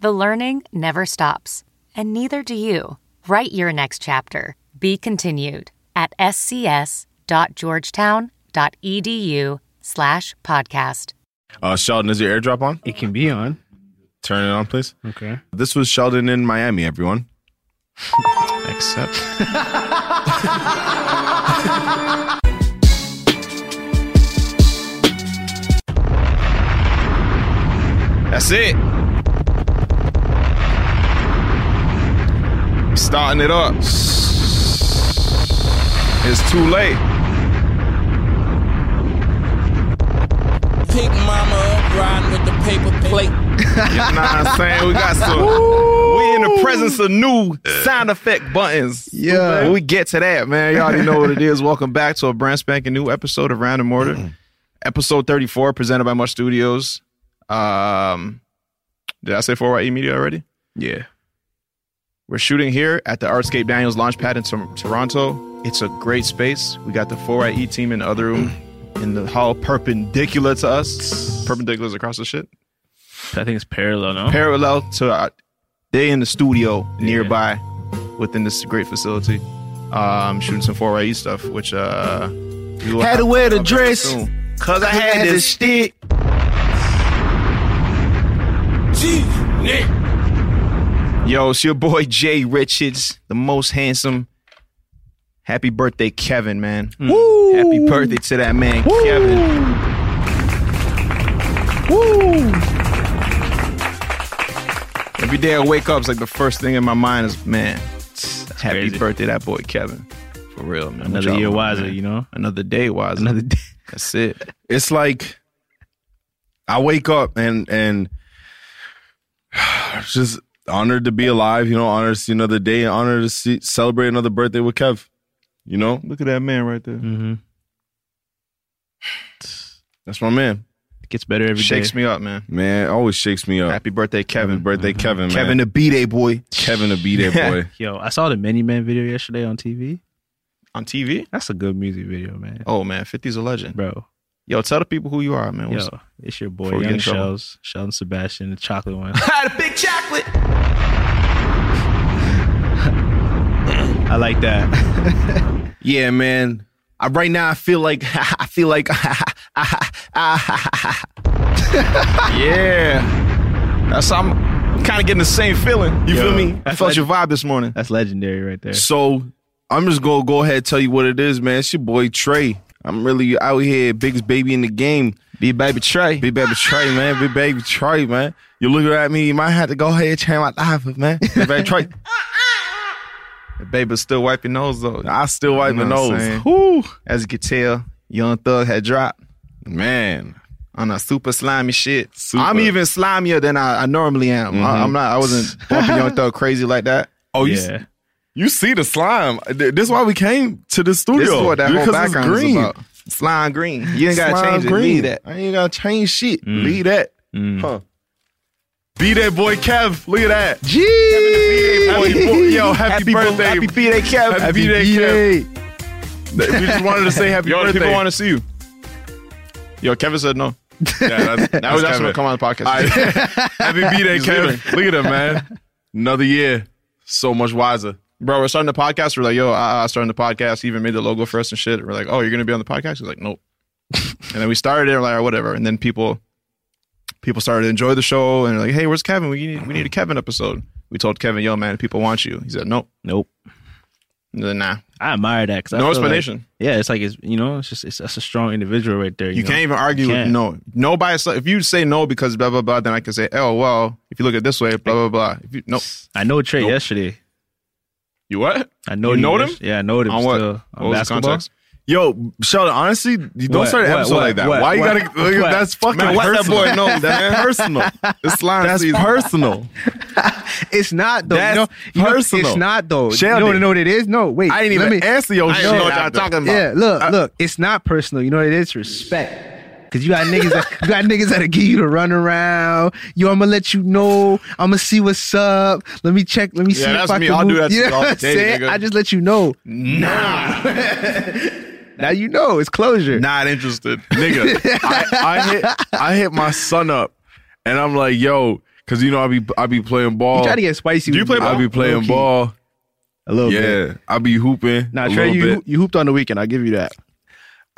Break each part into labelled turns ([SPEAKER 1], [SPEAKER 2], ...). [SPEAKER 1] the learning never stops, and neither do you. Write your next chapter. Be continued at scs.georgetown.edu E slash podcast.
[SPEAKER 2] Uh, Sheldon, is your airdrop on?
[SPEAKER 3] It can be on.
[SPEAKER 2] Turn it on, please.
[SPEAKER 3] Okay.
[SPEAKER 2] This was Sheldon in Miami, everyone.
[SPEAKER 3] Except.
[SPEAKER 2] That's it. Starting it up. It's too late.
[SPEAKER 4] Pick mama up, riding with the paper plate.
[SPEAKER 2] You know what I'm saying? We got some. we in the presence of new sound effect buttons.
[SPEAKER 3] Yeah.
[SPEAKER 2] When we get to that, man. You already know what it is. Welcome back to a brand spanking new episode of Round and Mortar. episode 34, presented by Much Studios. Um, did I say 4YE Media already?
[SPEAKER 3] Yeah.
[SPEAKER 2] We're shooting here at the Artscape Daniels Launchpad in Tor- Toronto. It's a great space. We got the 4IE team in the other room in the hall perpendicular to us. Perpendiculars across the shit.
[SPEAKER 3] I think it's parallel, no?
[SPEAKER 2] Parallel to our, they in the studio nearby within this great facility. Um, shooting some 4IE stuff, which uh we will
[SPEAKER 3] Had to
[SPEAKER 2] have
[SPEAKER 3] wear the
[SPEAKER 2] update
[SPEAKER 3] dress.
[SPEAKER 2] soon. Cause I had, this
[SPEAKER 3] stick.
[SPEAKER 4] Gee, Nick.
[SPEAKER 2] Yo, it's your boy Jay Richards, the most handsome. Happy birthday, Kevin, man. Happy birthday to that man, Kevin. Every day I wake up, it's like the first thing in my mind is, man, happy
[SPEAKER 3] crazy.
[SPEAKER 2] birthday, that boy, Kevin. For real, man. What
[SPEAKER 3] Another
[SPEAKER 2] y'all
[SPEAKER 3] year
[SPEAKER 2] want,
[SPEAKER 3] wiser,
[SPEAKER 2] man?
[SPEAKER 3] you know?
[SPEAKER 2] Another day wiser.
[SPEAKER 3] Another day.
[SPEAKER 2] That's it. It's like I wake up and and just honored to be alive. You know, honored to see another day, and honored to see, celebrate another birthday with Kev. You know, look at that man right there.
[SPEAKER 3] Mm-hmm.
[SPEAKER 2] That's my man.
[SPEAKER 3] It gets better every day.
[SPEAKER 2] shakes me up, man. Man, always shakes me up. Happy birthday, Kevin. birthday, Kevin.
[SPEAKER 3] Kevin
[SPEAKER 2] the B Day boy. Kevin the B Day boy
[SPEAKER 3] Yo, I saw the Many Man video yesterday on TV.
[SPEAKER 2] on TV.
[SPEAKER 3] That's a good music video, man.
[SPEAKER 2] Oh man, 50's a legend.
[SPEAKER 3] Bro.
[SPEAKER 2] Yo, tell the people who you are, man.
[SPEAKER 3] Yo, it's your boy,
[SPEAKER 2] Before we get
[SPEAKER 3] Young
[SPEAKER 2] in trouble.
[SPEAKER 3] Shells, Sheldon Sebastian, the chocolate one.
[SPEAKER 2] Had a big chocolate.
[SPEAKER 3] I like that.
[SPEAKER 2] Yeah, man. I, right now, I feel like I feel like yeah. That's I'm kind of getting the same feeling. You
[SPEAKER 3] Yo,
[SPEAKER 2] feel me? I
[SPEAKER 3] that's
[SPEAKER 2] felt
[SPEAKER 3] like-
[SPEAKER 2] your vibe this morning.
[SPEAKER 3] That's legendary right there.
[SPEAKER 2] So I'm just gonna go ahead and tell you what it is, man. It's your boy Trey. I'm really out here, biggest baby in the game. Big baby Trey. Big baby Trey, man. Big baby Trey, man. You're looking at me, you might have to go ahead and change my life, man. Big baby Trey.
[SPEAKER 3] baby's still wiping nose, though.
[SPEAKER 2] I still wipe
[SPEAKER 3] You
[SPEAKER 2] my
[SPEAKER 3] know what I'm
[SPEAKER 2] nose.
[SPEAKER 3] saying?
[SPEAKER 2] Whew.
[SPEAKER 3] As you can tell, Young Thug had dropped
[SPEAKER 2] Man.
[SPEAKER 3] on a super slimy shit.
[SPEAKER 2] Super. Mm-hmm.
[SPEAKER 3] I'm even slimier than I, I normally am. I, am not. I wasn't bumping Young Thug crazy like that.
[SPEAKER 2] Oh, you, s- you see the slime. Th- This is why we came to the studio.
[SPEAKER 3] This is what that whole
[SPEAKER 2] Because it's
[SPEAKER 3] background
[SPEAKER 2] green.
[SPEAKER 3] is about. Slime green. You ain't gotta
[SPEAKER 2] Slime
[SPEAKER 3] change it.
[SPEAKER 2] green.
[SPEAKER 3] Leave that.
[SPEAKER 2] I ain't gotta change shit. Leave that. Huh. Mm. Be that boy Kev. Look at that. Happy
[SPEAKER 3] Happy
[SPEAKER 2] birthday, boy.
[SPEAKER 3] boy.
[SPEAKER 2] Yo, happy birthday.
[SPEAKER 3] Happy birthday, Kev.
[SPEAKER 2] Happy birthday, Kev. We just wanted to say happy
[SPEAKER 3] Yo, the
[SPEAKER 2] birthday.
[SPEAKER 3] people wanna
[SPEAKER 2] see you.
[SPEAKER 3] Yo, Kevin said no.
[SPEAKER 2] Yeah, that's,
[SPEAKER 3] That was actually gonna come on the podcast.
[SPEAKER 2] All right. happy B Day,
[SPEAKER 3] He's
[SPEAKER 2] Kev. Look at him, man. Another year. So much wiser.
[SPEAKER 3] Bro, we're starting the podcast. We're like, yo, I, I starting the podcast. He even made the logo for us and shit. We're like, oh, you're gonna be on the podcast? He's like, nope. and then we started it. We're like, "All right, whatever. And then people, people started to enjoy the show and they're like, hey, where's Kevin? We need we need a Kevin episode. We told Kevin, yo, man, people want you. He said, nope, nope. And then, nah,
[SPEAKER 5] I admire that. Cause I
[SPEAKER 3] no
[SPEAKER 5] feel
[SPEAKER 3] explanation.
[SPEAKER 5] Like, yeah, it's like it's you know, it's just it's that's a strong individual right there. You,
[SPEAKER 3] you
[SPEAKER 5] know?
[SPEAKER 3] can't even argue with
[SPEAKER 5] can't.
[SPEAKER 3] no. No by itself. If you say no because blah blah blah, then I can say, oh well, if you look at it this way, blah blah blah. If you nope,
[SPEAKER 5] I know Trey
[SPEAKER 3] Nope.
[SPEAKER 5] yesterday.
[SPEAKER 3] you what?
[SPEAKER 5] I know
[SPEAKER 3] You knowed
[SPEAKER 5] yes-
[SPEAKER 3] him?
[SPEAKER 5] Yeah, I know him.
[SPEAKER 3] On what?
[SPEAKER 5] still.
[SPEAKER 3] What
[SPEAKER 5] On
[SPEAKER 3] was the
[SPEAKER 5] basketball.
[SPEAKER 3] context?
[SPEAKER 2] Yo, Sheldon, honestly, you don't
[SPEAKER 5] What?
[SPEAKER 2] start an
[SPEAKER 5] What?
[SPEAKER 2] episode
[SPEAKER 5] What?
[SPEAKER 2] like that.
[SPEAKER 5] What?
[SPEAKER 2] Why you
[SPEAKER 5] What?
[SPEAKER 2] gotta? Like,
[SPEAKER 5] What?
[SPEAKER 2] That's fucking
[SPEAKER 3] Man, let that
[SPEAKER 2] personal.
[SPEAKER 3] boy know,
[SPEAKER 2] that's personal.
[SPEAKER 3] It's slime
[SPEAKER 2] That's
[SPEAKER 3] season.
[SPEAKER 2] personal.
[SPEAKER 3] it's not though.
[SPEAKER 6] That's
[SPEAKER 3] you know, you know,
[SPEAKER 6] personal.
[SPEAKER 3] it's not though.
[SPEAKER 6] Sheldon.
[SPEAKER 3] You know, what- you know what it is? No, wait.
[SPEAKER 6] I didn't
[SPEAKER 3] let
[SPEAKER 6] even
[SPEAKER 3] me-
[SPEAKER 6] answer your
[SPEAKER 2] I
[SPEAKER 6] shit.
[SPEAKER 2] don't know what y'all talking about. Uh,
[SPEAKER 3] Yeah, look, look, it's not personal. You know what it is? Respect. Cause you got niggas that you got niggas that'll give you the run around. Yo, I'ma let you know. I'ma see what's up. Let me check. Let me see
[SPEAKER 2] that's
[SPEAKER 3] if I
[SPEAKER 2] me.
[SPEAKER 3] can
[SPEAKER 2] I'll do
[SPEAKER 3] move.
[SPEAKER 2] that
[SPEAKER 3] you
[SPEAKER 2] shit
[SPEAKER 3] know
[SPEAKER 2] all
[SPEAKER 3] what I'm
[SPEAKER 2] day,
[SPEAKER 3] saying?
[SPEAKER 2] nigga.
[SPEAKER 3] I just let you know.
[SPEAKER 2] Nah,
[SPEAKER 3] Now you know it's closure.
[SPEAKER 2] not interested.
[SPEAKER 6] nigga. I, I hit I hit my son up, and I'm like, yo, because you know I be I be playing ball.
[SPEAKER 3] You try to get spicy.
[SPEAKER 2] Do you
[SPEAKER 3] with
[SPEAKER 2] play
[SPEAKER 3] me.
[SPEAKER 2] ball?
[SPEAKER 6] I be playing
[SPEAKER 3] Low-key.
[SPEAKER 6] ball.
[SPEAKER 3] a little bit.
[SPEAKER 6] Yeah, I be hooping.
[SPEAKER 5] Nah,
[SPEAKER 6] a
[SPEAKER 5] Trey,
[SPEAKER 6] little
[SPEAKER 5] you
[SPEAKER 6] bit.
[SPEAKER 5] you hooped on the weekend. I'll give you that.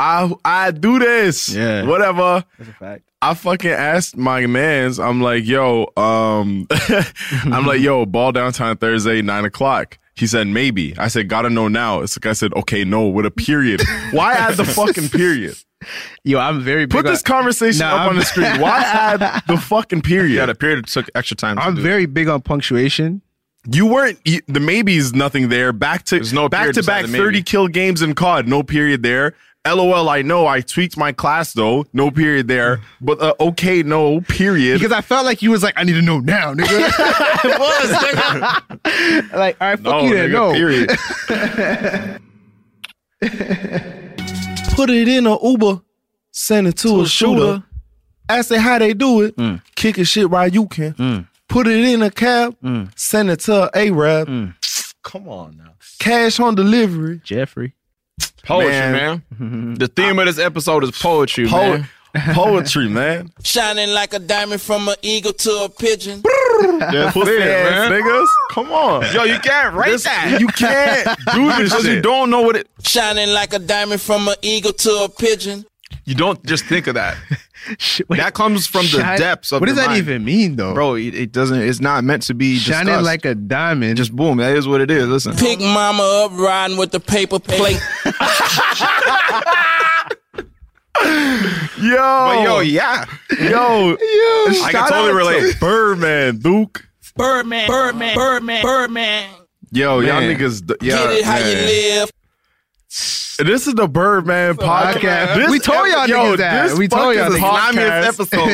[SPEAKER 6] I I do this.
[SPEAKER 5] Yeah.
[SPEAKER 6] whatever.
[SPEAKER 5] That's a fact.
[SPEAKER 6] I fucking asked my man's. I'm like, yo, um, I'm like, yo, ball downtown Thursday, nine o'clock. He said maybe. I said, gotta know now. It's like I said, okay, no, with a period. Why add the fucking period?
[SPEAKER 3] Yo, I'm very big
[SPEAKER 6] Put
[SPEAKER 3] on,
[SPEAKER 6] this conversation
[SPEAKER 3] Nah,
[SPEAKER 6] up on
[SPEAKER 3] I'm-
[SPEAKER 6] the screen. Why add the fucking period?
[SPEAKER 2] Yeah, the period took extra time. to
[SPEAKER 3] I'm
[SPEAKER 2] do.
[SPEAKER 3] very big on punctuation.
[SPEAKER 6] You weren't you, the maybe's nothing there. Back to
[SPEAKER 2] There's no
[SPEAKER 6] back
[SPEAKER 2] period
[SPEAKER 6] to back
[SPEAKER 2] beside the maybe.
[SPEAKER 6] thirty kill games in COD. No period there. LOL. I know I tweaked my class though. No period there. But uh, okay, no period.
[SPEAKER 3] Because I felt like you was like, I need to know now, nigga.
[SPEAKER 6] I was nigga.
[SPEAKER 3] like, all right, fuck
[SPEAKER 6] no,
[SPEAKER 3] you then. no.
[SPEAKER 6] nigga, period. Put it in a Uber, send it to, a shooter. Ask them how they do it. Kick a shit while you can. Put it in a cab, send it to a Arab.
[SPEAKER 2] Come on now.
[SPEAKER 6] Cash on delivery.
[SPEAKER 5] Jeffrey.
[SPEAKER 2] Poetry,
[SPEAKER 6] Man.
[SPEAKER 2] man. Mm-hmm. The theme of this episode is poetry,
[SPEAKER 6] Po-
[SPEAKER 2] man.
[SPEAKER 6] poetry, man.
[SPEAKER 7] Shining like a diamond from an eagle to a pigeon.
[SPEAKER 6] That pussy ass niggas. Come on.
[SPEAKER 2] Yo, you can't write
[SPEAKER 6] This-
[SPEAKER 2] that.
[SPEAKER 6] You can't do this
[SPEAKER 2] Because
[SPEAKER 6] shit.
[SPEAKER 2] you don't know what it.
[SPEAKER 7] Shining like a diamond from an eagle to a pigeon.
[SPEAKER 2] You don't just think of that,
[SPEAKER 3] Sh- wait.
[SPEAKER 2] That comes from the
[SPEAKER 3] Shine-
[SPEAKER 2] depths of
[SPEAKER 3] What
[SPEAKER 2] your
[SPEAKER 3] does that
[SPEAKER 2] mind.
[SPEAKER 3] even mean, though?
[SPEAKER 2] bro. It, it doesn't. It's not meant to be
[SPEAKER 3] shining
[SPEAKER 2] discussed.
[SPEAKER 3] like a diamond.
[SPEAKER 2] just boom. That is what it is. Listen,
[SPEAKER 7] Pick mama up riding with the paper plate.
[SPEAKER 6] Yo.
[SPEAKER 2] but yo, yeah,
[SPEAKER 6] yo.
[SPEAKER 2] I can totally relate.
[SPEAKER 6] Birdman, Duke.
[SPEAKER 7] Birdman, Birdman, Birdman, Birdman.
[SPEAKER 6] Yo,
[SPEAKER 2] Man.
[SPEAKER 6] y'all niggas. d-
[SPEAKER 7] Get
[SPEAKER 6] Yeah,
[SPEAKER 7] it how you
[SPEAKER 6] man.
[SPEAKER 7] live.
[SPEAKER 6] This is the Birdman podcast.
[SPEAKER 3] podcast.
[SPEAKER 6] This
[SPEAKER 3] We told y'all
[SPEAKER 6] epi-
[SPEAKER 3] niggas that.
[SPEAKER 6] This
[SPEAKER 3] We told y'all
[SPEAKER 6] fucking
[SPEAKER 3] niggas.
[SPEAKER 6] podcast
[SPEAKER 3] Economiest episode.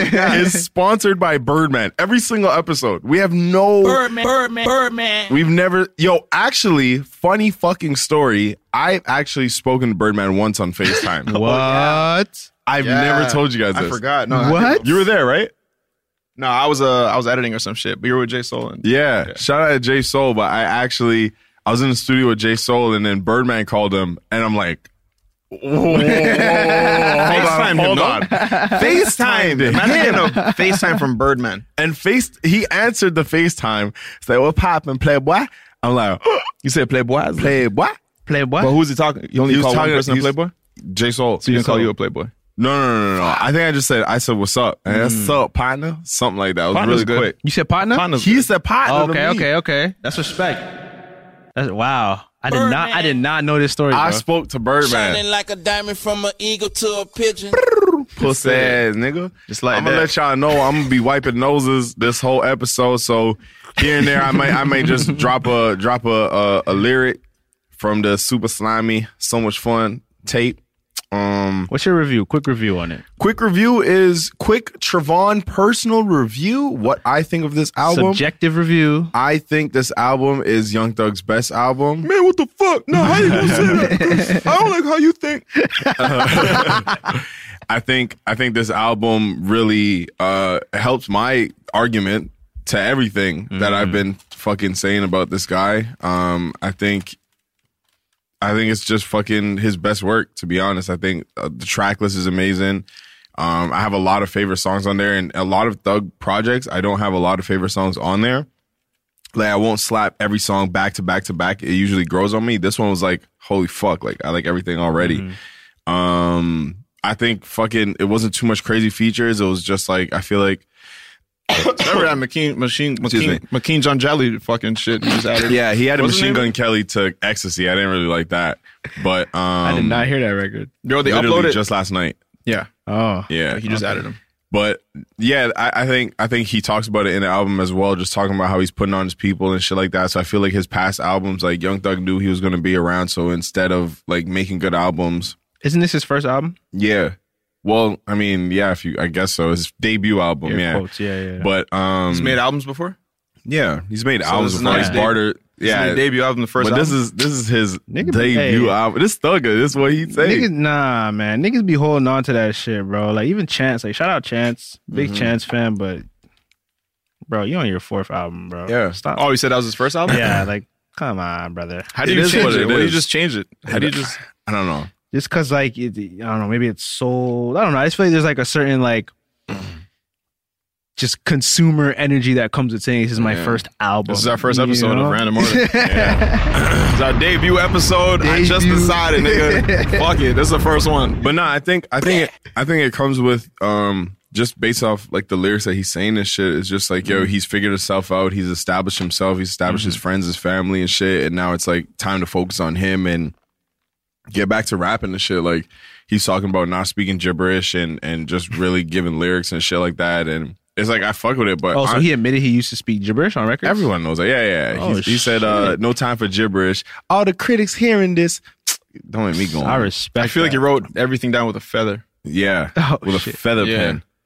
[SPEAKER 6] is sponsored by Birdman. Every single episode. We have no.
[SPEAKER 7] Birdman, Birdman, Birdman.
[SPEAKER 6] We've never, yo, actually, funny fucking story. I've actually spoken to Birdman once on FaceTime.
[SPEAKER 3] what?
[SPEAKER 6] I've
[SPEAKER 2] Yeah.
[SPEAKER 6] never told you guys
[SPEAKER 2] I
[SPEAKER 6] this.
[SPEAKER 2] forgot. No, I-
[SPEAKER 3] What?
[SPEAKER 6] You were there, right?
[SPEAKER 2] no, I was uh, I was editing or some shit. But you were with Jay Solon.
[SPEAKER 6] Yeah. Shout out to Jay Soul, but I actually I was in the studio with Jay Soul and then Birdman called him and I'm like,
[SPEAKER 2] FaceTime
[SPEAKER 6] hold on.
[SPEAKER 2] FaceTime. Imagine getting a FaceTime from Birdman.
[SPEAKER 6] And face he answered the FaceTime. It's like, what poppin', playboy? I'm like, you said playboy? Playboy?
[SPEAKER 3] Playboy.
[SPEAKER 2] But who's he talking? You only
[SPEAKER 6] He was
[SPEAKER 2] call one
[SPEAKER 6] talking-
[SPEAKER 2] person a
[SPEAKER 6] he's-
[SPEAKER 2] playboy.
[SPEAKER 6] Jay Soul.
[SPEAKER 2] So you didn't call you a playboy.
[SPEAKER 6] No, no, no, no, no. I think I just said I said what's up. And that's up, partner. Something like that. It was
[SPEAKER 2] Hmm. Partner's good.
[SPEAKER 6] really quick.
[SPEAKER 3] you said partner?
[SPEAKER 2] Partner's
[SPEAKER 6] He
[SPEAKER 2] good.
[SPEAKER 6] said partner.
[SPEAKER 5] Oh,
[SPEAKER 6] to
[SPEAKER 5] okay,
[SPEAKER 6] me.
[SPEAKER 5] okay, okay. That's respect. That's wow. I did not. I did not know this story.
[SPEAKER 6] I
[SPEAKER 5] bro.
[SPEAKER 6] spoke to Birdman.
[SPEAKER 7] Shining like a diamond from an eagle to a pigeon.
[SPEAKER 6] Pussy ass nigga.
[SPEAKER 2] Just like
[SPEAKER 6] I'm gonna
[SPEAKER 2] that.
[SPEAKER 6] let y'all know I'm gonna be wiping noses this whole episode. So here and there, I may I may just drop a drop a, a a lyric from the super slimy, so much fun tape. Um,
[SPEAKER 5] What's your review? Quick review on it.
[SPEAKER 6] quick review is quick Trevon personal review. What I think of this album.
[SPEAKER 5] Subjective review.
[SPEAKER 6] I think this album is Young Thug's best album.
[SPEAKER 2] Man, what the fuck? No, how you gonna say that? I don't like how you think.
[SPEAKER 6] I think I think this album really uh, helps my argument to everything that
[SPEAKER 2] Mm-hmm.
[SPEAKER 6] I've been fucking saying about this guy. Um, I think I think it's just fucking his best work. To be honest, I think uh, the track list is amazing. Um, I have a lot of favorite songs on there, and a lot of Thug projects. I don't have a lot of favorite songs on there. Like I won't slap every song back to back to back. It usually grows on me. This one was like, holy fuck! Like I like everything already.
[SPEAKER 2] Mm-hmm.
[SPEAKER 6] Um, I think fucking it wasn't too much crazy features. It was just like I feel like
[SPEAKER 2] Remember that McKean, machine,
[SPEAKER 6] Excuse
[SPEAKER 2] McKean, McKean John Jelly fucking shit? He just added.
[SPEAKER 6] yeah, he had a
[SPEAKER 2] What's his
[SPEAKER 6] machine
[SPEAKER 2] name?
[SPEAKER 6] gun Kelly to ecstasy. I didn't really like that, but um,
[SPEAKER 5] I did not hear that record.
[SPEAKER 2] Yo, they
[SPEAKER 6] literally
[SPEAKER 2] uploaded.
[SPEAKER 6] just last night.
[SPEAKER 2] yeah,
[SPEAKER 5] Oh,
[SPEAKER 6] Yeah,
[SPEAKER 2] he just added him.
[SPEAKER 6] But yeah, I, I think I think he talks about it in the album as well, just talking about how he's putting on his people and shit like that. So I feel like his past albums, like Young Thug knew he was gonna be around, so instead of like making good albums,
[SPEAKER 5] isn't this his first album?
[SPEAKER 6] yeah. Well, I mean, yeah, if you I guess so. His debut album,
[SPEAKER 2] Oh,
[SPEAKER 5] Air
[SPEAKER 6] yeah.
[SPEAKER 5] quotes, yeah, yeah.
[SPEAKER 6] But um
[SPEAKER 2] Mm. He's made albums before.
[SPEAKER 6] Yeah, he's made
[SPEAKER 2] this
[SPEAKER 6] albums
[SPEAKER 2] is
[SPEAKER 6] before.
[SPEAKER 2] not
[SPEAKER 6] He's
[SPEAKER 2] his debut.
[SPEAKER 6] bartered.
[SPEAKER 2] yeah,
[SPEAKER 6] Yeah,
[SPEAKER 2] debut album, the first.
[SPEAKER 6] but this
[SPEAKER 2] album.
[SPEAKER 6] is this is his
[SPEAKER 5] Nigga,
[SPEAKER 6] debut
[SPEAKER 5] hey.
[SPEAKER 6] album. This thugger. This is what he say.
[SPEAKER 5] Niggas, nah, man. Niggas be holding on to that shit, bro. Like even Chance, like shout out Chance, big
[SPEAKER 2] Mm-hmm.
[SPEAKER 5] Chance fan, but bro, you on your fourth album, bro.
[SPEAKER 6] Yeah.
[SPEAKER 5] stop.
[SPEAKER 2] oh, you said that was his first album.
[SPEAKER 5] yeah, like come on, brother.
[SPEAKER 2] How do
[SPEAKER 6] It
[SPEAKER 2] you
[SPEAKER 6] is
[SPEAKER 2] change
[SPEAKER 6] what
[SPEAKER 2] it?
[SPEAKER 6] it
[SPEAKER 2] What do you
[SPEAKER 6] is.
[SPEAKER 2] just change it? How do you just?
[SPEAKER 6] I don't know.
[SPEAKER 5] Just cause like it, I don't know, maybe it's sold. I don't know. I just feel like there's like a certain like just consumer energy that comes with saying this is my
[SPEAKER 6] Yeah.
[SPEAKER 5] first album.
[SPEAKER 2] This is our first
[SPEAKER 5] you
[SPEAKER 2] episode
[SPEAKER 5] know?
[SPEAKER 2] of Random Order. Yeah. It's our debut episode. I just
[SPEAKER 3] Debut.
[SPEAKER 2] decided, nigga. Fuck it. This is the first one.
[SPEAKER 6] But no, I think I think it, I think it comes with um just based off like the lyrics that he's saying and shit. It's just like
[SPEAKER 5] Mm-hmm.
[SPEAKER 6] yo, he's figured himself out. He's established himself. He's established his friends, his family, and shit. And now it's like time to focus on him and get back to rapping and shit. Like he's talking about not speaking gibberish and and just really giving lyrics and shit like that. And it's like I fuck with it, but
[SPEAKER 5] Oh, so
[SPEAKER 6] I-
[SPEAKER 5] he admitted he used to speak gibberish on record.
[SPEAKER 6] Everyone knows that. Yeah, yeah.
[SPEAKER 5] Oh,
[SPEAKER 6] He- he said, uh,
[SPEAKER 5] shit.
[SPEAKER 6] "No time for gibberish." All the critics hearing this, don't make me go. on.
[SPEAKER 5] I respect.
[SPEAKER 2] I feel like
[SPEAKER 5] that.
[SPEAKER 2] he wrote everything down with a feather.
[SPEAKER 6] Yeah,
[SPEAKER 5] Oh,
[SPEAKER 6] with
[SPEAKER 5] shit.
[SPEAKER 6] a feather
[SPEAKER 2] Yeah.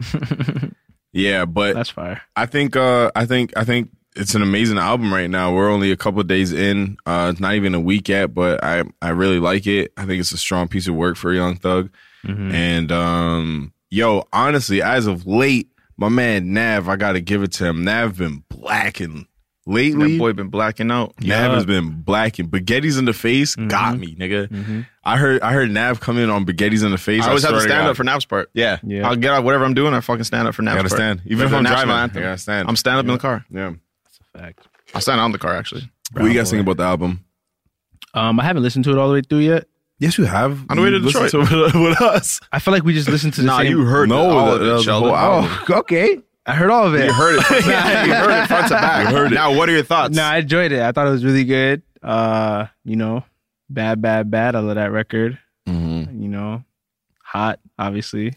[SPEAKER 6] pen. yeah, but
[SPEAKER 5] That's fire.
[SPEAKER 6] I think uh, I think I think it's an amazing album right now. We're only a couple of days in. Uh, it's not even a week yet, but I I really like it. I think it's a strong piece of work for Young Thug.
[SPEAKER 5] Mm-hmm.
[SPEAKER 6] And um, yo, honestly, as of late, my man Nav, I gotta give it to him. Nav been blacking lately.
[SPEAKER 2] That boy been blacking out.
[SPEAKER 6] Nav has been blacking. Baguetti's in the face
[SPEAKER 5] Mm-hmm.
[SPEAKER 6] got me, nigga. I heard I heard Nav come in on Baguetti's in the face.
[SPEAKER 2] I always have to
[SPEAKER 6] swear
[SPEAKER 2] stand
[SPEAKER 6] God.
[SPEAKER 2] up for Nap's part.
[SPEAKER 6] Yeah,
[SPEAKER 5] Yeah.
[SPEAKER 2] I'll get out whatever I'm doing. I fucking stand up for Nap's
[SPEAKER 6] I gotta
[SPEAKER 2] part.
[SPEAKER 6] stand. Even
[SPEAKER 2] Like
[SPEAKER 6] if
[SPEAKER 2] the
[SPEAKER 6] I'm
[SPEAKER 2] national
[SPEAKER 6] driving,
[SPEAKER 2] anthem.
[SPEAKER 6] I gotta stand.
[SPEAKER 2] I'm stand up in the car.
[SPEAKER 6] yeah.
[SPEAKER 5] Fact.
[SPEAKER 2] I stand on the car actually.
[SPEAKER 6] What do you guys think about the album?
[SPEAKER 5] Um, I haven't listened to it all the way through yet.
[SPEAKER 6] Yes, you have.
[SPEAKER 2] On the way to
[SPEAKER 6] You listened
[SPEAKER 2] Detroit.
[SPEAKER 6] to it with us.
[SPEAKER 5] I feel like we just listened to the
[SPEAKER 2] Nah,
[SPEAKER 5] same.
[SPEAKER 2] you heard
[SPEAKER 6] No,
[SPEAKER 2] all
[SPEAKER 6] that-
[SPEAKER 2] of
[SPEAKER 6] that
[SPEAKER 2] it,
[SPEAKER 6] was the
[SPEAKER 2] Sheldon.
[SPEAKER 6] whole album.
[SPEAKER 3] Oh, okay.
[SPEAKER 5] I heard all of it.
[SPEAKER 2] You heard it. you heard it front to back.
[SPEAKER 6] You heard it.
[SPEAKER 2] Now, what are your thoughts?
[SPEAKER 5] No, I enjoyed it. I thought it was really good. Uh, you know, bad, bad, bad. I love that record.
[SPEAKER 6] Mm-hmm.
[SPEAKER 5] You know, hot, obviously.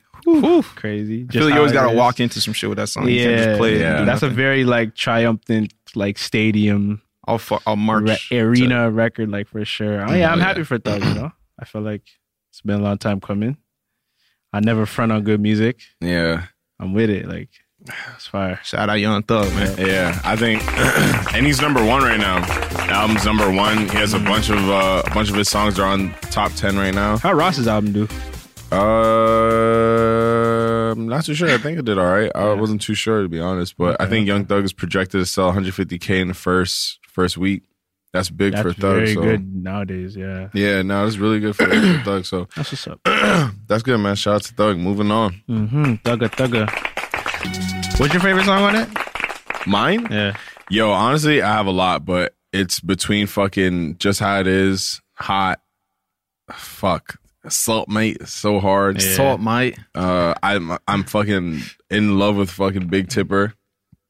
[SPEAKER 5] Crazy.
[SPEAKER 2] I feel like you always gotta walk into some shit with that song. You can't
[SPEAKER 5] Yeah,
[SPEAKER 2] just play it.
[SPEAKER 6] Yeah.
[SPEAKER 2] and do
[SPEAKER 5] that's a
[SPEAKER 2] nothing.
[SPEAKER 5] very like triumphant, like stadium
[SPEAKER 2] I'll fu- I'll
[SPEAKER 5] re-
[SPEAKER 2] march
[SPEAKER 5] arena record, like for sure. Oh yeah, I'm
[SPEAKER 6] yeah.
[SPEAKER 5] happy for Thug. You know, I feel like it's been a long time coming. I never front on good music.
[SPEAKER 6] Yeah,
[SPEAKER 5] I'm with it. Like it's fire.
[SPEAKER 2] to- Shout out Young Thug, man.
[SPEAKER 6] yeah. I think, and he's number one right now. The album's number one. He has a bunch of uh, a bunch of his songs are on top ten right now.
[SPEAKER 5] How Ross's album do?
[SPEAKER 6] Uh, I'm not too sure. I think it did all right. I wasn't too sure to be honest, but I think Young Thug is projected to sell 150k in the first first week. That's big
[SPEAKER 5] That's
[SPEAKER 6] for Thug.
[SPEAKER 5] very
[SPEAKER 6] so.
[SPEAKER 5] good nowadays. Yeah,
[SPEAKER 6] Yeah, no, that's really good for Thug. So
[SPEAKER 5] that's what's up.
[SPEAKER 6] that's good, man. Shout out to Thug. Moving on.
[SPEAKER 5] Mm-hmm. Thugga Thugga. What's your favorite song on it?
[SPEAKER 6] Mine?
[SPEAKER 5] Yeah.
[SPEAKER 6] Yo, honestly, I have a lot, but it's between fucking just how it is, hot, fuck, salt mate, it's so hard.
[SPEAKER 2] Salt might.
[SPEAKER 6] Uh, I'm I'm fucking in love with fucking Big Tipper.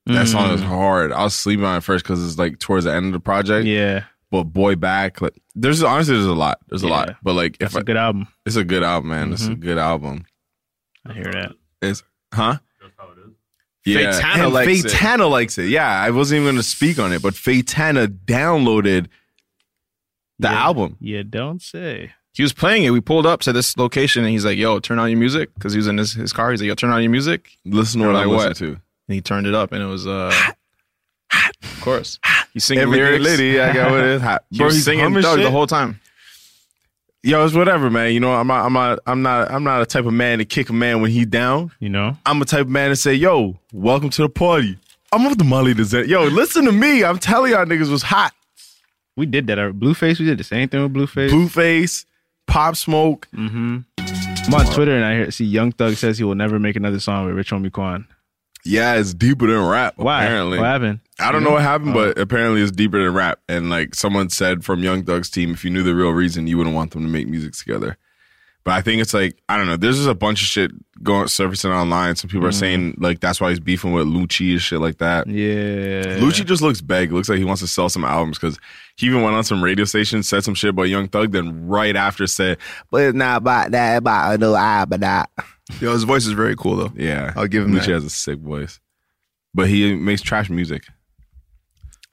[SPEAKER 6] That
[SPEAKER 5] Mm.
[SPEAKER 6] song is hard. I was sleeping on it first because it's like towards the end of the project.
[SPEAKER 5] Yeah.
[SPEAKER 6] But boy, back. Like, there's honestly, there's a lot. There's a
[SPEAKER 5] Yeah.
[SPEAKER 6] lot. But like,
[SPEAKER 5] That's
[SPEAKER 6] if I,
[SPEAKER 5] a good Mm-hmm. album.
[SPEAKER 6] it's a good album, man. It's a good album.
[SPEAKER 5] I hear that.
[SPEAKER 6] It's huh? Yeah,
[SPEAKER 2] Faitana
[SPEAKER 6] and
[SPEAKER 2] likes it.
[SPEAKER 6] Faitana likes it. Yeah, I wasn't even going to speak on it, but Faitana downloaded the
[SPEAKER 5] Yeah.
[SPEAKER 6] album.
[SPEAKER 5] Yeah, don't say.
[SPEAKER 2] He was playing it. We pulled up to this location, and he's like, "Yo, turn on your music," because he was in his, his car. He's like, "Yo, turn on your music,"
[SPEAKER 6] Listen to what
[SPEAKER 2] Like
[SPEAKER 6] I
[SPEAKER 2] what?
[SPEAKER 6] listen to.
[SPEAKER 2] and he turned it up, and it was uh, of course, he's singing
[SPEAKER 6] Every
[SPEAKER 2] lyrics.
[SPEAKER 6] lady, I got what is hot.
[SPEAKER 2] He
[SPEAKER 6] Bro,
[SPEAKER 2] was
[SPEAKER 6] he's
[SPEAKER 2] singing
[SPEAKER 6] humming
[SPEAKER 2] Thug
[SPEAKER 6] shit.
[SPEAKER 2] the whole time.
[SPEAKER 6] Yo, it's whatever, man. You know, I'm not, I'm not, I'm not, I'm not a type of man to kick a man when he down.
[SPEAKER 5] You know?
[SPEAKER 6] I'm a type of man to say, yo, welcome to the party. I'm with the Molly Dessert. Yo, listen to me. I'm telling y'all niggas was hot.
[SPEAKER 5] We did that. Our Blueface, we did the same thing with Blueface.
[SPEAKER 6] Blueface, Pop Smoke.
[SPEAKER 5] I'm on Twitter and I hear see Young Thug says he will never make another song with Rich Homie Quan.
[SPEAKER 6] Yeah, it's deeper than rap.
[SPEAKER 5] Why?
[SPEAKER 6] Apparently.
[SPEAKER 5] What happened?
[SPEAKER 6] I don't know what happened, but apparently it's deeper than rap. And like someone said from Young Thug's team, if you knew the real reason, you wouldn't want them to make music together. But I think it's like I don't know. There's just a bunch of shit going surfacing online. Some people are saying like that's why he's beefing with Lucci and shit like that.
[SPEAKER 5] Yeah.
[SPEAKER 6] Lucci just looks big. Looks like he wants to sell some albums because he even went on some radio station, said some shit about Young Thug, then right after said, "But it's not about that, about no album that."
[SPEAKER 2] Yo, his voice is very cool though.
[SPEAKER 6] Yeah,
[SPEAKER 2] I'll give him
[SPEAKER 6] Lucci
[SPEAKER 2] that.
[SPEAKER 6] has a sick voice, but he makes trash music.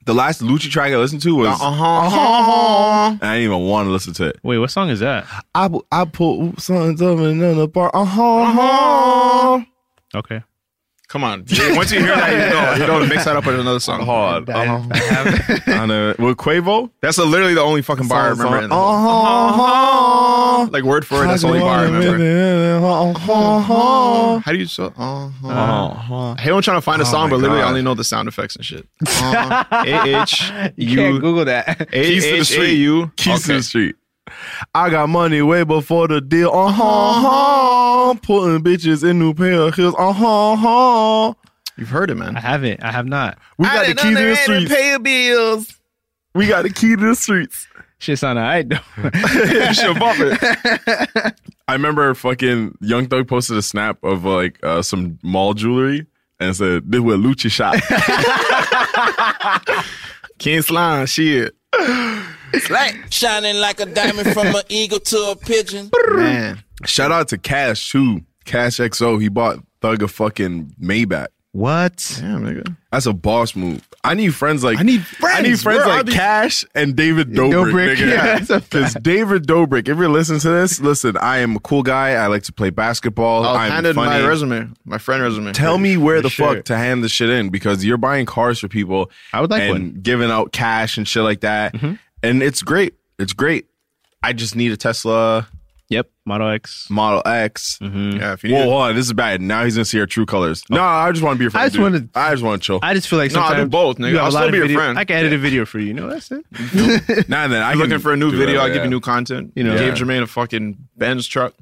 [SPEAKER 6] The last Lucci track I listened to was
[SPEAKER 2] Uh-huh.
[SPEAKER 6] Uh-huh. I didn't even want to listen to it.
[SPEAKER 5] Wait, what song is that?
[SPEAKER 6] I Uh-huh. I put something up and then the bar. Uh huh. Uh-huh.
[SPEAKER 5] Okay.
[SPEAKER 2] Come on. Once you hear that, you know, you know, mix that up with another song.
[SPEAKER 6] Hard. Uh-huh. I know. With Quavo? Uh-huh.
[SPEAKER 2] That's a, literally the only fucking bar I remember. in the whole- Like word for it, that's the only bar I remember. How do you so? Uh-huh. I hate when I'm trying to find a
[SPEAKER 6] Oh
[SPEAKER 2] song, but literally I only know the sound effects and shit. Uh, A H
[SPEAKER 5] You can't
[SPEAKER 2] U
[SPEAKER 5] Google that.
[SPEAKER 2] A
[SPEAKER 6] Keys to the
[SPEAKER 2] H A
[SPEAKER 6] street.
[SPEAKER 2] U.
[SPEAKER 6] Keys to
[SPEAKER 2] Okay.
[SPEAKER 6] the street. I got money way before the deal. Uh huh. Putting bitches in new pair of heels. Uh huh.
[SPEAKER 2] You've heard it,
[SPEAKER 5] I
[SPEAKER 2] man.
[SPEAKER 5] haven't. I have not.
[SPEAKER 6] We got the key to the streets.
[SPEAKER 2] pay bills.
[SPEAKER 6] We got the key to the streets.
[SPEAKER 5] Shit's on alright though.
[SPEAKER 6] I remember fucking Young Thug posted a snap of like uh, some mall jewelry and it said, This was Lucci shop.
[SPEAKER 2] King Slime, shit.
[SPEAKER 7] Shining like a diamond from an eagle to a pigeon.
[SPEAKER 2] Man.
[SPEAKER 6] Shout out to Cash too. Cash XO. He bought Thug a fucking Maybach.
[SPEAKER 3] What?
[SPEAKER 2] Damn, nigga.
[SPEAKER 6] That's a boss move. I need friends like
[SPEAKER 2] I need
[SPEAKER 6] I need
[SPEAKER 2] friends.
[SPEAKER 6] friends
[SPEAKER 2] Where are
[SPEAKER 6] like
[SPEAKER 2] these-
[SPEAKER 6] Cash and David Dobrik.
[SPEAKER 3] Dobrik,
[SPEAKER 6] nigga.
[SPEAKER 3] yeah, that's a
[SPEAKER 6] Because David Dobrik, if you're listening to this, listen. I am a cool guy. I like to play basketball.
[SPEAKER 2] I'll
[SPEAKER 6] I'm
[SPEAKER 2] hand in
[SPEAKER 6] funny.
[SPEAKER 2] my resume, my friend resume.
[SPEAKER 6] Tell me where the
[SPEAKER 2] sure.
[SPEAKER 6] fuck to hand this shit in because you're buying cars for people.
[SPEAKER 2] I would like
[SPEAKER 6] and
[SPEAKER 2] one.
[SPEAKER 6] giving out cash and shit like that, and it's great. It's great. I just need a Tesla
[SPEAKER 5] yep. Model X.
[SPEAKER 6] Model X.
[SPEAKER 2] Yeah, if you
[SPEAKER 6] Mm-hmm. Whoa,
[SPEAKER 2] need
[SPEAKER 6] hold on, this is bad. Now he's gonna see our true colors. No, Oh. I just want to be your friend.
[SPEAKER 3] I just
[SPEAKER 6] dude.
[SPEAKER 3] wanted-
[SPEAKER 6] I just want to chill.
[SPEAKER 5] I just feel like
[SPEAKER 2] No, I'll do
[SPEAKER 5] sometimes
[SPEAKER 2] both, nigga.
[SPEAKER 5] you have
[SPEAKER 2] I'll
[SPEAKER 5] a lot
[SPEAKER 2] still
[SPEAKER 5] of
[SPEAKER 2] be your
[SPEAKER 5] video-
[SPEAKER 2] friend.
[SPEAKER 5] I can edit a video for you. No, that's it.
[SPEAKER 6] Now then, I'm
[SPEAKER 2] I'm looking for a new video. I'll give you new content. You know,
[SPEAKER 6] Yeah.
[SPEAKER 2] gave Jermaine a fucking Benz truck.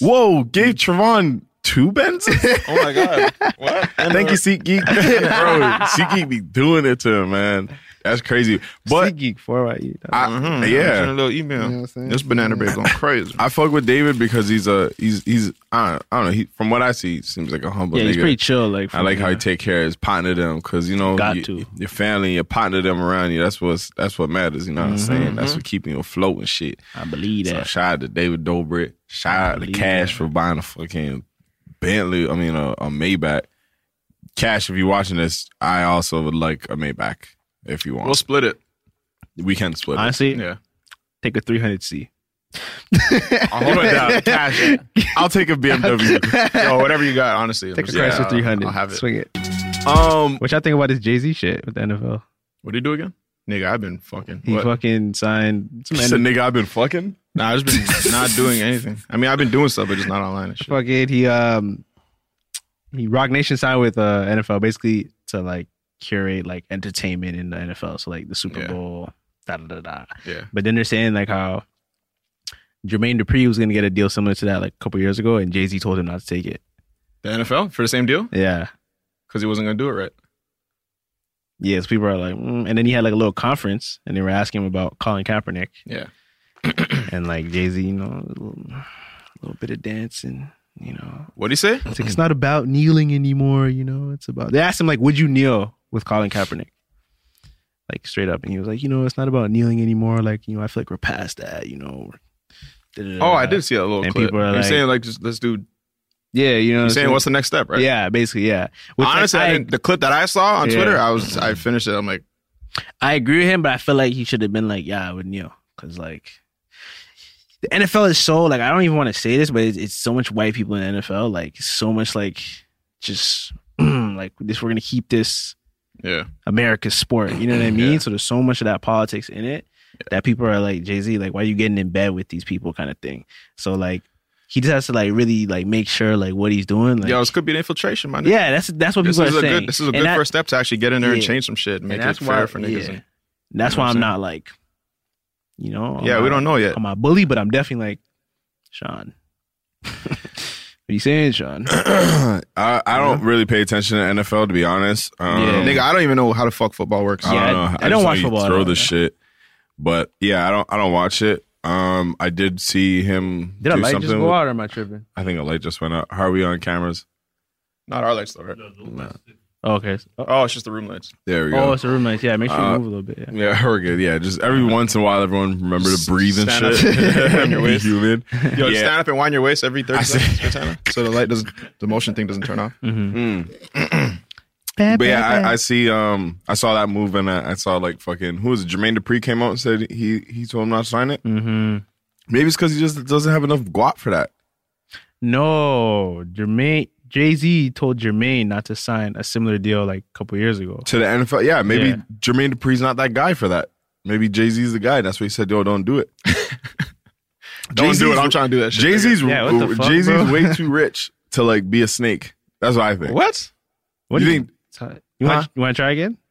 [SPEAKER 6] Whoa, gave Trevon two Benzes?
[SPEAKER 2] Oh my god! what?
[SPEAKER 6] Thank you, SeatGeek. Bro, SeatGeek be doing it to him, man. That's crazy. But
[SPEAKER 5] Geek for why you.
[SPEAKER 6] I,
[SPEAKER 2] Yeah,
[SPEAKER 6] yeah,
[SPEAKER 2] Mm-hmm. a little email. this banana bread going crazy.
[SPEAKER 6] I fuck with David because he's a he's he's I don't, I don't know. He, from what I see, he seems like a humble
[SPEAKER 5] yeah, he's
[SPEAKER 6] nigga.
[SPEAKER 5] pretty chill. Like
[SPEAKER 6] I like how
[SPEAKER 5] you
[SPEAKER 6] you take care of his partner them because you know
[SPEAKER 5] Got
[SPEAKER 6] you-
[SPEAKER 5] to.
[SPEAKER 6] your family, your partner them around you. That's what's that's what matters. You know
[SPEAKER 5] Mm-hmm,
[SPEAKER 6] what I'm saying? That's what keeping you afloat and shit.
[SPEAKER 5] I believe
[SPEAKER 6] So
[SPEAKER 5] that.
[SPEAKER 6] shout out to David Dobrik. Shout out to Cash for buying a fucking Bentley. I mean, a, a Maybach. Cash, if you're watching this, I also would like a Maybach if you want.
[SPEAKER 2] We'll split it.
[SPEAKER 6] we can split. it.
[SPEAKER 5] Honestly,
[SPEAKER 2] Yeah.
[SPEAKER 5] take a 300C.
[SPEAKER 6] I'll hold it
[SPEAKER 5] uh,
[SPEAKER 6] down. Cash. I'll take a BMW.
[SPEAKER 2] Yo, whatever you got, honestly.
[SPEAKER 5] Take a
[SPEAKER 2] Yeah,
[SPEAKER 5] Chrysler
[SPEAKER 2] I'll-
[SPEAKER 5] 300.
[SPEAKER 2] I'll have it.
[SPEAKER 5] Swing it.
[SPEAKER 6] Um,
[SPEAKER 5] Which I think about this Jay Z shit with the NFL.
[SPEAKER 2] What do you do again? Nigga, I've been fucking.
[SPEAKER 5] He
[SPEAKER 2] What?
[SPEAKER 5] fucking signed some
[SPEAKER 6] it's a nigga I've been fucking.
[SPEAKER 2] Nah, I've just been not doing anything. I mean, I've been doing stuff, but just not online and shit.
[SPEAKER 5] fucking he um he Rock Nation signed with uh NFL basically to like curate like entertainment in the NFL. So like the Super
[SPEAKER 2] Yeah.
[SPEAKER 5] Bowl, da da da da.
[SPEAKER 2] Yeah.
[SPEAKER 5] But then they're saying like how Jermaine Dupri was gonna get a deal similar to that like a couple years ago, and Jay Z told him not to take it.
[SPEAKER 2] The NFL for the same deal
[SPEAKER 5] Yeah.
[SPEAKER 2] because he wasn't gonna do it right.
[SPEAKER 5] Yeah, so people are like, mm. and then he had like a little conference, and they were asking him about Colin Kaepernick,
[SPEAKER 2] Yeah.
[SPEAKER 5] and like Jay Z, you know, a little, a little bit of dancing, you know,
[SPEAKER 2] What do you say?
[SPEAKER 5] It's like it's not about kneeling anymore, you know. It's about they asked him like, "Would you kneel with Colin Kaepernick?" Like straight up, and he was like, "You know, it's not about kneeling anymore. Like, you know, I feel like we're past that. You know." we're-
[SPEAKER 2] Oh, I did see that little
[SPEAKER 5] And
[SPEAKER 2] clip.
[SPEAKER 5] people are
[SPEAKER 2] You're
[SPEAKER 5] like-
[SPEAKER 2] saying like, just let's do.
[SPEAKER 5] Yeah, you know,
[SPEAKER 2] You're
[SPEAKER 5] what
[SPEAKER 2] saying
[SPEAKER 5] I'm
[SPEAKER 2] what's the next step, right?
[SPEAKER 5] Yeah, basically, yeah. Which, like,
[SPEAKER 2] Honestly, I
[SPEAKER 5] I,
[SPEAKER 2] didn't, the clip that I saw on
[SPEAKER 5] Yeah.
[SPEAKER 2] Twitter, I was I finished it. I'm like,
[SPEAKER 5] I agree with him, but I feel like he should have been like, "Yeah, I would kneel," because like the NFL is so like I don't even want to say this, but it's, it's so much white people in the NFL, like so much like just like this. We're gonna keep this
[SPEAKER 2] yeah,
[SPEAKER 5] America's sport. You know what I mean? So there's so much of that politics in it that people are like, Jay Z, like, why you getting in bed with these people kind of thing? So like he just has to like really like make sure like what he's doing. Like,
[SPEAKER 2] yo, this could be an infiltration, man.
[SPEAKER 5] yeah, that's that's what
[SPEAKER 2] this
[SPEAKER 5] people
[SPEAKER 2] is
[SPEAKER 5] are
[SPEAKER 2] a
[SPEAKER 5] saying.
[SPEAKER 2] good this is a
[SPEAKER 5] And
[SPEAKER 2] good
[SPEAKER 5] that-
[SPEAKER 2] first step to actually get in there and
[SPEAKER 5] Yeah.
[SPEAKER 2] change some shit, and make
[SPEAKER 5] and
[SPEAKER 2] it
[SPEAKER 5] that's
[SPEAKER 2] fair
[SPEAKER 5] why,
[SPEAKER 2] for niggas.
[SPEAKER 5] yeah.
[SPEAKER 2] Yeah,
[SPEAKER 5] That's
[SPEAKER 2] know
[SPEAKER 5] why
[SPEAKER 2] what I'm
[SPEAKER 5] I'm
[SPEAKER 2] saying?
[SPEAKER 5] not like, you know, I'm
[SPEAKER 2] we
[SPEAKER 5] not-
[SPEAKER 2] don't know yet.
[SPEAKER 5] I'm not a bully, but I'm definitely like, Sean. what are you saying, Sean?
[SPEAKER 6] I, I don't really pay attention to NFL to be honest. Um,
[SPEAKER 5] Yeah.
[SPEAKER 2] Nigga, I don't even know how the fuck football works.
[SPEAKER 6] I
[SPEAKER 5] Yeah,
[SPEAKER 6] don't know.
[SPEAKER 5] I-
[SPEAKER 6] I,
[SPEAKER 5] I
[SPEAKER 6] just
[SPEAKER 5] don't watch
[SPEAKER 6] know you
[SPEAKER 5] football at
[SPEAKER 6] Throw
[SPEAKER 5] all,
[SPEAKER 6] the
[SPEAKER 5] yeah.
[SPEAKER 6] shit, but yeah, I don't. I don't watch it. Um, I did see him
[SPEAKER 5] Did I
[SPEAKER 6] do
[SPEAKER 5] like
[SPEAKER 6] something.
[SPEAKER 5] just go
[SPEAKER 6] with-
[SPEAKER 5] out or am I tripping?
[SPEAKER 6] I think a light just went out. How are we on cameras?
[SPEAKER 2] Not our lights though. Right?
[SPEAKER 5] Oh, okay. Oh,
[SPEAKER 2] Oh, it's just the room lights.
[SPEAKER 6] There we
[SPEAKER 5] oh,
[SPEAKER 6] go.
[SPEAKER 5] it's a roommates. Yeah, make sure you
[SPEAKER 6] Uh,
[SPEAKER 5] move a little bit. Yeah.
[SPEAKER 6] yeah, we're good. Yeah, just every once in a while, everyone remember to breathe and
[SPEAKER 2] Stand
[SPEAKER 6] shit.
[SPEAKER 2] up. Wind your
[SPEAKER 6] Be
[SPEAKER 2] waist.
[SPEAKER 6] human.
[SPEAKER 2] Yo,
[SPEAKER 6] Yeah.
[SPEAKER 2] stand up and wind your waist every thirty
[SPEAKER 6] I see.
[SPEAKER 2] seconds, Montana, so the light doesn't, the motion thing doesn't turn off.
[SPEAKER 6] But yeah, I, I see. Um, I saw that move, and I, I saw like fucking who was it? Jermaine Dupri came out and said he he told him not to sign it.
[SPEAKER 5] mm-hmm.
[SPEAKER 6] Maybe it's because he just doesn't have enough guap for that.
[SPEAKER 5] No, Jermaine Jay Z told Jermaine not to sign a similar deal like a couple years ago.
[SPEAKER 6] to the NFL. Yeah, maybe
[SPEAKER 5] Yeah.
[SPEAKER 6] Jermaine Dupree's not that guy for that. Maybe Jay Z's the guy. That's why he said, "Yo, don't do it.
[SPEAKER 2] Don't do it. I'm trying to do that shit.
[SPEAKER 6] Jay Z's
[SPEAKER 5] Yeah, what the fuck,
[SPEAKER 6] Jay Z's
[SPEAKER 5] bro?
[SPEAKER 6] way too rich to like be a snake. That's what I think.
[SPEAKER 2] What?
[SPEAKER 5] What
[SPEAKER 6] You
[SPEAKER 5] do
[SPEAKER 6] think-
[SPEAKER 5] think? You want you want to try again?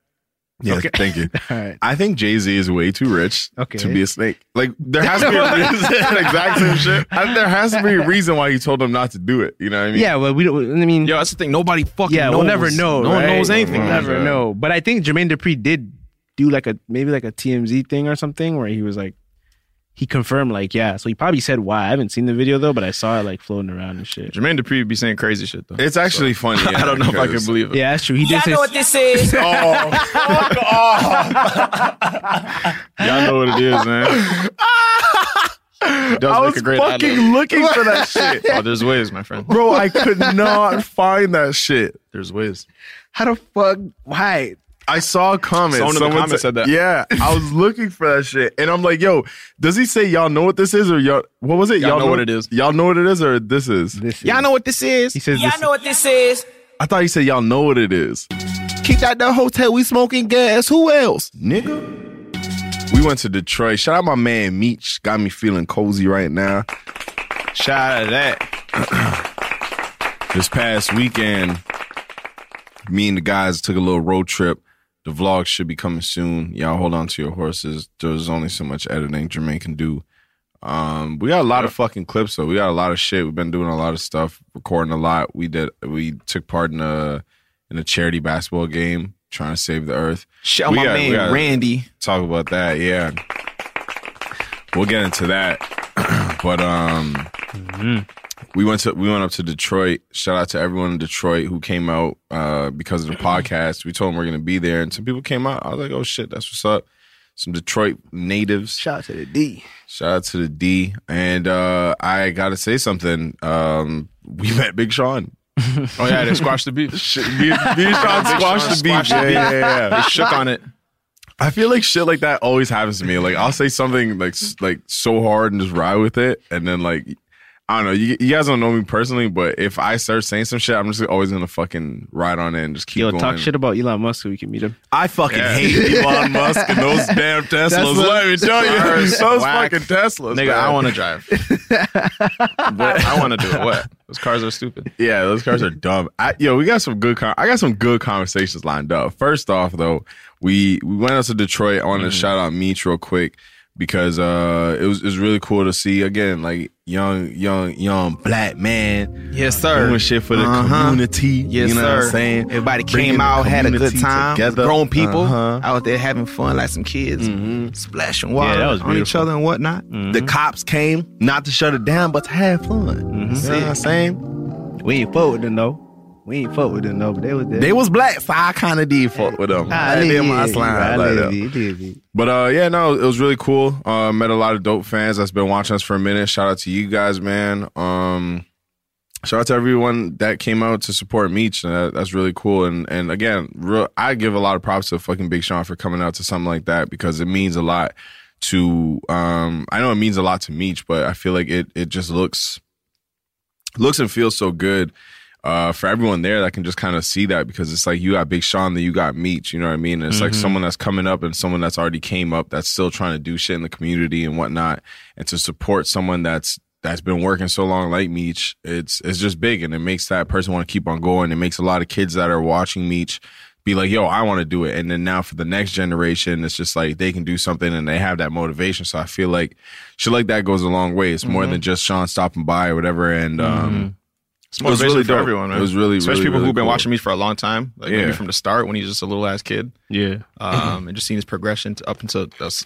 [SPEAKER 6] Yeah,
[SPEAKER 5] Okay.
[SPEAKER 6] thank you.
[SPEAKER 5] All right.
[SPEAKER 6] I think Jay Z is way too rich
[SPEAKER 5] Okay.
[SPEAKER 6] to be a snake. Like there has to be a reason, exact same shit. I- there has to be a reason why he told him not to do it. You know what I mean?
[SPEAKER 5] Yeah, well, we don't. I mean,
[SPEAKER 2] Yo, that's the thing. Nobody fucking
[SPEAKER 5] yeah,
[SPEAKER 2] knows.
[SPEAKER 5] we'll never know.
[SPEAKER 2] No
[SPEAKER 5] right?
[SPEAKER 2] one knows anything.
[SPEAKER 5] We'll never
[SPEAKER 6] Yeah.
[SPEAKER 5] know. But I think Jermaine Dupri did do like a maybe like a TMZ thing or something where he was like, he confirmed like yeah. So he probably said why. I haven't seen the video though, but I saw it like floating around and shit.
[SPEAKER 2] Jermaine Dupri be saying crazy shit though.
[SPEAKER 6] It's actually funny.
[SPEAKER 2] I don't know if I
[SPEAKER 6] because-
[SPEAKER 2] can believe it.
[SPEAKER 5] Yeah, that's true. He did
[SPEAKER 7] Y'all
[SPEAKER 5] say
[SPEAKER 7] know what this is.
[SPEAKER 6] Oh,
[SPEAKER 2] Y'all know what it is, man. He does make
[SPEAKER 6] I was
[SPEAKER 2] a great
[SPEAKER 6] fucking
[SPEAKER 2] ad lib.
[SPEAKER 6] looking for that shit,
[SPEAKER 2] Oh, there's ways, my friend.
[SPEAKER 6] bro. I could not find that shit.
[SPEAKER 2] There's ways.
[SPEAKER 3] How the fuck? Why?
[SPEAKER 6] I saw a comment.
[SPEAKER 2] Someone in the comments
[SPEAKER 6] said-
[SPEAKER 2] said that.
[SPEAKER 6] Yeah, I was looking for that shit, and I'm like, "Yo, does he say y'all know what this is, or y'all what was it?
[SPEAKER 2] Y'all know what it is.
[SPEAKER 6] Y'all know what it is, or this is? This
[SPEAKER 2] Y'all know what this is.
[SPEAKER 5] he says
[SPEAKER 7] Y'all
[SPEAKER 5] this,
[SPEAKER 7] know what this is.
[SPEAKER 6] I thought he said y'all know what it is,
[SPEAKER 2] kicked out the hotel. We smoking gas. Who else?
[SPEAKER 6] nigga. We went to Detroit. Shout out my man Meech. Got me feeling cozy right now.
[SPEAKER 2] Shout out to that.
[SPEAKER 6] This past weekend, me and the guys took a little road trip. The vlog should be coming soon. Y'all hold on to your horses. There's only so much editing Jermaine can do. Um, we got a lot of fucking clips though. We got a lot of shit. We've been doing a lot of stuff, recording a lot. We did. We took part in a in a charity basketball game, trying to save the earth.
[SPEAKER 2] Shout out
[SPEAKER 6] We
[SPEAKER 2] my
[SPEAKER 6] got- we
[SPEAKER 2] man
[SPEAKER 6] got-
[SPEAKER 2] Randy.
[SPEAKER 6] Talk about that, yeah. We'll get into that, but um, we went to we went up to Detroit. Shout out to everyone in Detroit who came out uh, because of the podcast. We told them we're gonna be there, and some people came out. I was like, "Oh shit, that's what's up." Some Detroit natives.
[SPEAKER 3] Shout out to the D.
[SPEAKER 6] Shout out to the D. And uh, I gotta say something. Um, we met Big Sean.
[SPEAKER 2] Oh yeah, they squashed the beef.
[SPEAKER 6] Shit, Me, me and Sean squashed the beef.
[SPEAKER 2] squashed the
[SPEAKER 6] Yeah,
[SPEAKER 2] beef.
[SPEAKER 6] yeah, yeah,
[SPEAKER 2] They
[SPEAKER 6] yeah.
[SPEAKER 2] shook on it.
[SPEAKER 6] I feel like shit like that always happens to me. Like I'll say something like s- like so hard and just ride with it, and then like I don't know. You, you guys don't know me personally, but if I start saying some shit, I'm just always gonna fucking ride on it and just keep
[SPEAKER 5] yo,
[SPEAKER 6] going.
[SPEAKER 5] talk shit about Elon Musk so we can meet him.
[SPEAKER 6] I fucking hate Elon Musk and those damn Teslas.
[SPEAKER 3] what-
[SPEAKER 6] Let me tell you,
[SPEAKER 2] Cars,
[SPEAKER 6] those
[SPEAKER 2] whack.
[SPEAKER 6] fucking Teslas.
[SPEAKER 2] Nigga,
[SPEAKER 6] man.
[SPEAKER 2] I want to drive. What? I want to do it. What? Those cars are stupid.
[SPEAKER 6] Yeah, those cars are dumb. I, yo, we got some good. Con- I got some good conversations lined up. First off, though, we we went out to Detroit. I wanted to shout out Meech real quick because uh, it was it was really cool to see again, like young young young black man
[SPEAKER 2] Yes,
[SPEAKER 6] doing shit for the
[SPEAKER 2] Uh-huh.
[SPEAKER 6] community. you know what I'm saying?
[SPEAKER 8] Everybody
[SPEAKER 6] Bringing
[SPEAKER 8] came
[SPEAKER 6] the
[SPEAKER 8] out, had a good
[SPEAKER 6] community
[SPEAKER 8] time.
[SPEAKER 6] together.
[SPEAKER 8] Grown people
[SPEAKER 6] Uh-huh.
[SPEAKER 8] out there having fun like some kids,
[SPEAKER 2] Mm-hmm.
[SPEAKER 8] splashing water
[SPEAKER 5] that was
[SPEAKER 8] on each
[SPEAKER 5] beautiful.
[SPEAKER 8] other and whatnot.
[SPEAKER 6] The cops came not to shut it down, but to have fun. You know what I'm saying?
[SPEAKER 5] We ain't fuck with them though. We ain't fuck with them though, but they was there.
[SPEAKER 6] They was black, so I kind of did fuck with them.
[SPEAKER 5] Ah,
[SPEAKER 6] did
[SPEAKER 5] yeah, yeah,
[SPEAKER 6] my slime
[SPEAKER 5] yeah,
[SPEAKER 6] like that.
[SPEAKER 5] yeah, yeah, yeah.
[SPEAKER 6] But uh, yeah, no, it was really cool. Uh, met a lot of dope fans that's been watching us for a minute. Shout out to you guys, man. Um, shout out to everyone that came out to support Meech. And that, that's really cool. And and again, real, I give a lot of props to fucking Big Sean for coming out to something like that because it means a lot to. Um, I know it means a lot to Meech, but I feel like it it just looks looks and feels so good uh, for everyone there that can just kind of see that because it's like you got Big Sean, then you got Meech, you know what I mean? And it's like someone that's coming up and someone that's already came up that's still trying to do shit in the community and whatnot, and to support someone that's that's been working so long like Meech, it's it's just big and it makes that person want to keep on going. It makes a lot of kids that are watching Meech be like, yo, I want to do it. And then now for the next generation, it's just like they can do something and they have that motivation. So I feel like shit like that goes a long way. It's more than just Sean stopping by or whatever. And um,
[SPEAKER 2] It's motivation
[SPEAKER 6] really
[SPEAKER 2] for
[SPEAKER 6] dope.
[SPEAKER 2] everyone, man.
[SPEAKER 6] It was really,
[SPEAKER 2] especially
[SPEAKER 6] really,
[SPEAKER 2] people
[SPEAKER 6] really
[SPEAKER 2] who've been
[SPEAKER 6] cool.
[SPEAKER 2] watching me for a long time, like
[SPEAKER 6] Yeah.
[SPEAKER 2] maybe from the start when he's just a little ass kid,
[SPEAKER 5] yeah.
[SPEAKER 2] um, and just seeing his progression to up until that's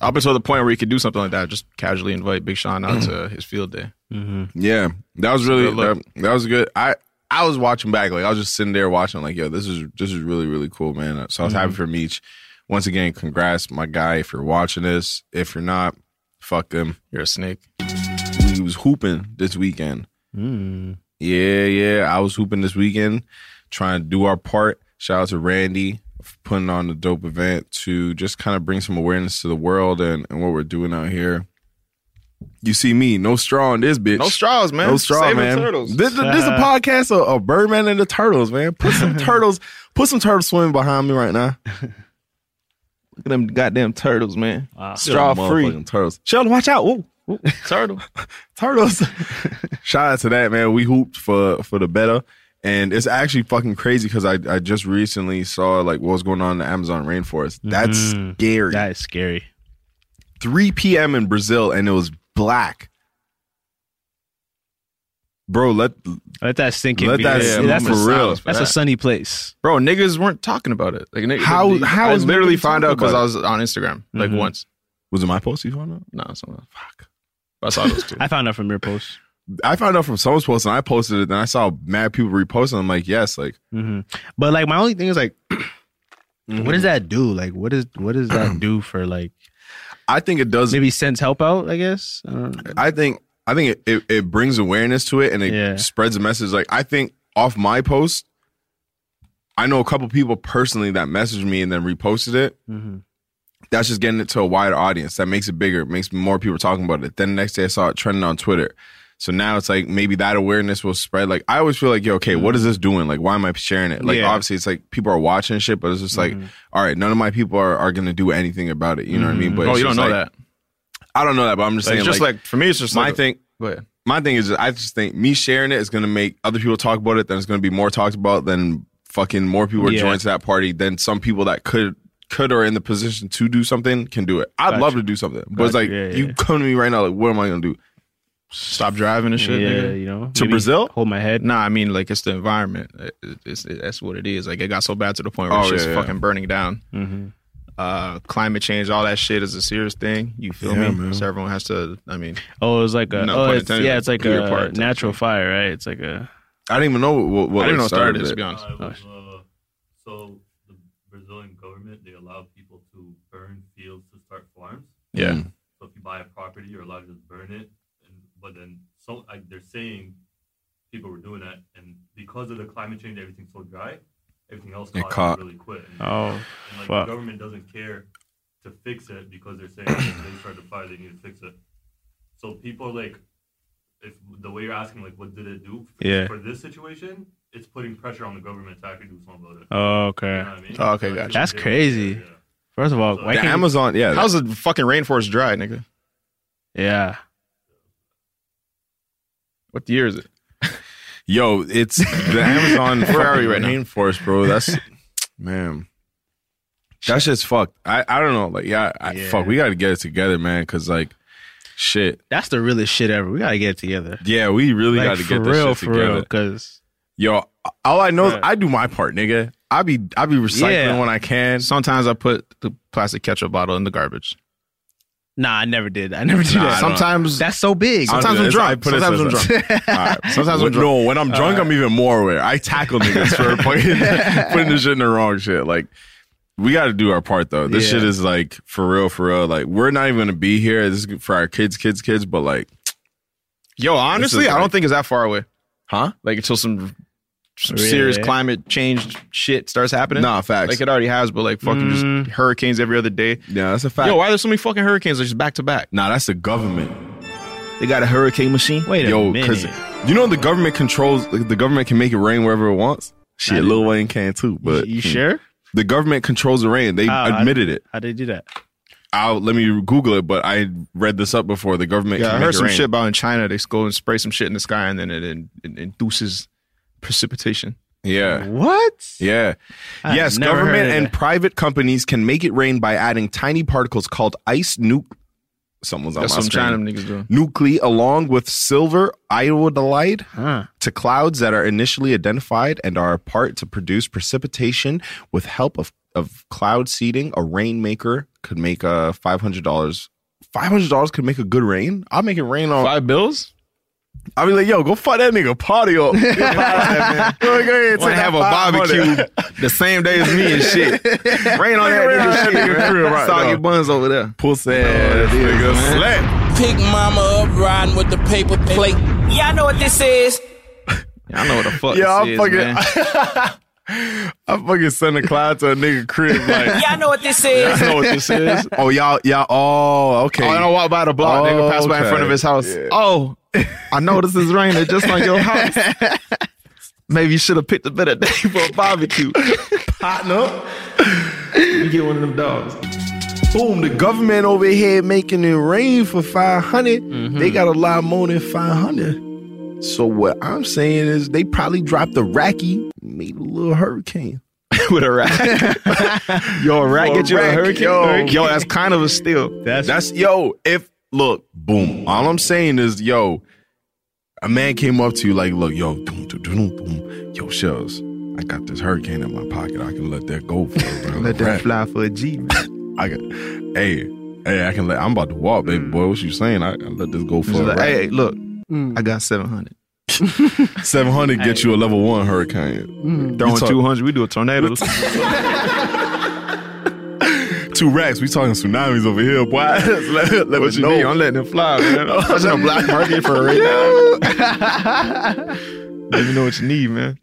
[SPEAKER 2] up until the point where he could do something like that. Just casually invite Big Sean out to his field day.
[SPEAKER 5] Mm-hmm.
[SPEAKER 6] Yeah, that was really
[SPEAKER 2] good look.
[SPEAKER 6] that, that was good. I I was watching back, like I was just sitting there watching, like yo, this is this is really really cool, man. So I was happy
[SPEAKER 2] Mm-hmm.
[SPEAKER 6] for Meech. Once again, congrats, my guy. If you're watching this, if you're not, fuck them.
[SPEAKER 2] You're a snake.
[SPEAKER 6] We was hooping this weekend.
[SPEAKER 5] Mm-hmm.
[SPEAKER 6] Yeah, yeah, I was hooping this weekend, trying to do our part. Shout out to Randy for putting on the dope event to just kind of bring some awareness to the world and, and what we're doing out here. You see me, no straw in this bitch.
[SPEAKER 2] No straws, man.
[SPEAKER 6] No straw,
[SPEAKER 2] Saving
[SPEAKER 6] man.
[SPEAKER 2] turtles.
[SPEAKER 6] This, this is a podcast of, of Birdman and the Turtles, man. Put some turtles, put some turtles swimming behind me right now.
[SPEAKER 2] Look at them goddamn turtles, man.
[SPEAKER 6] Straw free turtles. Sheldon, watch out! Whoa.
[SPEAKER 2] Turtle.
[SPEAKER 6] turtles. Shout out to that man. We hooped for for the better, and it's actually fucking crazy because I I just recently saw like what's going on in the Amazon rainforest. That's
[SPEAKER 5] Mhm.
[SPEAKER 6] scary.
[SPEAKER 5] That is scary.
[SPEAKER 6] 3 p.m. in Brazil, and it was black. Bro, let
[SPEAKER 5] Let that sink in.
[SPEAKER 6] Let that
[SPEAKER 5] because
[SPEAKER 6] sink
[SPEAKER 5] that's
[SPEAKER 6] in
[SPEAKER 5] a
[SPEAKER 6] for
[SPEAKER 5] sun-
[SPEAKER 6] real.
[SPEAKER 5] That's a sunny place.
[SPEAKER 2] Bro, niggas weren't talking about it. Like niggas,
[SPEAKER 6] How-
[SPEAKER 2] they-
[SPEAKER 6] how
[SPEAKER 2] I
[SPEAKER 6] is
[SPEAKER 2] literally
[SPEAKER 6] nobody
[SPEAKER 2] found
[SPEAKER 6] talking
[SPEAKER 2] out because
[SPEAKER 6] about
[SPEAKER 2] I
[SPEAKER 6] it? Mm-hmm.
[SPEAKER 2] was on Instagram like
[SPEAKER 5] Mhm.
[SPEAKER 2] once.
[SPEAKER 6] was it my post you found out?
[SPEAKER 2] No, it's not. Fuck. I saw those two.
[SPEAKER 5] I found out from your post.
[SPEAKER 6] I found out from someone's post, and I posted it. Then I saw mad people reposting. I'm like, yes, like
[SPEAKER 5] hmm But like, my only thing is like, Mm-hmm. what
[SPEAKER 6] Mm-hmm.
[SPEAKER 5] does that do? Like, what is what does that do for like
[SPEAKER 6] I think it does.
[SPEAKER 5] maybe sends help out? I guess. I
[SPEAKER 6] Uh,
[SPEAKER 5] don't know.
[SPEAKER 6] I think I think it, it, it brings awareness to it and it
[SPEAKER 5] Yeah.
[SPEAKER 6] spreads a message. Like I think off my post, I know a couple people personally that messaged me and then reposted it.
[SPEAKER 5] Mhm.
[SPEAKER 6] That's just getting it to a wider audience. That makes it bigger. It makes more people talking about it. Then the next day, I saw it trending on Twitter. So now it's like maybe that awareness will spread. Like I always feel like, yo, okay, what is this doing? Like, why am I sharing it? Like
[SPEAKER 5] Yeah.
[SPEAKER 6] obviously, it's like people are watching shit, but it's just like,
[SPEAKER 2] Mm-hmm.
[SPEAKER 6] all right, none of my people are, are gonna do anything about it. You know what I mean? But
[SPEAKER 2] oh,
[SPEAKER 6] it's
[SPEAKER 2] you
[SPEAKER 6] just
[SPEAKER 2] don't know
[SPEAKER 6] like-
[SPEAKER 2] that.
[SPEAKER 6] I don't know that, but I'm just
[SPEAKER 2] Like,
[SPEAKER 6] saying,
[SPEAKER 2] it's just like, for me, it's just
[SPEAKER 6] my
[SPEAKER 2] like,
[SPEAKER 6] thing
[SPEAKER 2] Go ahead.
[SPEAKER 6] my thing is I just think me sharing it is gonna make other people talk about it, then it's gonna be more talked about, then fucking more people are
[SPEAKER 5] Yeah.
[SPEAKER 6] joined to that party, then some people that could could or in the position to do something can do it. I'd love to do something. But it's
[SPEAKER 5] Gotcha.
[SPEAKER 6] like
[SPEAKER 5] Yeah, yeah,
[SPEAKER 6] you
[SPEAKER 5] yeah.
[SPEAKER 6] come to me right now, like what am I gonna do?
[SPEAKER 2] Stop driving and shit.
[SPEAKER 5] yeah,
[SPEAKER 2] nigga.
[SPEAKER 5] you know,
[SPEAKER 6] To
[SPEAKER 5] maybe
[SPEAKER 6] Brazil?
[SPEAKER 5] Hold my head.
[SPEAKER 2] Nah, I mean like it's the environment. It- it- it's, it- that's what it is. Like it got so bad to the point where
[SPEAKER 6] Oh,
[SPEAKER 2] it's
[SPEAKER 6] yeah,
[SPEAKER 2] just
[SPEAKER 6] yeah.
[SPEAKER 2] fucking burning down.
[SPEAKER 5] Mhm.
[SPEAKER 2] Uh, climate change, all that shit is a serious thing. You feel
[SPEAKER 6] Yeah,
[SPEAKER 2] me?
[SPEAKER 6] man.
[SPEAKER 2] So everyone has to. I mean,
[SPEAKER 5] Oh, it's like a
[SPEAKER 2] No,
[SPEAKER 5] oh,
[SPEAKER 2] pun
[SPEAKER 5] it's,
[SPEAKER 2] intended,
[SPEAKER 5] yeah, it's like
[SPEAKER 2] do your
[SPEAKER 5] a
[SPEAKER 2] part.
[SPEAKER 5] natural fire, right? It's like a
[SPEAKER 6] I didn't even know what, what
[SPEAKER 2] I didn't know
[SPEAKER 6] like,
[SPEAKER 2] it started. this, To
[SPEAKER 6] it.
[SPEAKER 2] be honest,
[SPEAKER 9] was, uh, so the Brazilian government they allow people to burn fields to start farms.
[SPEAKER 2] yeah.
[SPEAKER 6] Mm.
[SPEAKER 9] So if you buy a property, you're allowed to just burn it. And, but then so like, they're saying people were doing that, and because of the climate change, everything's so dry, everything else
[SPEAKER 6] It
[SPEAKER 9] caught,
[SPEAKER 6] caught.
[SPEAKER 9] really quick. And,
[SPEAKER 5] oh
[SPEAKER 9] and, like
[SPEAKER 5] fuck.
[SPEAKER 9] the government doesn't care to fix it because they're saying if they start the fire, they need to fix it. So people are like, if the way you're asking, like, what did it do?
[SPEAKER 5] Yeah.
[SPEAKER 9] For this situation, it's putting pressure on the government to actually do something about it.
[SPEAKER 5] Oh,
[SPEAKER 9] You
[SPEAKER 5] okay.
[SPEAKER 9] know what I mean?
[SPEAKER 2] Oh, okay,
[SPEAKER 9] So
[SPEAKER 2] gotcha.
[SPEAKER 5] That's
[SPEAKER 9] they don't
[SPEAKER 5] crazy.
[SPEAKER 9] care, yeah.
[SPEAKER 5] First of all, why
[SPEAKER 6] The
[SPEAKER 5] can't
[SPEAKER 6] Amazon, yeah.
[SPEAKER 2] How's the fucking rainforest dry, nigga?
[SPEAKER 5] yeah?
[SPEAKER 2] What year is it?
[SPEAKER 6] yo, it's the Amazon
[SPEAKER 2] Where are we right now?
[SPEAKER 6] rainforest, bro. That's man. That shit's fucked. I, I don't know. Like, yeah, I,
[SPEAKER 5] Yeah.
[SPEAKER 6] fuck, we gotta get it together, man, cause like shit.
[SPEAKER 5] That's the realest shit ever. We gotta get it together.
[SPEAKER 6] Yeah, we really
[SPEAKER 5] like
[SPEAKER 6] gotta
[SPEAKER 5] for
[SPEAKER 6] get this
[SPEAKER 5] real,
[SPEAKER 6] shit
[SPEAKER 5] for
[SPEAKER 6] together.
[SPEAKER 5] real, because
[SPEAKER 6] Yo, all I know is
[SPEAKER 5] Right.
[SPEAKER 6] I do my part, nigga. I be I be recycling
[SPEAKER 5] Yeah.
[SPEAKER 6] when I can.
[SPEAKER 2] Sometimes I put the plastic ketchup bottle in the garbage.
[SPEAKER 5] nah, I never did. I never did
[SPEAKER 6] Nah,
[SPEAKER 5] that.
[SPEAKER 6] I don't-
[SPEAKER 2] Sometimes,
[SPEAKER 5] That's so big.
[SPEAKER 6] I don't
[SPEAKER 2] sometimes
[SPEAKER 6] do
[SPEAKER 2] I'm
[SPEAKER 6] this.
[SPEAKER 2] drunk.
[SPEAKER 6] I put it
[SPEAKER 2] Sometimes I'm
[SPEAKER 6] this
[SPEAKER 2] drunk.
[SPEAKER 6] Alright.
[SPEAKER 2] Sometimes I'm
[SPEAKER 6] When-
[SPEAKER 2] drunk.
[SPEAKER 6] No, when I'm drunk, I'm even more aware. I tackle niggas for putting, putting the shit in the wrong shit. Like, we got to do our part though. This
[SPEAKER 5] Yeah.
[SPEAKER 6] shit is like for real, for real. Like, we're not even gonna be here. This is for our kids, kids, kids. But like,
[SPEAKER 2] Yo, honestly,
[SPEAKER 6] is
[SPEAKER 2] I don't
[SPEAKER 6] like-
[SPEAKER 2] think it's that far away.
[SPEAKER 6] huh?
[SPEAKER 2] Like until some, some
[SPEAKER 5] Really?
[SPEAKER 2] serious climate change shit starts happening.
[SPEAKER 6] Nah, facts.
[SPEAKER 2] Like it already has, but like fucking
[SPEAKER 5] Mm.
[SPEAKER 2] just hurricanes every other day.
[SPEAKER 6] yeah, that's a fact.
[SPEAKER 2] Yo, why are there so many fucking hurricanes? They're just back to back.
[SPEAKER 6] nah, that's the government.
[SPEAKER 2] They got a hurricane machine.
[SPEAKER 5] Wait a
[SPEAKER 6] Yo,
[SPEAKER 5] minute.
[SPEAKER 6] because you know the government controls. The government can make it rain wherever it wants. Shit, Lil Wayne can too.
[SPEAKER 5] you,
[SPEAKER 6] But hmm.
[SPEAKER 2] hmm.
[SPEAKER 5] you sure?
[SPEAKER 6] The government controls the rain. They
[SPEAKER 5] Oh, I-
[SPEAKER 6] admitted it.
[SPEAKER 5] How did they do that?
[SPEAKER 6] I'll let me Google it, but I read this up before. The government.
[SPEAKER 2] Yeah,
[SPEAKER 6] can
[SPEAKER 2] I
[SPEAKER 6] make
[SPEAKER 2] heard
[SPEAKER 6] it
[SPEAKER 2] some
[SPEAKER 6] rain.
[SPEAKER 2] shit about in China. They go and spray some shit in the sky, and then it, in- it induces precipitation.
[SPEAKER 6] Yeah.
[SPEAKER 5] What?
[SPEAKER 6] Yeah.
[SPEAKER 5] I've
[SPEAKER 6] yes,
[SPEAKER 5] never heard
[SPEAKER 6] government
[SPEAKER 5] of
[SPEAKER 6] and
[SPEAKER 5] that.
[SPEAKER 6] private companies can make it rain by adding tiny particles called ice nuke. Someone's on
[SPEAKER 2] That's
[SPEAKER 6] my
[SPEAKER 2] what
[SPEAKER 6] screen.
[SPEAKER 2] China niggas doing.
[SPEAKER 6] Nuclei along with silver iodide
[SPEAKER 5] Huh.
[SPEAKER 6] to clouds that are initially identified and are a part to produce precipitation with help of, of cloud seeding. A rainmaker could make a five hundred dollars. Five hundred dollars could make a good rain. I'll make it rain on
[SPEAKER 2] Five bills.
[SPEAKER 6] I'll be like, yo, go fuck that nigga party up. Yo, go ahead and
[SPEAKER 2] Want to have a barbecue the same day as me and shit. Rain on that nigga shit, man. Soggy buns over there.
[SPEAKER 6] Pussy ass nigga. Slap.
[SPEAKER 7] Pick mama up riding with the paper plate.
[SPEAKER 10] Y'all know what this is.
[SPEAKER 2] I know what the fuck.
[SPEAKER 6] Yeah,
[SPEAKER 2] this
[SPEAKER 6] I'm
[SPEAKER 2] is,
[SPEAKER 6] fucking.
[SPEAKER 2] man.
[SPEAKER 6] I fucking sent a cloud to a nigga crib. Like,
[SPEAKER 7] Y'all know what this is.
[SPEAKER 2] know what this is.
[SPEAKER 6] oh y'all, y'all. Oh, okay.
[SPEAKER 2] Oh, I don't walk by the block. nigga pass by in front of his house. Oh, I noticed it's raining just like your house. Maybe you should have picked a better day for a barbecue. Partner. You get one of them dogs.
[SPEAKER 11] Boom, the government over here making it rain for 500.
[SPEAKER 2] Mm-hmm.
[SPEAKER 11] They got a lot more than 500. So what I'm saying is they probably dropped the Racky, made a little hurricane.
[SPEAKER 2] With a rat. yo, a rat
[SPEAKER 11] For
[SPEAKER 2] get you a
[SPEAKER 11] rack,
[SPEAKER 2] hurricane.
[SPEAKER 11] yo.
[SPEAKER 2] yo, that's kind of a steal.
[SPEAKER 5] That's
[SPEAKER 6] That's
[SPEAKER 11] Yo, if
[SPEAKER 6] look, boom. All I'm saying is, yo, a man came up to you like, look, yo, doom, doom, doom, doom. yo, shells. I got this hurricane in my pocket. I can let that go for a round
[SPEAKER 8] Let
[SPEAKER 6] of
[SPEAKER 8] that
[SPEAKER 6] rap.
[SPEAKER 8] fly for a G, man.
[SPEAKER 6] I got, hey, hey, I can let. I'm about to walk, baby boy. What you saying? I, I let this go for
[SPEAKER 8] She's
[SPEAKER 6] a
[SPEAKER 8] like,
[SPEAKER 6] rap.
[SPEAKER 8] hey, look, I got 700.
[SPEAKER 6] Seven hundred get you a level one hurricane.
[SPEAKER 2] Throwing
[SPEAKER 6] talk-
[SPEAKER 2] 200, we do a tornado.
[SPEAKER 6] Two racks. We talking tsunamis over here, boy. let let me
[SPEAKER 2] what you
[SPEAKER 6] know.
[SPEAKER 2] mean? I'm letting it fly, man. I'm watching a black market for a rain. Let me know what you need, man.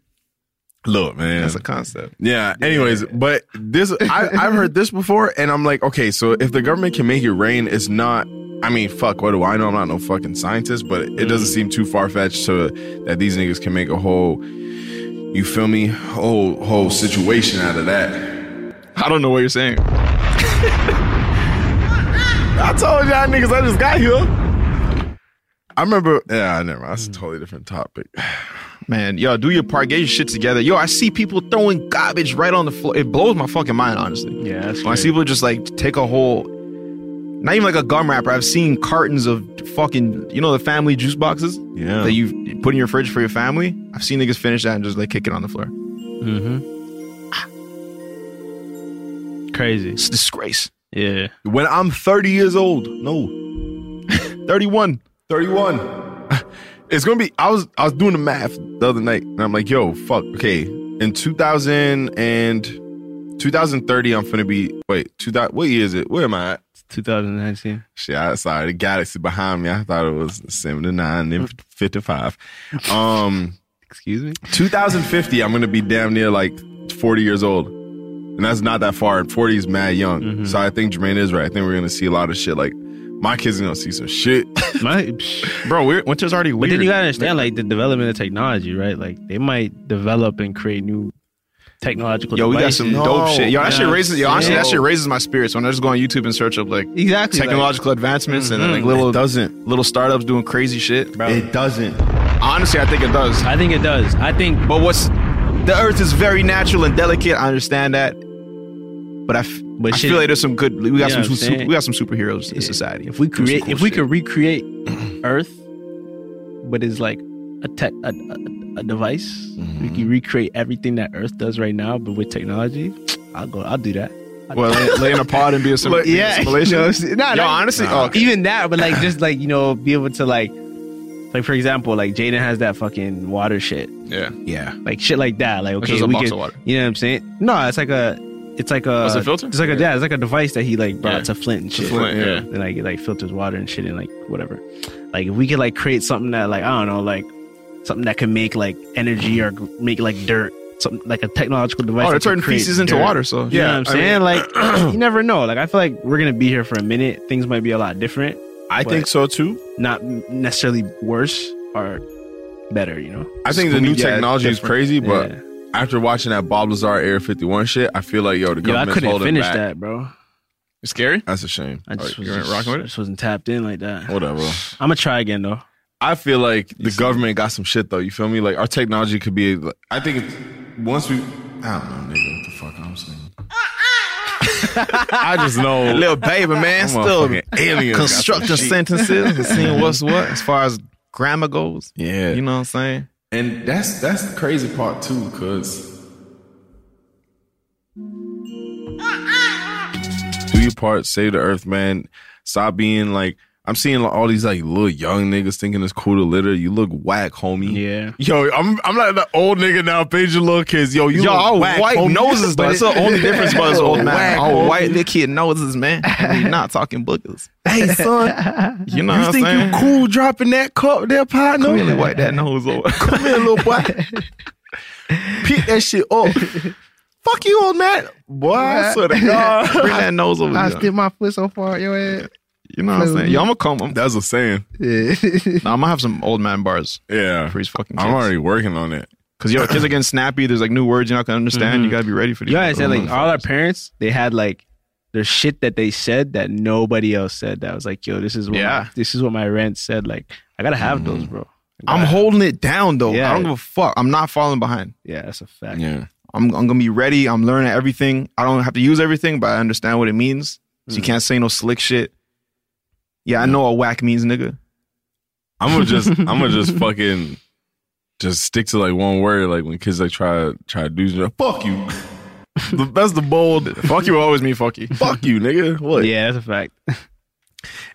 [SPEAKER 6] Look, man.
[SPEAKER 2] That's a concept.
[SPEAKER 6] Yeah. Anyways, but this I, I've heard this before, and I'm like, okay, so if the government can make it rain, it's not. I mean, fuck. What do I know? I'm not no fucking scientist, but it doesn't seem too far fetched to that these niggas can make a whole. You feel me? Whole whole situation out of that.
[SPEAKER 2] I don't know what you're saying.
[SPEAKER 6] I told y'all niggas I just got here. I remember. Yeah, never. mind. That's a totally different topic.
[SPEAKER 2] Man, yo, do your part, get your shit together. Yo, I see people throwing garbage right on the floor. It blows my fucking mind, honestly.
[SPEAKER 5] Yeah, that's
[SPEAKER 2] When I see people just like take a whole, not even like a gum wrapper. I've seen cartons of fucking, you know, the family juice boxes
[SPEAKER 6] Yeah.
[SPEAKER 2] that you put in your fridge for your family. I've seen niggas finish that and just like kick it on the floor.
[SPEAKER 5] crazy.
[SPEAKER 2] It's a disgrace.
[SPEAKER 5] Yeah.
[SPEAKER 6] when I'm 30 years old, no,
[SPEAKER 2] 31.
[SPEAKER 6] 31. It's gonna be. I was I was doing the math the other night, and I'm like, yo, fuck. Okay, in 2000 and 2030, I'm gonna be. Wait, 2000. What year is it? Where am I? At?
[SPEAKER 5] It's 2019.
[SPEAKER 6] Shit, I sorry. The galaxy behind me. I thought it was 79 and 55. Um,
[SPEAKER 5] Excuse me.
[SPEAKER 6] 2050. I'm gonna be damn near like 40 years old, and that's not that far. 40 is mad young.
[SPEAKER 5] Mm-hmm.
[SPEAKER 6] So I think Jermaine is right. I think we're gonna see a lot of shit. Like my kids are gonna see some shit.
[SPEAKER 5] My,
[SPEAKER 2] Bro, we're, winter's already
[SPEAKER 5] but
[SPEAKER 2] weird.
[SPEAKER 5] then you gotta understand, like the development of technology, right? Like they might develop and create new technological.
[SPEAKER 2] Yo, we got some dope shit. Yo, that shit
[SPEAKER 5] Yeah.
[SPEAKER 2] raises. Yo, honestly, that
[SPEAKER 5] Yeah.
[SPEAKER 2] shit raises my spirits. When I just go on YouTube and search up like
[SPEAKER 3] Exactly. like-
[SPEAKER 2] technological advancements and
[SPEAKER 5] Mm-hmm.
[SPEAKER 2] then like little doesn't little startups doing crazy shit.
[SPEAKER 11] it doesn't.
[SPEAKER 2] Honestly, I think it does.
[SPEAKER 5] I think it does. I think
[SPEAKER 2] But what's the Earth is very natural and delicate. I understand that, but I, f-
[SPEAKER 5] But
[SPEAKER 2] I
[SPEAKER 5] shit-
[SPEAKER 2] feel like there's some good. We got
[SPEAKER 5] You know
[SPEAKER 2] some
[SPEAKER 5] what I'm
[SPEAKER 2] su-
[SPEAKER 5] saying?
[SPEAKER 2] we got some superheroes in society.
[SPEAKER 5] if we
[SPEAKER 2] Do some
[SPEAKER 5] create,
[SPEAKER 2] cool
[SPEAKER 5] if we
[SPEAKER 2] shit.
[SPEAKER 5] could recreate Earth, but it's like a tech, a, a, a device, we
[SPEAKER 2] Mm-hmm.
[SPEAKER 5] can recreate everything that Earth does right now, but with technology. I'll go. I'll do that.
[SPEAKER 2] well lay, lay in a pod and be a sim-
[SPEAKER 6] Look,
[SPEAKER 2] yeah,
[SPEAKER 3] yeah,
[SPEAKER 2] simulation.
[SPEAKER 3] you know, see- nah,
[SPEAKER 2] Yo,
[SPEAKER 3] that-
[SPEAKER 2] honestly, oh, okay.
[SPEAKER 5] even that, but like just like you know, be able to like, like for example, like Jaden has that fucking water shit,
[SPEAKER 2] yeah.
[SPEAKER 6] Yeah.
[SPEAKER 5] like shit like that. Like okay,
[SPEAKER 2] just a
[SPEAKER 5] we
[SPEAKER 2] box
[SPEAKER 5] could,
[SPEAKER 2] of water.
[SPEAKER 5] you know what I'm saying? No, it's like a, it's like a,
[SPEAKER 2] it's a filter?
[SPEAKER 5] It's like a yeah, it's like a device that he like brought
[SPEAKER 2] Yeah.
[SPEAKER 5] to Flint and shit.
[SPEAKER 2] Flint, yeah.
[SPEAKER 5] and like it like filters water and shit and like whatever. Like if we could like create something that like I don't know, like something that can make like energy or make like dirt, something like a technological device.
[SPEAKER 2] Oh, they're
[SPEAKER 5] that can
[SPEAKER 2] turning
[SPEAKER 5] create
[SPEAKER 2] feces into
[SPEAKER 5] dirt.
[SPEAKER 2] water. So
[SPEAKER 5] You know what I'm saying? like, you never know. Like, I feel like we're gonna be here for a minute. Things might be a lot different,
[SPEAKER 6] I
[SPEAKER 5] But-
[SPEAKER 6] think so too.
[SPEAKER 5] not necessarily worse or better. You know?
[SPEAKER 6] I think the new technology is crazy, but
[SPEAKER 5] Yeah.
[SPEAKER 6] after watching that Bob Lazar Air 51 shit, I feel like, yo, the
[SPEAKER 5] Yo, I
[SPEAKER 6] government's
[SPEAKER 5] couldn't
[SPEAKER 6] holding
[SPEAKER 5] finish
[SPEAKER 6] back. Oh,
[SPEAKER 5] that, bro.
[SPEAKER 2] it's scary.
[SPEAKER 6] That's a shame.
[SPEAKER 5] I just,
[SPEAKER 2] you
[SPEAKER 5] was,
[SPEAKER 2] ain't rocking with
[SPEAKER 5] I
[SPEAKER 2] it?
[SPEAKER 5] just wasn't tapped in like that. I'm
[SPEAKER 6] Whatever.
[SPEAKER 5] gonna try again though.
[SPEAKER 6] I feel like the government got some shit, though. You feel me? Like, our technology could be, like, I think it's, once we, I don't know, nigga, what the fuck I'm saying. I just know.
[SPEAKER 2] Little baby man,
[SPEAKER 6] I'm a
[SPEAKER 2] still
[SPEAKER 6] fucking alien.
[SPEAKER 2] constructing sentences and seeing what's what as far as grammar goes.
[SPEAKER 6] Yeah.
[SPEAKER 2] you know what I'm saying.
[SPEAKER 6] And that's that's the crazy part too, cause do your part, save the earth, man. Stop being like I'm seeing like, all these like little young niggas thinking it's cool to litter. You look whack, homie.
[SPEAKER 5] Yeah.
[SPEAKER 6] Yo, I'm I'm like the old nigga now, page your little kids. Yo, you
[SPEAKER 2] Yo,
[SPEAKER 6] look
[SPEAKER 2] all
[SPEAKER 6] whack,
[SPEAKER 2] white
[SPEAKER 6] homie.
[SPEAKER 2] noses, though.
[SPEAKER 6] But
[SPEAKER 2] That's the only difference about this old man.
[SPEAKER 6] Whack,
[SPEAKER 2] All
[SPEAKER 6] homie.
[SPEAKER 2] white, the kid noses, man. We not talking boogers.
[SPEAKER 6] Hey son,
[SPEAKER 2] You know
[SPEAKER 6] you
[SPEAKER 2] what
[SPEAKER 6] think
[SPEAKER 2] I'm saying?
[SPEAKER 6] you cool dropping that cup there, partner?
[SPEAKER 2] Really wipe that nose over.
[SPEAKER 6] Come here, little boy.
[SPEAKER 2] Pick that shit up. Fuck you, old man. Boy, I swear to God. Bring that nose over
[SPEAKER 3] I
[SPEAKER 2] here.
[SPEAKER 3] stick my foot so far in your head.
[SPEAKER 2] You know what I'm saying? Yo, I'm gonna come. I'm,
[SPEAKER 6] That's a saying.
[SPEAKER 3] Yeah.
[SPEAKER 2] nah, I'm gonna have some old man bars
[SPEAKER 6] Yeah.
[SPEAKER 2] for these fucking kids.
[SPEAKER 6] I'm already working on it.
[SPEAKER 2] Cause yo, kids are getting snappy. There's like new words you're not gonna understand. You gotta be ready for these. Mm-hmm.
[SPEAKER 5] You guys said like
[SPEAKER 2] motherfuckers.
[SPEAKER 5] all our parents, they had like their shit that they said that nobody else said. That was like, yo, this is what
[SPEAKER 2] Yeah.
[SPEAKER 5] my, this is what my rent said. Like, I gotta have
[SPEAKER 6] Mm-hmm.
[SPEAKER 5] those, bro. I
[SPEAKER 2] I'm
[SPEAKER 5] gotta-
[SPEAKER 2] holding it down though.
[SPEAKER 5] Yeah.
[SPEAKER 2] I don't give a fuck. I'm not falling behind.
[SPEAKER 5] Yeah, that's a fact.
[SPEAKER 6] Yeah.
[SPEAKER 2] I'm, I'm gonna be ready. I'm learning everything. I don't have to use everything, but I understand what it means. So you can't say no slick shit. Yeah, I know what whack means, nigga.
[SPEAKER 6] I'm gonna just I'm gonna just fucking just stick to like one word. Like when kids like try try to do shit, fuck you. The- That's the bold.
[SPEAKER 2] Fuck you will always mean fuck you.
[SPEAKER 6] Fuck you, nigga. What?
[SPEAKER 5] Yeah, that's a fact.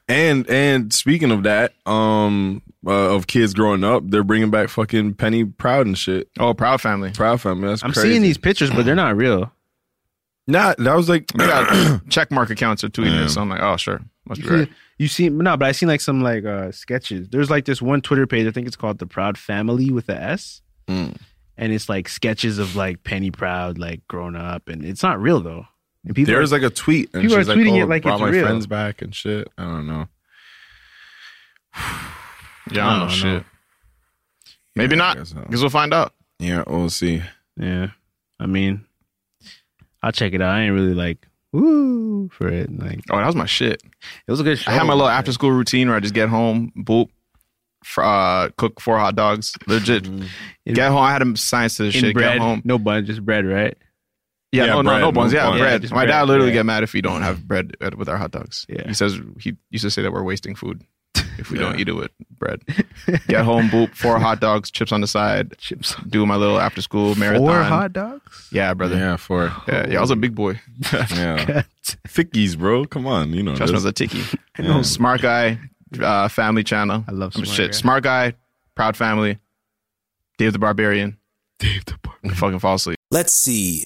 [SPEAKER 6] And and speaking of that, um, uh, of kids growing up, they're bringing back fucking Penny Proud and shit.
[SPEAKER 2] Oh, proud family.
[SPEAKER 6] Proud family. That's
[SPEAKER 5] I'm
[SPEAKER 6] crazy.
[SPEAKER 5] seeing these pictures, but they're not real.
[SPEAKER 6] Nah, that was like
[SPEAKER 2] They got check mark accounts are tweeting
[SPEAKER 6] Yeah.
[SPEAKER 2] this. So I'm like, oh sure, must
[SPEAKER 3] You
[SPEAKER 2] be
[SPEAKER 3] see,
[SPEAKER 2] right.
[SPEAKER 5] You see, no, but I seen like some like uh sketches. There's like this one Twitter page. I think it's called the Proud Family with a S,
[SPEAKER 6] Mm.
[SPEAKER 5] and it's like sketches of like Penny Proud like grown up, and it's not real though. And people
[SPEAKER 6] there's like a tweet. And
[SPEAKER 3] people are
[SPEAKER 6] she's
[SPEAKER 3] tweeting
[SPEAKER 6] like,
[SPEAKER 3] it
[SPEAKER 6] oh,
[SPEAKER 3] like
[SPEAKER 6] brought
[SPEAKER 3] it's
[SPEAKER 6] my
[SPEAKER 3] real.
[SPEAKER 6] friends back and shit. I don't know.
[SPEAKER 2] Yeah, I don't know
[SPEAKER 5] I don't know.
[SPEAKER 2] shit. Maybe
[SPEAKER 6] Yeah, I
[SPEAKER 2] not.
[SPEAKER 6] guess so.
[SPEAKER 2] Because we'll find out.
[SPEAKER 6] Yeah, we'll see.
[SPEAKER 5] Yeah. I mean, I'll check it out. I ain't really like, woo, for it. Like,
[SPEAKER 2] Oh, that was my shit.
[SPEAKER 5] it was a good show.
[SPEAKER 2] I had my little after school routine where I just get home, boop, fr- uh, cook four hot dogs. Legit. Get home. I had a science to this
[SPEAKER 5] Mm-hmm. in
[SPEAKER 2] shit.
[SPEAKER 5] bread.
[SPEAKER 2] Get home.
[SPEAKER 5] No bun, just bread, right?
[SPEAKER 2] Yeah,
[SPEAKER 6] Yeah,
[SPEAKER 2] no,
[SPEAKER 6] bread,
[SPEAKER 2] no, no
[SPEAKER 6] no
[SPEAKER 2] buns. Yeah,
[SPEAKER 6] bun.
[SPEAKER 5] Yeah,
[SPEAKER 2] bread. Mm-hmm.
[SPEAKER 5] just
[SPEAKER 2] My
[SPEAKER 5] bread,
[SPEAKER 2] dad literally
[SPEAKER 5] yeah.
[SPEAKER 2] get mad if we don't have bread at- with our hot dogs.
[SPEAKER 5] Yeah.
[SPEAKER 2] He says he used to say that we're wasting food if we don't
[SPEAKER 6] Yeah.
[SPEAKER 2] eat it with bread. Get home, boop, four hot dogs, chips on the side, chips. Do my little after school marathon.
[SPEAKER 3] Four hot dogs?
[SPEAKER 2] Yeah, brother. Yeah.
[SPEAKER 6] Yeah, for
[SPEAKER 2] Yeah, I was a big boy.
[SPEAKER 6] yeah, thickies, bro. Come on, you know.
[SPEAKER 2] Trust me, I was
[SPEAKER 6] this.
[SPEAKER 2] a tiki. Smart guy, uh, family channel.
[SPEAKER 5] I love
[SPEAKER 2] I mean,
[SPEAKER 5] Smart
[SPEAKER 2] shit.
[SPEAKER 5] Guy.
[SPEAKER 2] Smart guy, proud family. Dave the Barbarian. Dave the Barbarian. Fucking fall asleep.
[SPEAKER 10] Let's see.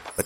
[SPEAKER 10] But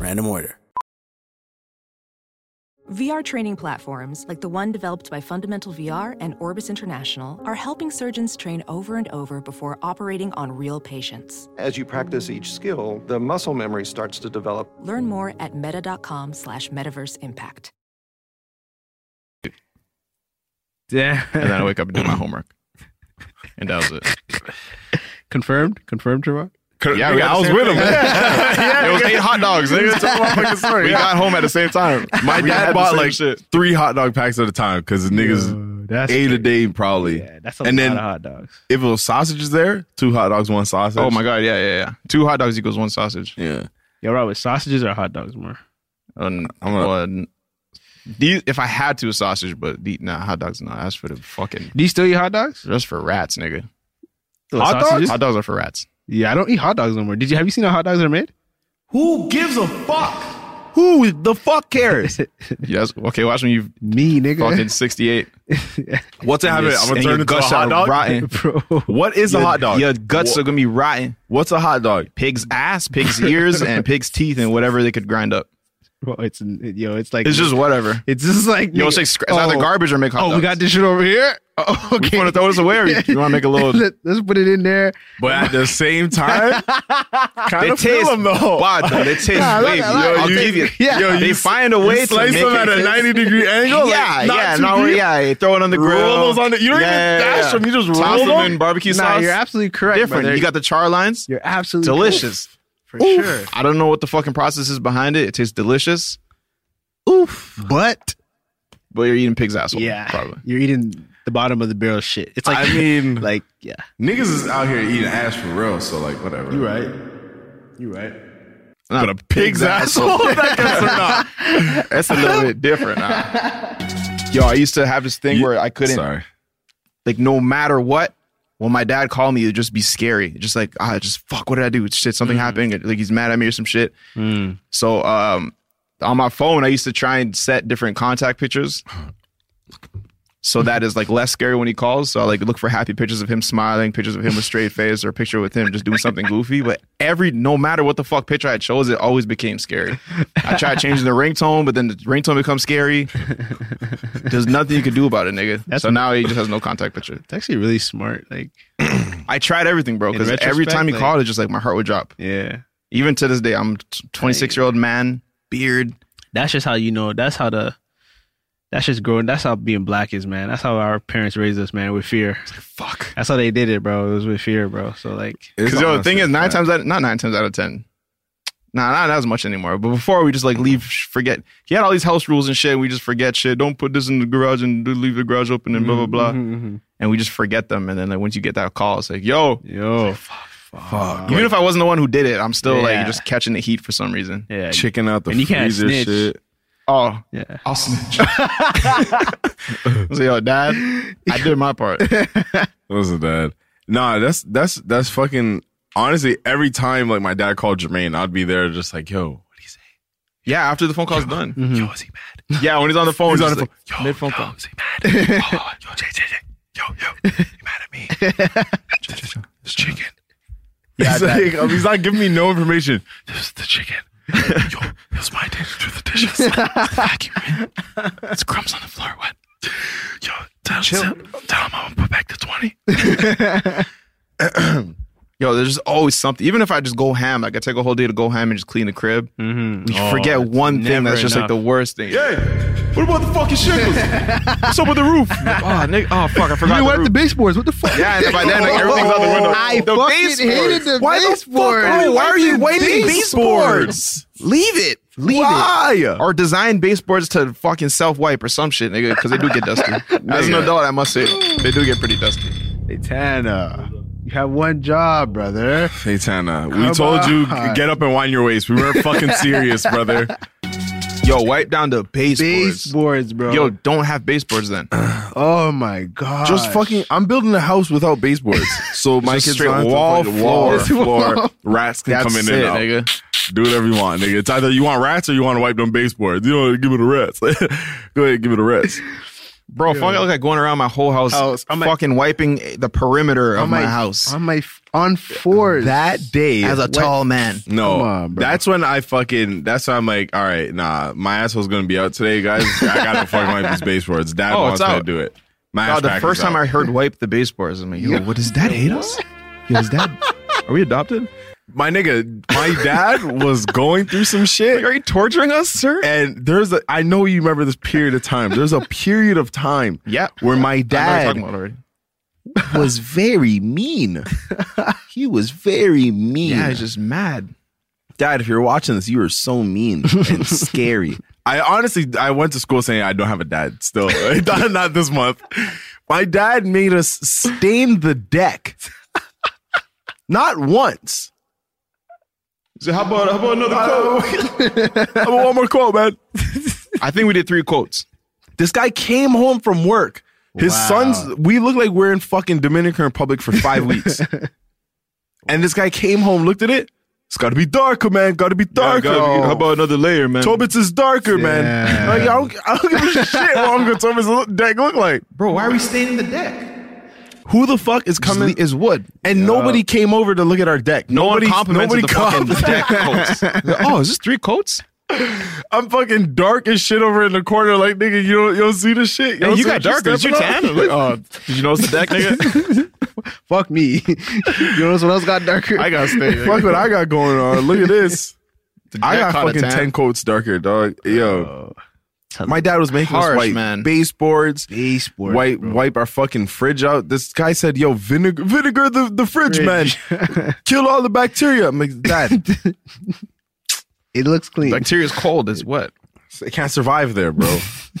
[SPEAKER 10] Random order.
[SPEAKER 12] VR training platforms, like the one developed by Fundamental VR and Orbis International, are helping surgeons train over and over before operating on real patients.
[SPEAKER 13] As you practice each skill, the muscle memory starts to develop.
[SPEAKER 12] Learn more at meta.com slash metaverse impact.
[SPEAKER 5] Yeah.
[SPEAKER 2] And then I wake up and do my homework. And that was it.
[SPEAKER 5] Confirmed? Confirmed, Trevor?
[SPEAKER 2] Yeah,
[SPEAKER 6] Nigga,
[SPEAKER 2] we got
[SPEAKER 6] I
[SPEAKER 2] the
[SPEAKER 6] was
[SPEAKER 2] same
[SPEAKER 6] with him.
[SPEAKER 2] thing. it was eight hot dogs. Nigga. It's a motherfucking story. We got home at the same time.
[SPEAKER 6] My
[SPEAKER 2] We had
[SPEAKER 6] dad
[SPEAKER 2] the
[SPEAKER 6] bought
[SPEAKER 2] same
[SPEAKER 6] like
[SPEAKER 2] shit.
[SPEAKER 6] three hot dog packs at a time because niggas
[SPEAKER 5] that's
[SPEAKER 6] ate a day probably.
[SPEAKER 5] Yeah, that's a
[SPEAKER 6] And
[SPEAKER 5] lot
[SPEAKER 6] then-
[SPEAKER 5] of hot dogs.
[SPEAKER 6] If it was sausages there, two hot dogs, one sausage.
[SPEAKER 2] Oh my god, yeah, yeah, yeah. Two hot dogs equals one sausage.
[SPEAKER 6] Yeah,
[SPEAKER 5] Yo, Robert, sausages or hot dogs more?
[SPEAKER 2] And
[SPEAKER 6] I'm
[SPEAKER 5] Uh,
[SPEAKER 6] gonna-
[SPEAKER 2] one- these, if I had to, a sausage, but the, nah, hot dogs, nah. That's for the fucking.
[SPEAKER 5] Do you still eat hot dogs?
[SPEAKER 2] That's for rats, nigga.
[SPEAKER 5] Hot dogs?
[SPEAKER 2] Hot dogs are for rats.
[SPEAKER 5] Yeah, I don't eat hot dogs no more. Did you have you seen how hot dogs are made?
[SPEAKER 2] Who gives a fuck? Who the fuck cares? yes. Okay, watch when you
[SPEAKER 3] Me, nigga.
[SPEAKER 2] fucking 68.
[SPEAKER 6] what's it having?
[SPEAKER 2] And your-
[SPEAKER 6] I'm
[SPEAKER 2] and
[SPEAKER 6] gonna turn
[SPEAKER 2] your
[SPEAKER 6] into a
[SPEAKER 2] guts
[SPEAKER 6] hot
[SPEAKER 2] are
[SPEAKER 6] dog.
[SPEAKER 2] Rotten.
[SPEAKER 3] Bro.
[SPEAKER 6] What is a hot dog?
[SPEAKER 2] Your guts
[SPEAKER 6] Wha-
[SPEAKER 2] are gonna be rotten.
[SPEAKER 6] What's a hot dog?
[SPEAKER 2] Pig's ass, pig's ears, and pig's teeth, and whatever they could grind up.
[SPEAKER 3] Bro, it's yo, it's like
[SPEAKER 2] It's just whatever.
[SPEAKER 3] It's just like
[SPEAKER 2] Yo, it's like scr- it's either garbage or make hot
[SPEAKER 3] Oh, we
[SPEAKER 2] dogs.
[SPEAKER 3] got this shit over here. Oh, okay.
[SPEAKER 2] You want to throw this away or you, want to make a little.
[SPEAKER 3] Let, us put it in there.
[SPEAKER 6] But at the same time, kind
[SPEAKER 2] They
[SPEAKER 6] of feel
[SPEAKER 2] taste
[SPEAKER 6] them though.
[SPEAKER 2] bad, though. They taste
[SPEAKER 6] Nah, I like-
[SPEAKER 2] wavy.
[SPEAKER 6] I like-
[SPEAKER 2] Yo,
[SPEAKER 6] I'll
[SPEAKER 2] you-
[SPEAKER 6] take it.
[SPEAKER 2] yeah.
[SPEAKER 6] Yo,
[SPEAKER 2] They
[SPEAKER 6] you
[SPEAKER 2] find a
[SPEAKER 6] you
[SPEAKER 2] way to
[SPEAKER 6] slice
[SPEAKER 2] make
[SPEAKER 6] them at
[SPEAKER 2] it
[SPEAKER 6] a
[SPEAKER 2] fit.
[SPEAKER 6] ninety degree angle.
[SPEAKER 2] yeah,
[SPEAKER 6] like, not
[SPEAKER 2] yeah,
[SPEAKER 6] too
[SPEAKER 2] not where-
[SPEAKER 6] deep.
[SPEAKER 2] yeah. you Throw it on the
[SPEAKER 6] Roll
[SPEAKER 2] grill.
[SPEAKER 6] those on the- you don't even dash them, you just
[SPEAKER 2] Toss
[SPEAKER 6] roll
[SPEAKER 2] them
[SPEAKER 6] them?
[SPEAKER 2] in barbecue
[SPEAKER 3] Nah,
[SPEAKER 2] sauce.
[SPEAKER 3] you're absolutely correct,
[SPEAKER 2] Different.
[SPEAKER 3] brother.
[SPEAKER 2] You got the char lines.
[SPEAKER 3] You're absolutely
[SPEAKER 2] delicious
[SPEAKER 3] for sure.
[SPEAKER 2] I don't know what the fucking process is behind it. It tastes delicious.
[SPEAKER 3] Oof. But
[SPEAKER 2] But you're eating pig's asshole.
[SPEAKER 5] Yeah.
[SPEAKER 2] probably.
[SPEAKER 5] You're eating the bottom of the barrel shit. It's like
[SPEAKER 6] I mean,
[SPEAKER 5] like yeah.
[SPEAKER 6] Niggas is out here eating ass for real, so like whatever. You right.
[SPEAKER 3] You right.
[SPEAKER 6] But a pig's asshole, that gets or not.
[SPEAKER 2] That's a little bit different. huh? Yo, I used to have this thing where I couldn't.
[SPEAKER 6] Sorry.
[SPEAKER 2] Like no matter what, when my dad called me, it'd just be scary. Just like ah, just fuck. What did I do? Shit, something happened. Like he's mad at me or some shit. So um, on my phone, I used to try and set different contact pictures. So that is like less scary when he calls. So I like look for happy pictures of him smiling, pictures of him with straight face, or a picture with him just doing something goofy. But every no matter what the fuck picture I chose, it always became scary. I tried changing the ringtone, but then the ringtone becomes scary. There's nothing you can do about it, nigga. so now he just has no contact picture.
[SPEAKER 5] It's actually really smart. Like
[SPEAKER 2] I tried everything, bro,
[SPEAKER 5] In
[SPEAKER 2] because every
[SPEAKER 5] retrospect,
[SPEAKER 2] time he
[SPEAKER 5] like-
[SPEAKER 2] called, it's just like my heart would drop.
[SPEAKER 5] yeah.
[SPEAKER 2] Even to this day, I'm 26 year old man, beard.
[SPEAKER 5] That's just how you know. That's how the that's just growing. That's how being black is, man. That's how our parents raised us, man, with fear.
[SPEAKER 2] fuck.
[SPEAKER 5] That's how they did it, bro. It was with fear, bro. So like,
[SPEAKER 2] Because yo, the thing is, nine times out, not nine times out of ten, nah, not as much anymore. But before we just like leave, forget. He had all these house rules and shit. And we just forget shit. Don't put this in the garage and do- leave the garage open and blah blah
[SPEAKER 6] Mm-hmm,
[SPEAKER 2] blah.
[SPEAKER 3] Mm-hmm,
[SPEAKER 2] And we just forget them. And then like once you get that call, it's like, yo,
[SPEAKER 5] yo,
[SPEAKER 2] fuck. Even if I wasn't the one who did it, I'm still
[SPEAKER 5] Yeah.
[SPEAKER 2] like just catching the heat for some reason.
[SPEAKER 5] yeah,
[SPEAKER 6] Chicken out the
[SPEAKER 5] And you can't
[SPEAKER 6] freezer
[SPEAKER 5] snitch.
[SPEAKER 6] shit.
[SPEAKER 2] Oh,
[SPEAKER 5] yeah.
[SPEAKER 2] I'll snitch. I was like, yo, dad, I did my part.
[SPEAKER 6] Listen, Dad. Nah, that's that's that's fucking honestly, every time like my dad called Jermaine, I'd be there just like, yo,
[SPEAKER 2] Yeah, after the phone call's done.
[SPEAKER 6] yo, is he mad?
[SPEAKER 2] Yeah, when he's on the phone,
[SPEAKER 6] Mm-hmm.
[SPEAKER 2] just
[SPEAKER 6] He's on the
[SPEAKER 2] like,
[SPEAKER 6] phone.
[SPEAKER 2] mid phone call.
[SPEAKER 6] Is he mad? oh, yo, JJ, yo, yo, you mad at me? Ch- ch- ch- It's chicken.
[SPEAKER 2] Yeah,
[SPEAKER 6] he's,
[SPEAKER 2] that-
[SPEAKER 6] like, um, he's not giving me no information. This is the chicken. Yo, it's my dish. Do the dishes. Vacuum it. It's crumbs on the floor. What? Yo, tell, Chill. tell tell him I'm gonna put back the twenty.
[SPEAKER 2] Yo, there's just always something. Even if I just go ham, like I take a whole day to go ham and just clean the crib,
[SPEAKER 5] Mm-hmm.
[SPEAKER 2] you forget one thing that's just like the worst thing. Yeah. What about the fucking shingles? What's up with the roof? oh, nigga. Oh, fuck. I
[SPEAKER 3] You
[SPEAKER 2] forgot.
[SPEAKER 3] went
[SPEAKER 2] The
[SPEAKER 3] the
[SPEAKER 2] roof.
[SPEAKER 3] baseboards. What the fuck?
[SPEAKER 2] Yeah, and by then, like, everything's out the window.
[SPEAKER 3] I
[SPEAKER 2] The
[SPEAKER 3] fucking
[SPEAKER 2] baseboards.
[SPEAKER 3] hated the
[SPEAKER 6] Why the fuck
[SPEAKER 3] baseboards.
[SPEAKER 6] are you- why are you waiting?
[SPEAKER 2] Baseboards. Leave it. Leave
[SPEAKER 6] Why?
[SPEAKER 2] it. Or design baseboards to fucking self wipe or some shit, nigga, because they do get dusty. As an
[SPEAKER 6] Nigga.
[SPEAKER 2] adult, I must say, they do get pretty dusty.
[SPEAKER 3] Tana, you have one job, brother.
[SPEAKER 6] Satana, we
[SPEAKER 3] Come
[SPEAKER 6] told you
[SPEAKER 3] on.
[SPEAKER 6] get up and wind your waist. We weren't fucking serious, brother.
[SPEAKER 2] Yo, wipe down the baseboards.
[SPEAKER 3] Baseboards, bro.
[SPEAKER 2] Yo, don't have baseboards then.
[SPEAKER 3] oh my god.
[SPEAKER 6] Just fucking, I'm building a house without baseboards. So my
[SPEAKER 2] just
[SPEAKER 6] kids
[SPEAKER 2] straight
[SPEAKER 6] don't have to
[SPEAKER 2] wall,
[SPEAKER 6] fucking- wall,
[SPEAKER 3] floor.
[SPEAKER 6] floor. Rats can
[SPEAKER 2] That's
[SPEAKER 6] come in
[SPEAKER 2] it,
[SPEAKER 6] and out.
[SPEAKER 2] nigga.
[SPEAKER 6] Do whatever you want, nigga. It's either you want rats or you want to wipe them baseboards. You know, give it the rats. Go ahead, give it the rats.
[SPEAKER 2] Bro, if I look like going around my whole house,
[SPEAKER 3] House. I'm like-
[SPEAKER 2] fucking wiping the perimeter of my, house.
[SPEAKER 3] On my on fours.
[SPEAKER 6] day,
[SPEAKER 2] man.
[SPEAKER 6] No,
[SPEAKER 3] Come on, bro.
[SPEAKER 6] that's when I fucking. That's when I'm like, all right, nah, my asshole's gonna be out today, guys. I gotta fucking wipe these baseboards. Dad
[SPEAKER 2] Oh,
[SPEAKER 6] wants
[SPEAKER 2] it's
[SPEAKER 6] me to
[SPEAKER 2] out.
[SPEAKER 6] do it. My
[SPEAKER 2] Oh,
[SPEAKER 6] ass
[SPEAKER 2] the
[SPEAKER 6] crack
[SPEAKER 2] first
[SPEAKER 6] is out.
[SPEAKER 2] time I heard wipe the baseboards, I'm like, yo, what does dad hate us? Yo, is dad, are we adopted?
[SPEAKER 6] my nigga, my dad was going through some shit.
[SPEAKER 2] Like, are you torturing us, sir?
[SPEAKER 6] And there's a, I know you remember this period of time. There's a period of time
[SPEAKER 2] Yeah.
[SPEAKER 6] where
[SPEAKER 2] I
[SPEAKER 6] my
[SPEAKER 2] know what
[SPEAKER 6] dad
[SPEAKER 2] you're talking about already.
[SPEAKER 6] was very mean. He was very mean.
[SPEAKER 2] Yeah, he's just mad.
[SPEAKER 6] Dad, if you're watching this, you are so mean and scary. I honestly, I went to school saying I don't have a dad still. not, not this month. My dad made us stain the deck. Not once.
[SPEAKER 2] So how about how about another quote?
[SPEAKER 6] I want one more quote, man.
[SPEAKER 2] I think we did three quotes.
[SPEAKER 6] This guy came home from work. His sons, we look like we're in fucking Dominican Republic for five weeks. and this guy came home, looked at it. It's gotta be darker, man. Gotta be darker.
[SPEAKER 2] How about another layer, man?
[SPEAKER 6] Tobit's is darker, man. Like, I, don't, I don't give a shit what Uncle Tobit's look, deck look like.
[SPEAKER 2] Bro, why are we staining the deck?
[SPEAKER 6] Who the fuck is coming?
[SPEAKER 2] Is wood.
[SPEAKER 6] and nobody came over to look at our deck.
[SPEAKER 2] No
[SPEAKER 6] nobody,
[SPEAKER 2] one complimented
[SPEAKER 6] nobody
[SPEAKER 2] the fucking
[SPEAKER 6] comes.
[SPEAKER 2] deck coats. oh, is this three coats?
[SPEAKER 6] I'm fucking dark as shit over in the corner. Like, nigga, you don't, you don't see this shit?
[SPEAKER 2] Hey, you got darker. Did you tan?
[SPEAKER 6] I'm like, oh, did you notice the deck, nigga?
[SPEAKER 3] Fuck me. you notice what else got darker?
[SPEAKER 6] I got stay. Fuck what I got going on. Look at this. I got
[SPEAKER 2] jackpot of
[SPEAKER 6] fucking
[SPEAKER 2] tan.
[SPEAKER 6] ten coats darker, dog. Yo, my dad was making us
[SPEAKER 2] harsh,
[SPEAKER 6] white
[SPEAKER 2] man.
[SPEAKER 6] baseboards, baseboards, wipe wipe our fucking fridge out. This guy said, "Yo, vinegar, vinegar the the fridge, man, kill all the bacteria." I'm like, Dad,
[SPEAKER 3] it looks clean.
[SPEAKER 2] Bacteria's cold. It's wet.
[SPEAKER 6] It can't survive there, bro.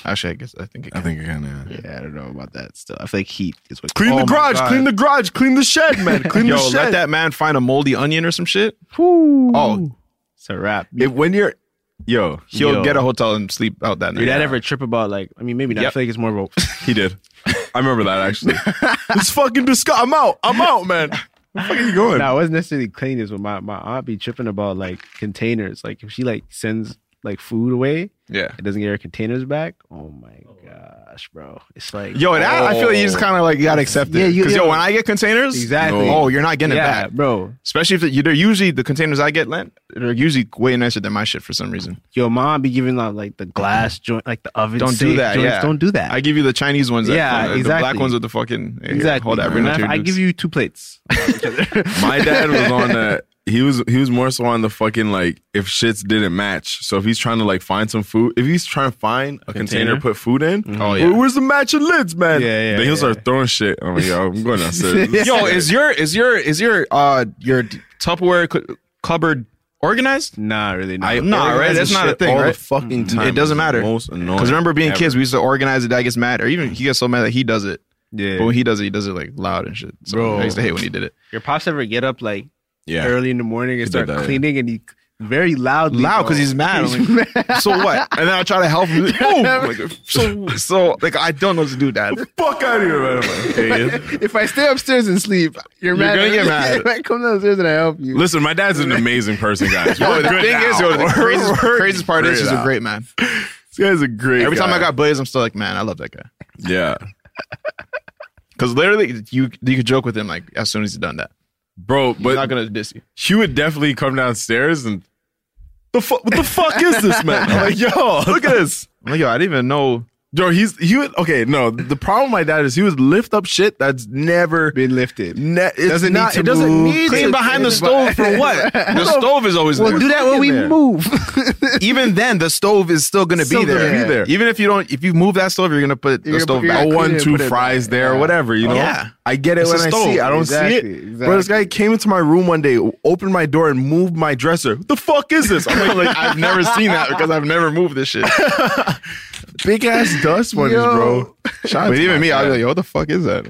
[SPEAKER 2] Actually, I guess I think it
[SPEAKER 6] I think it kind of.
[SPEAKER 5] Yeah, I don't know about that. Still, I feel like heat is what. Oh
[SPEAKER 6] Clean the garage, clean the garage, clean the shed, man, clean
[SPEAKER 2] Oh Yo,
[SPEAKER 6] the shed.
[SPEAKER 2] let that man find a moldy onion or some shit. Oh, it's a wrap.
[SPEAKER 6] If, when you're, yo,
[SPEAKER 2] he'll
[SPEAKER 5] Yo.
[SPEAKER 2] get a hotel and sleep out that night.
[SPEAKER 5] Did that ever trip about like? I mean, maybe not. I
[SPEAKER 2] Yep.
[SPEAKER 5] feel like it's more of a.
[SPEAKER 6] He did. I remember that actually. it's fucking disgusting. I'm out. I'm out, man. Where the fuck are you going?
[SPEAKER 5] No, it wasn't necessarily clean. Is when my my aunt be tripping about like containers. Like if she like sends like food away,
[SPEAKER 2] Yeah.
[SPEAKER 5] it doesn't get her containers back. Oh my gosh, bro! It's like Oh,
[SPEAKER 2] Yo, that I feel like
[SPEAKER 6] Oh.
[SPEAKER 2] you just kind of like got accepted.
[SPEAKER 5] Yeah,
[SPEAKER 2] Yeah,
[SPEAKER 5] you-
[SPEAKER 2] yo,
[SPEAKER 5] yeah.
[SPEAKER 2] when I get containers,
[SPEAKER 5] Exactly.
[SPEAKER 2] Oh, you're not getting
[SPEAKER 5] Yeah,
[SPEAKER 2] it back,
[SPEAKER 5] bro.
[SPEAKER 2] Especially if they- they're usually the containers I get lent, they're usually way nicer than my shit for some reason.
[SPEAKER 5] Yo, mom be giving out like the glass joint, like the oven.
[SPEAKER 2] Don't do
[SPEAKER 5] safe
[SPEAKER 2] that.
[SPEAKER 5] joints.
[SPEAKER 2] Yeah,
[SPEAKER 5] don't do that.
[SPEAKER 2] I give you the Chinese ones. That,
[SPEAKER 5] Yeah,
[SPEAKER 2] uh, The black
[SPEAKER 5] exactly.
[SPEAKER 2] ones with the fucking here,
[SPEAKER 5] exactly.
[SPEAKER 2] Hold that. Bring
[SPEAKER 5] And
[SPEAKER 2] that to
[SPEAKER 5] I,
[SPEAKER 2] your
[SPEAKER 5] I
[SPEAKER 2] dudes.
[SPEAKER 5] give you two plates.
[SPEAKER 6] My dad was on that. He was he was more so on the fucking like if shits didn't match. So if he's trying to like find some food, if he's trying to find a container, Mm-hmm.
[SPEAKER 5] Container?
[SPEAKER 6] to put food in,
[SPEAKER 2] Oh, yeah.
[SPEAKER 6] "Well, where's the matching lids, man?
[SPEAKER 5] Yeah, yeah,
[SPEAKER 6] Then he'll
[SPEAKER 5] yeah.
[SPEAKER 6] start throwing shit. I'm like, yo, I'm going downstairs.
[SPEAKER 2] Yo, is your is your is your uh your Tupperware cu- cupboard organized?
[SPEAKER 5] nah, really. Not.
[SPEAKER 6] I
[SPEAKER 2] Nah, right?
[SPEAKER 6] organize
[SPEAKER 2] That's
[SPEAKER 6] this
[SPEAKER 2] not a
[SPEAKER 6] shit
[SPEAKER 2] thing,
[SPEAKER 6] all
[SPEAKER 2] right?
[SPEAKER 6] The fucking time.
[SPEAKER 2] It doesn't
[SPEAKER 6] It's the
[SPEAKER 2] matter.
[SPEAKER 6] Most annoying.
[SPEAKER 2] Because remember being
[SPEAKER 6] ever.
[SPEAKER 2] kids, we used to organize it. I gets mad, or even he gets so mad that he does it.
[SPEAKER 5] yeah.
[SPEAKER 2] But when he does it, he does it like loud and shit. So
[SPEAKER 5] Bro.
[SPEAKER 2] I used to hate when he did it.
[SPEAKER 5] Your pops ever get up like
[SPEAKER 6] yeah.
[SPEAKER 5] early in the morning and
[SPEAKER 6] did
[SPEAKER 5] start
[SPEAKER 6] that, yeah.
[SPEAKER 5] cleaning, and he very loudly
[SPEAKER 2] Loud
[SPEAKER 5] bro.
[SPEAKER 2] because he's mad. I'm like, so what? And then I try to help him. Boom! I'm like, so so like I don't know what to do, Dad.
[SPEAKER 6] Fuck out of here, man. I'm like, okay, yeah.
[SPEAKER 3] If I stay upstairs and sleep, you're,
[SPEAKER 2] You're
[SPEAKER 3] mad.
[SPEAKER 2] gonna
[SPEAKER 3] at
[SPEAKER 2] get
[SPEAKER 3] me.
[SPEAKER 2] mad.
[SPEAKER 3] If I come downstairs and I help you.
[SPEAKER 6] Listen, my dad's an amazing person, guys.
[SPEAKER 2] Yo, the
[SPEAKER 6] Good
[SPEAKER 2] thing is,
[SPEAKER 6] now.
[SPEAKER 2] yo, the craziest, craziest part is
[SPEAKER 6] Great
[SPEAKER 2] he's a
[SPEAKER 6] now.
[SPEAKER 2] great man.
[SPEAKER 6] This guy's a great.
[SPEAKER 2] Every time
[SPEAKER 6] guy.
[SPEAKER 2] I got blazed, I'm still like, man, I love that guy.
[SPEAKER 6] yeah,
[SPEAKER 2] Because literally, you you could joke with him like as soon as he's done that.
[SPEAKER 6] bro.
[SPEAKER 2] But, he's not
[SPEAKER 6] But
[SPEAKER 2] gonna diss you.
[SPEAKER 6] she would definitely come downstairs and the fuck. What the fuck is this man? I'm like, yo, look at this.
[SPEAKER 2] I'm like, yo, I didn't even know.
[SPEAKER 6] Yo, he's he would okay. No, the problem with my dad is he would lift up shit that's never been lifted. Ne- it's
[SPEAKER 3] Doesn't need
[SPEAKER 6] not,
[SPEAKER 3] to
[SPEAKER 6] it doesn't
[SPEAKER 3] move.
[SPEAKER 6] need
[SPEAKER 2] Clean
[SPEAKER 6] to-
[SPEAKER 2] behind the stove for what? The stove is always
[SPEAKER 3] We'll
[SPEAKER 2] there.
[SPEAKER 3] do that when we
[SPEAKER 6] there.
[SPEAKER 3] move.
[SPEAKER 2] Even then, the stove is still gonna
[SPEAKER 6] Still
[SPEAKER 2] be
[SPEAKER 6] gonna
[SPEAKER 2] there.
[SPEAKER 6] be there.
[SPEAKER 2] Even if you don't, if you move that stove, you're gonna put
[SPEAKER 3] You're gonna
[SPEAKER 2] the stove
[SPEAKER 3] put-
[SPEAKER 2] back.
[SPEAKER 3] you're gonna
[SPEAKER 6] a one,
[SPEAKER 3] put
[SPEAKER 6] two
[SPEAKER 3] it back.
[SPEAKER 6] fries there or
[SPEAKER 3] Yeah.
[SPEAKER 6] whatever, you know?
[SPEAKER 2] Yeah.
[SPEAKER 6] I get it
[SPEAKER 2] It's
[SPEAKER 6] when
[SPEAKER 2] a
[SPEAKER 6] I
[SPEAKER 2] stove.
[SPEAKER 6] see it. I don't see it.
[SPEAKER 3] Exactly,
[SPEAKER 6] But this guy
[SPEAKER 3] exactly.
[SPEAKER 6] came into my room one day, opened my door, and moved my dresser. What the fuck is this? I'm like,
[SPEAKER 2] like I've never seen that because I've never moved this shit.
[SPEAKER 6] big ass dust one is, bro. Shout out
[SPEAKER 2] But
[SPEAKER 6] to
[SPEAKER 2] even
[SPEAKER 6] my
[SPEAKER 2] me, I'd be
[SPEAKER 6] dad.
[SPEAKER 2] like, yo, what the fuck is that?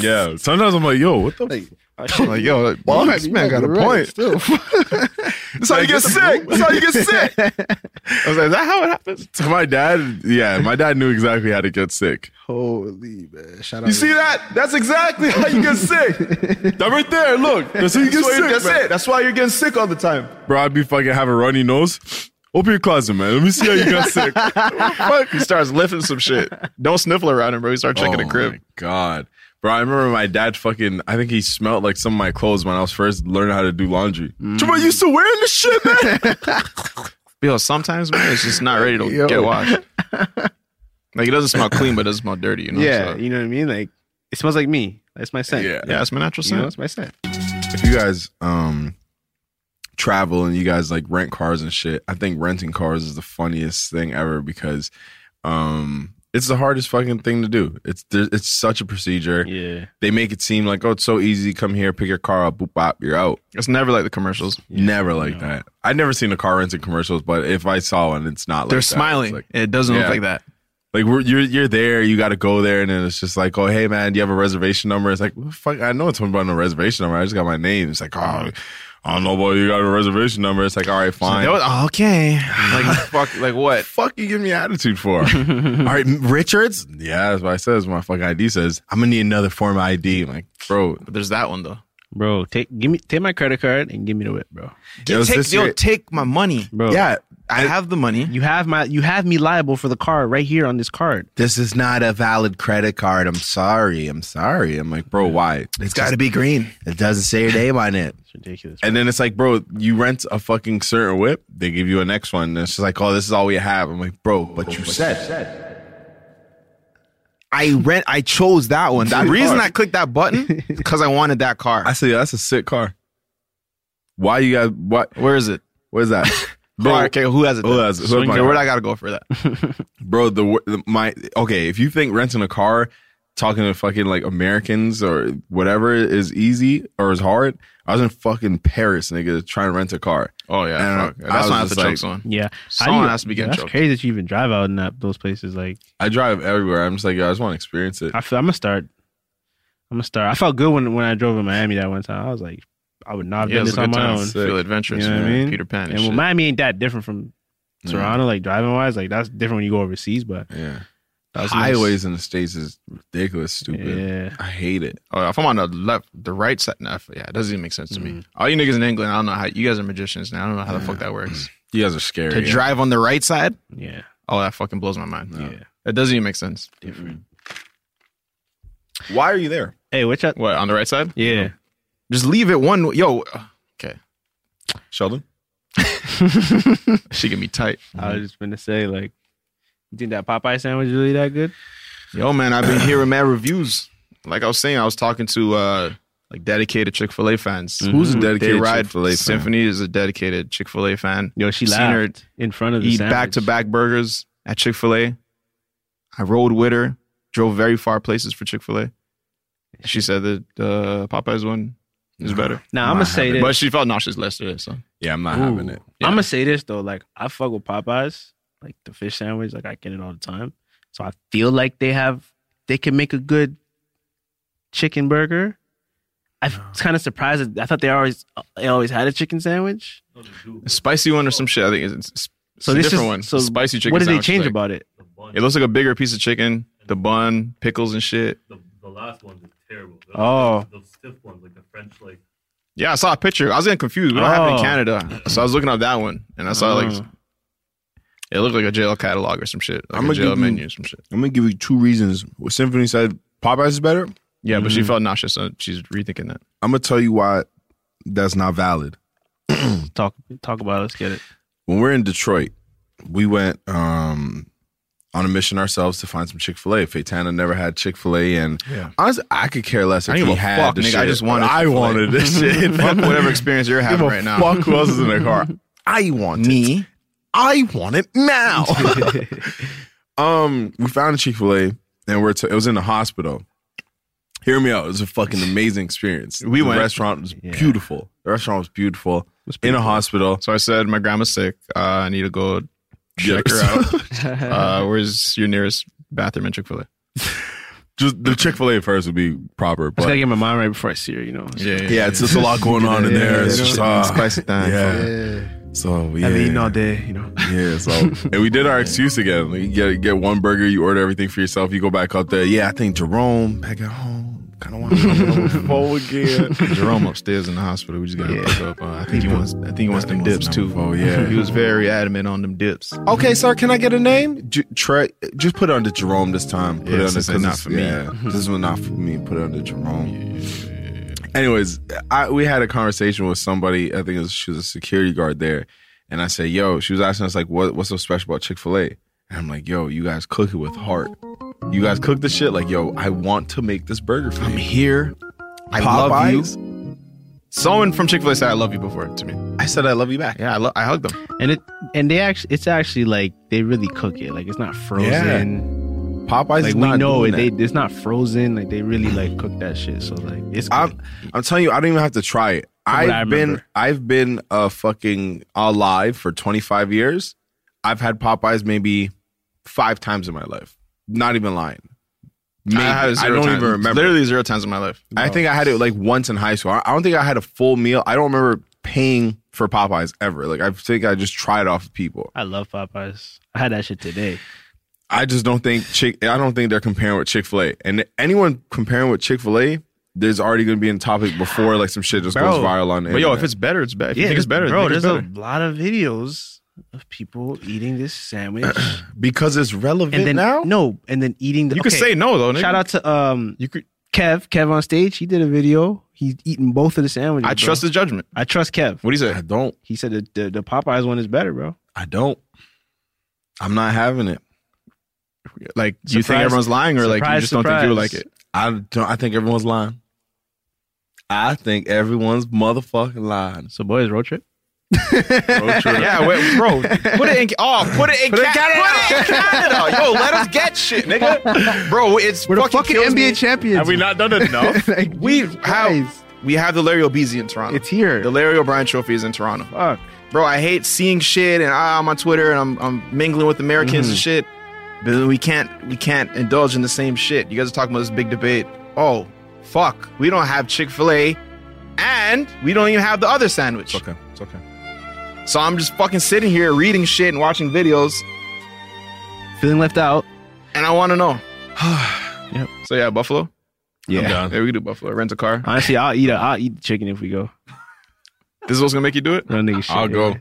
[SPEAKER 6] Yeah. Sometimes I'm like, yo, what the fuck?
[SPEAKER 2] I'm like, yo, like, well, this man got a point.
[SPEAKER 6] That's how you get sick. That's how you get sick. I was like, is that how it happens? To my dad, yeah, my dad knew exactly how to get sick.
[SPEAKER 3] Holy man! Shout out.
[SPEAKER 6] You see that? That's exactly how you get sick. that right there, look. That's how you get sick. man.
[SPEAKER 2] That's why you're getting sick all the time.
[SPEAKER 6] Bro, I'd be fucking have a runny nose. Open your closet, man. Let me see how you got sick.
[SPEAKER 2] Fuck. He starts lifting some shit. Don't sniffle around him, bro. He starts checking the crib.
[SPEAKER 6] Oh my god. Bro, I remember my dad fucking I think he smelled like some of my clothes when I was first learning how to do laundry. Mm. Jamal, you still wearing this shit, man?
[SPEAKER 2] Yo, sometimes man, it's just not ready to get washed. Like it doesn't smell clean, but it doesn't smell dirty. You know.
[SPEAKER 5] yeah,
[SPEAKER 2] So,
[SPEAKER 5] you know what I mean. Like it smells like me. That's my scent.
[SPEAKER 6] Yeah.
[SPEAKER 2] yeah, it's my natural
[SPEAKER 5] You know,
[SPEAKER 2] scent.
[SPEAKER 5] that's my scent.
[SPEAKER 6] if you guys um travel and you guys like rent cars and shit, I think renting cars is the funniest thing ever because um it's the hardest fucking thing to do. It's there, it's such a procedure.
[SPEAKER 5] Yeah.
[SPEAKER 6] They make it seem like oh it's so easy. Come here, pick your car up, boop bop, you're out.
[SPEAKER 2] It's never like the commercials.
[SPEAKER 6] never like that. I've never seen a car renting commercials, but if I saw one, it's not like
[SPEAKER 2] They're
[SPEAKER 6] that. It's
[SPEAKER 2] smiling.
[SPEAKER 6] Like,
[SPEAKER 2] it doesn't
[SPEAKER 6] Yeah.
[SPEAKER 2] look like that.
[SPEAKER 6] like we're, you're you're there, you got to go there, and then it's just like, oh hey man, do you have a reservation number? It's like well, fuck, I know it's about no reservation number. I just got my name. It's like oh. I don't know, boy. You got a reservation number. It's like, all right, fine.
[SPEAKER 2] That was- oh, okay. Like fuck. Like what?
[SPEAKER 6] fuck you give me attitude for? all right, Richards. Yeah, that's what I says. My fucking ID says I'm gonna need another form of ID. I'm like, bro,
[SPEAKER 2] But there's that one though.
[SPEAKER 5] Bro, take give me take my credit card and give me the whip, bro.
[SPEAKER 6] it was
[SPEAKER 2] take,
[SPEAKER 6] this
[SPEAKER 2] yo,
[SPEAKER 6] year-
[SPEAKER 2] take my money.
[SPEAKER 5] Bro,
[SPEAKER 6] yeah,
[SPEAKER 2] I have the money.
[SPEAKER 5] You have my. You have me liable for the car right here on this card.
[SPEAKER 11] This is not a valid credit card. I'm sorry. I'm sorry. I'm like, bro, why?
[SPEAKER 2] it's got to be green.
[SPEAKER 11] It doesn't say your name on it. It's
[SPEAKER 5] ridiculous.
[SPEAKER 6] And then it's like, bro, you rent a fucking certain whip, they give you a next one. And it's just like, oh, this is all we have. I'm like, bro, but you said.
[SPEAKER 2] I rent. I chose that one. The reason I clicked that button because I wanted that car.
[SPEAKER 6] I said, yeah, that's a sick car. Why you got what?
[SPEAKER 2] Where is it?
[SPEAKER 6] Where's that?
[SPEAKER 2] Bro, okay, who has it?
[SPEAKER 6] Who
[SPEAKER 2] then?
[SPEAKER 6] has it? Who has
[SPEAKER 2] Swing
[SPEAKER 6] my
[SPEAKER 2] it.
[SPEAKER 6] car?
[SPEAKER 2] Where'd I gotta go for that?
[SPEAKER 6] bro the, wor- the my okay if you think renting a car talking to fucking like americans or whatever is easy or is hard i was in fucking paris nigga trying to rent a car
[SPEAKER 2] oh yeah fuck. That's when I have to choke someone.
[SPEAKER 5] Yeah, How
[SPEAKER 2] Someone
[SPEAKER 5] you-
[SPEAKER 2] has to be getting
[SPEAKER 5] That's
[SPEAKER 2] choked.
[SPEAKER 5] crazy that you even drive out in that those places. Like,
[SPEAKER 6] i drive everywhere i'm just like yo, i just want to experience it
[SPEAKER 5] I feel, I'm gonna start. I'm gonna start. I felt good when when I drove in Miami that one time. I was like, I would not have
[SPEAKER 2] Yeah,
[SPEAKER 5] done
[SPEAKER 2] it's
[SPEAKER 5] this
[SPEAKER 2] a
[SPEAKER 5] on
[SPEAKER 2] good
[SPEAKER 5] my
[SPEAKER 2] time.
[SPEAKER 5] own.
[SPEAKER 2] Sick. Feel adventurous,
[SPEAKER 5] You know what I
[SPEAKER 2] man.
[SPEAKER 5] mean?
[SPEAKER 2] Peter Pan and
[SPEAKER 5] And well,
[SPEAKER 2] shit.
[SPEAKER 5] Miami ain't that different from Toronto, like driving wise. Like that's different when you go overseas, but
[SPEAKER 6] yeah,
[SPEAKER 5] that's
[SPEAKER 6] highways in the states is ridiculous stupid
[SPEAKER 5] Yeah.
[SPEAKER 6] i hate it
[SPEAKER 2] Oh, if I'm on the left, the right side, nah, yeah, it doesn't even make sense to
[SPEAKER 5] Mm.
[SPEAKER 2] me. All you niggas in England, I don't know how you guys are magicians now. I don't know how the fuck that works.
[SPEAKER 6] you guys are scary
[SPEAKER 2] to
[SPEAKER 6] yeah.
[SPEAKER 2] drive on the right side,
[SPEAKER 5] Yeah,
[SPEAKER 2] oh, that fucking blows my mind.
[SPEAKER 5] yeah.
[SPEAKER 2] It doesn't even make sense.
[SPEAKER 6] why are you there
[SPEAKER 5] Hey, which I,
[SPEAKER 2] What on the right side?
[SPEAKER 5] yeah.
[SPEAKER 2] Just leave it one. Yo, okay.
[SPEAKER 6] sheldon
[SPEAKER 2] She get me tight.
[SPEAKER 5] I was just gonna say like, you think that Popeye sandwich is really that good?
[SPEAKER 2] Yo, man, I've been hearing mad reviews. Like I was saying, I was talking to uh like dedicated Chick Fil A fans.
[SPEAKER 6] who's a
[SPEAKER 2] They
[SPEAKER 6] dedicated
[SPEAKER 2] ride
[SPEAKER 6] Chick-fil-A fan?
[SPEAKER 2] Symphony is a dedicated Chick Fil A fan.
[SPEAKER 5] Yo, she
[SPEAKER 2] Seen
[SPEAKER 5] laughed
[SPEAKER 2] her
[SPEAKER 5] in front of the
[SPEAKER 2] eat
[SPEAKER 5] sandwich.
[SPEAKER 2] back to back burgers at Chick Fil A. I rode with her, drove very far places for Chick Fil A. She said that uh, Popeye's one is better.
[SPEAKER 5] Now I'm gonna say this.
[SPEAKER 2] but she felt nauseous yesterday. So
[SPEAKER 6] yeah i'm not
[SPEAKER 5] Ooh.
[SPEAKER 6] having it
[SPEAKER 5] I'm gonna say this though, like I fuck with Popeyes, like the fish sandwich, like I get it all the time. So I feel like they have they can make a good chicken burger. I am kind of surprised. that- I thought they always they always had a chicken sandwich.
[SPEAKER 2] a spicy one or some shit. I think it's, it's, it's
[SPEAKER 5] So
[SPEAKER 2] a
[SPEAKER 5] this
[SPEAKER 2] different
[SPEAKER 5] is
[SPEAKER 2] one.
[SPEAKER 5] so
[SPEAKER 2] spicy chicken.
[SPEAKER 5] What did they
[SPEAKER 2] sandwich,
[SPEAKER 5] change
[SPEAKER 2] like-
[SPEAKER 5] about it?
[SPEAKER 2] It looks like a bigger piece of chicken, the bun, pickles and shit.
[SPEAKER 9] The, the last ones are terrible. Those,
[SPEAKER 5] Oh.
[SPEAKER 9] those stiff ones, like the French, like
[SPEAKER 2] Yeah, I saw a picture. I was getting confused. We don't have it in
[SPEAKER 5] Oh.
[SPEAKER 2] Canada, so I was looking up that one, and I saw like
[SPEAKER 5] Oh.
[SPEAKER 2] it looked like a JL catalog or some shit, like
[SPEAKER 6] I'ma
[SPEAKER 2] a JL
[SPEAKER 6] give you-
[SPEAKER 2] menu or some shit.
[SPEAKER 6] i'm gonna give you two reasons what symphony said popeyes is better
[SPEAKER 2] Yeah, but
[SPEAKER 5] Mm-hmm.
[SPEAKER 2] she felt nauseous, so she's rethinking that.
[SPEAKER 6] i'm gonna tell you why that's not valid
[SPEAKER 5] Talk talk about. It. Let's get it.
[SPEAKER 6] when we're in Detroit, we went um, on a mission ourselves to find some Chick Fil A. Faitana never had Chick Fil A, and
[SPEAKER 2] Yeah.
[SPEAKER 6] honestly, I could care less if
[SPEAKER 2] I don't
[SPEAKER 6] he
[SPEAKER 2] give a
[SPEAKER 6] had
[SPEAKER 2] fuck,
[SPEAKER 6] the
[SPEAKER 2] nigga.
[SPEAKER 6] shit.
[SPEAKER 2] I just wanted
[SPEAKER 6] I
[SPEAKER 2] Chick-fil-A.
[SPEAKER 6] wanted this shit.
[SPEAKER 2] Fuck whatever experience you're
[SPEAKER 6] Give
[SPEAKER 2] having
[SPEAKER 6] a
[SPEAKER 2] right now.
[SPEAKER 6] Fuck who else is in the car? I want it.
[SPEAKER 2] Me.
[SPEAKER 6] I want it now. um, we found a Chick Fil A, and we're t- it was in the hospital. Hear me out. It was a fucking amazing experience.
[SPEAKER 2] We
[SPEAKER 6] the
[SPEAKER 2] went.
[SPEAKER 6] Restaurant was beautiful. The restaurant was beautiful. in a hospital.
[SPEAKER 2] So I said, my grandma's sick. Uh, I need to go check
[SPEAKER 6] Yes.
[SPEAKER 2] her out. Uh, where's your nearest bathroom in Chick Fil A?
[SPEAKER 6] Just the Chick Fil A first would be proper,
[SPEAKER 5] I
[SPEAKER 6] but
[SPEAKER 5] gotta get my mind right before I see her. You know.
[SPEAKER 6] Yeah, it's just a lot going on in there. It's just, uh,
[SPEAKER 2] spicy time.
[SPEAKER 6] yeah. So yeah,
[SPEAKER 5] I've been eating all day. You know.
[SPEAKER 6] yeah. So and we did our excuse again. You get get one burger, you order everything for yourself. You go back out there. Yeah, I think Jerome back at home. Kind of want to go foe again.
[SPEAKER 2] Jerome upstairs in the hospital. We just got to pick up. Uh, I think he wants. I think he wants them
[SPEAKER 6] He wants
[SPEAKER 2] dips
[SPEAKER 6] them
[SPEAKER 2] too.
[SPEAKER 6] foe, yeah.
[SPEAKER 2] he was very adamant on them dips.
[SPEAKER 6] Okay, sir, can I get a name? J- Trey, just put it under Jerome this time. Put
[SPEAKER 2] Yeah,
[SPEAKER 6] it under
[SPEAKER 2] since it's
[SPEAKER 6] 'cause
[SPEAKER 2] not
[SPEAKER 6] it's-
[SPEAKER 2] for me.
[SPEAKER 6] yeah, this one not for me. Put it under Jerome. Anyways, I, we had a conversation with somebody. I think it was, she was a security guard there, and I said, "Yo," she was asking us like, "What what's so special about Chick Fil A?" And I'm like, "Yo, you guys cook it with heart. You guys cook the shit like, yo, I want to make this burger for
[SPEAKER 2] I'm
[SPEAKER 6] you."
[SPEAKER 2] here. I love you. Someone from Chick Fil A said I love you before to me.
[SPEAKER 6] I said, "I love you back."
[SPEAKER 2] Yeah, I, lo- I hugged them.
[SPEAKER 5] And it and they actually it's actually like they really cook it. Like it's not frozen.
[SPEAKER 6] Popeyes
[SPEAKER 5] like
[SPEAKER 6] is
[SPEAKER 5] we
[SPEAKER 6] not
[SPEAKER 5] know
[SPEAKER 6] doing
[SPEAKER 5] it. They,
[SPEAKER 6] that.
[SPEAKER 5] it's not frozen. Like they really like cook that shit. So like it's
[SPEAKER 6] I'm
[SPEAKER 5] good.
[SPEAKER 6] I'm telling you, I don't even have to try it.
[SPEAKER 5] From what I
[SPEAKER 6] I've been
[SPEAKER 5] remember.
[SPEAKER 6] I've been uh fucking alive for 25 years. I've had Popeyes maybe five times in my life. Not even lying. Maybe.
[SPEAKER 2] I, had it
[SPEAKER 6] I
[SPEAKER 2] zero
[SPEAKER 6] don't
[SPEAKER 2] times.
[SPEAKER 6] even remember.
[SPEAKER 2] Literally zero times in my life.
[SPEAKER 6] I think I had it like once in high school. I I don't think I had a full meal. I don't remember paying for Popeyes ever. Like I think I just tried off of people.
[SPEAKER 5] I love Popeyes. I had that shit today.
[SPEAKER 6] I just don't think Chick. I don't think they're comparing with Chick Fil A. And anyone comparing with Chick Fil A, there's already going to be in topic before like some shit just
[SPEAKER 5] Bro.
[SPEAKER 6] goes viral on. the
[SPEAKER 2] But yo,
[SPEAKER 6] internet.
[SPEAKER 2] if it's better, it's better. If you think it's better,
[SPEAKER 5] bro.
[SPEAKER 2] think
[SPEAKER 5] There's
[SPEAKER 2] it's better.
[SPEAKER 5] a lot of videos of people eating this sandwich
[SPEAKER 11] because it's relevant
[SPEAKER 5] and then,
[SPEAKER 11] now.
[SPEAKER 5] No, and then eating the.
[SPEAKER 11] You could say no, though, nigga.
[SPEAKER 5] Shout out to um. You could. Kev, Kev on stage, he did a video. He's eating both of the sandwiches.
[SPEAKER 2] I
[SPEAKER 5] bro.
[SPEAKER 2] trust his judgment.
[SPEAKER 5] I trust Kev.
[SPEAKER 2] What do you say?
[SPEAKER 11] I don't.
[SPEAKER 5] He said the, the, the Popeyes one is better, bro.
[SPEAKER 11] I don't. I'm not having it.
[SPEAKER 2] Like you think
[SPEAKER 11] Surprise-
[SPEAKER 2] everyone's lying, or like you
[SPEAKER 11] surprise,
[SPEAKER 2] just don't think you would
[SPEAKER 11] surprise.
[SPEAKER 2] like it?
[SPEAKER 11] I don't. I think everyone's lying. I think everyone's motherfucking lying.
[SPEAKER 5] So, boys, road trip.
[SPEAKER 2] yeah, wait, bro. Put it in. Oh, put it in.
[SPEAKER 11] Put it in
[SPEAKER 2] Ca- Put it in Canada. Yo, let us get shit, nigga. Bro, it's
[SPEAKER 3] We're the
[SPEAKER 2] fucking
[SPEAKER 3] fucking
[SPEAKER 2] kills
[SPEAKER 3] NBA
[SPEAKER 2] me.
[SPEAKER 3] champions.
[SPEAKER 2] Have we not done it enough? we have. We have the Larry O'Beezy in Toronto. It's
[SPEAKER 5] here.
[SPEAKER 2] The Larry O'Brien Trophy is in Toronto.
[SPEAKER 5] Fuck.
[SPEAKER 2] Bro, I hate seeing shit, and ah, I'm on Twitter and I'm, I'm mingling with Americans and shit. But then we can't we can't indulge in the same shit. You guys are talking about this big debate. Oh, fuck. We don't have Chick Fil A, and we don't even have the other sandwich.
[SPEAKER 11] okay. It's okay.
[SPEAKER 2] So I'm just fucking sitting here reading shit and watching videos,
[SPEAKER 5] Feeling left out.
[SPEAKER 2] and I want to know.
[SPEAKER 5] Yep.
[SPEAKER 2] So yeah, Buffalo.
[SPEAKER 5] Yeah.
[SPEAKER 2] I'm down. yeah, we can do Buffalo. Rent a car.
[SPEAKER 5] Honestly, I'll eat a, I'll eat the chicken if we go.
[SPEAKER 2] This is what's gonna make you do it.
[SPEAKER 5] No nigga shit.
[SPEAKER 6] I'll go.
[SPEAKER 5] I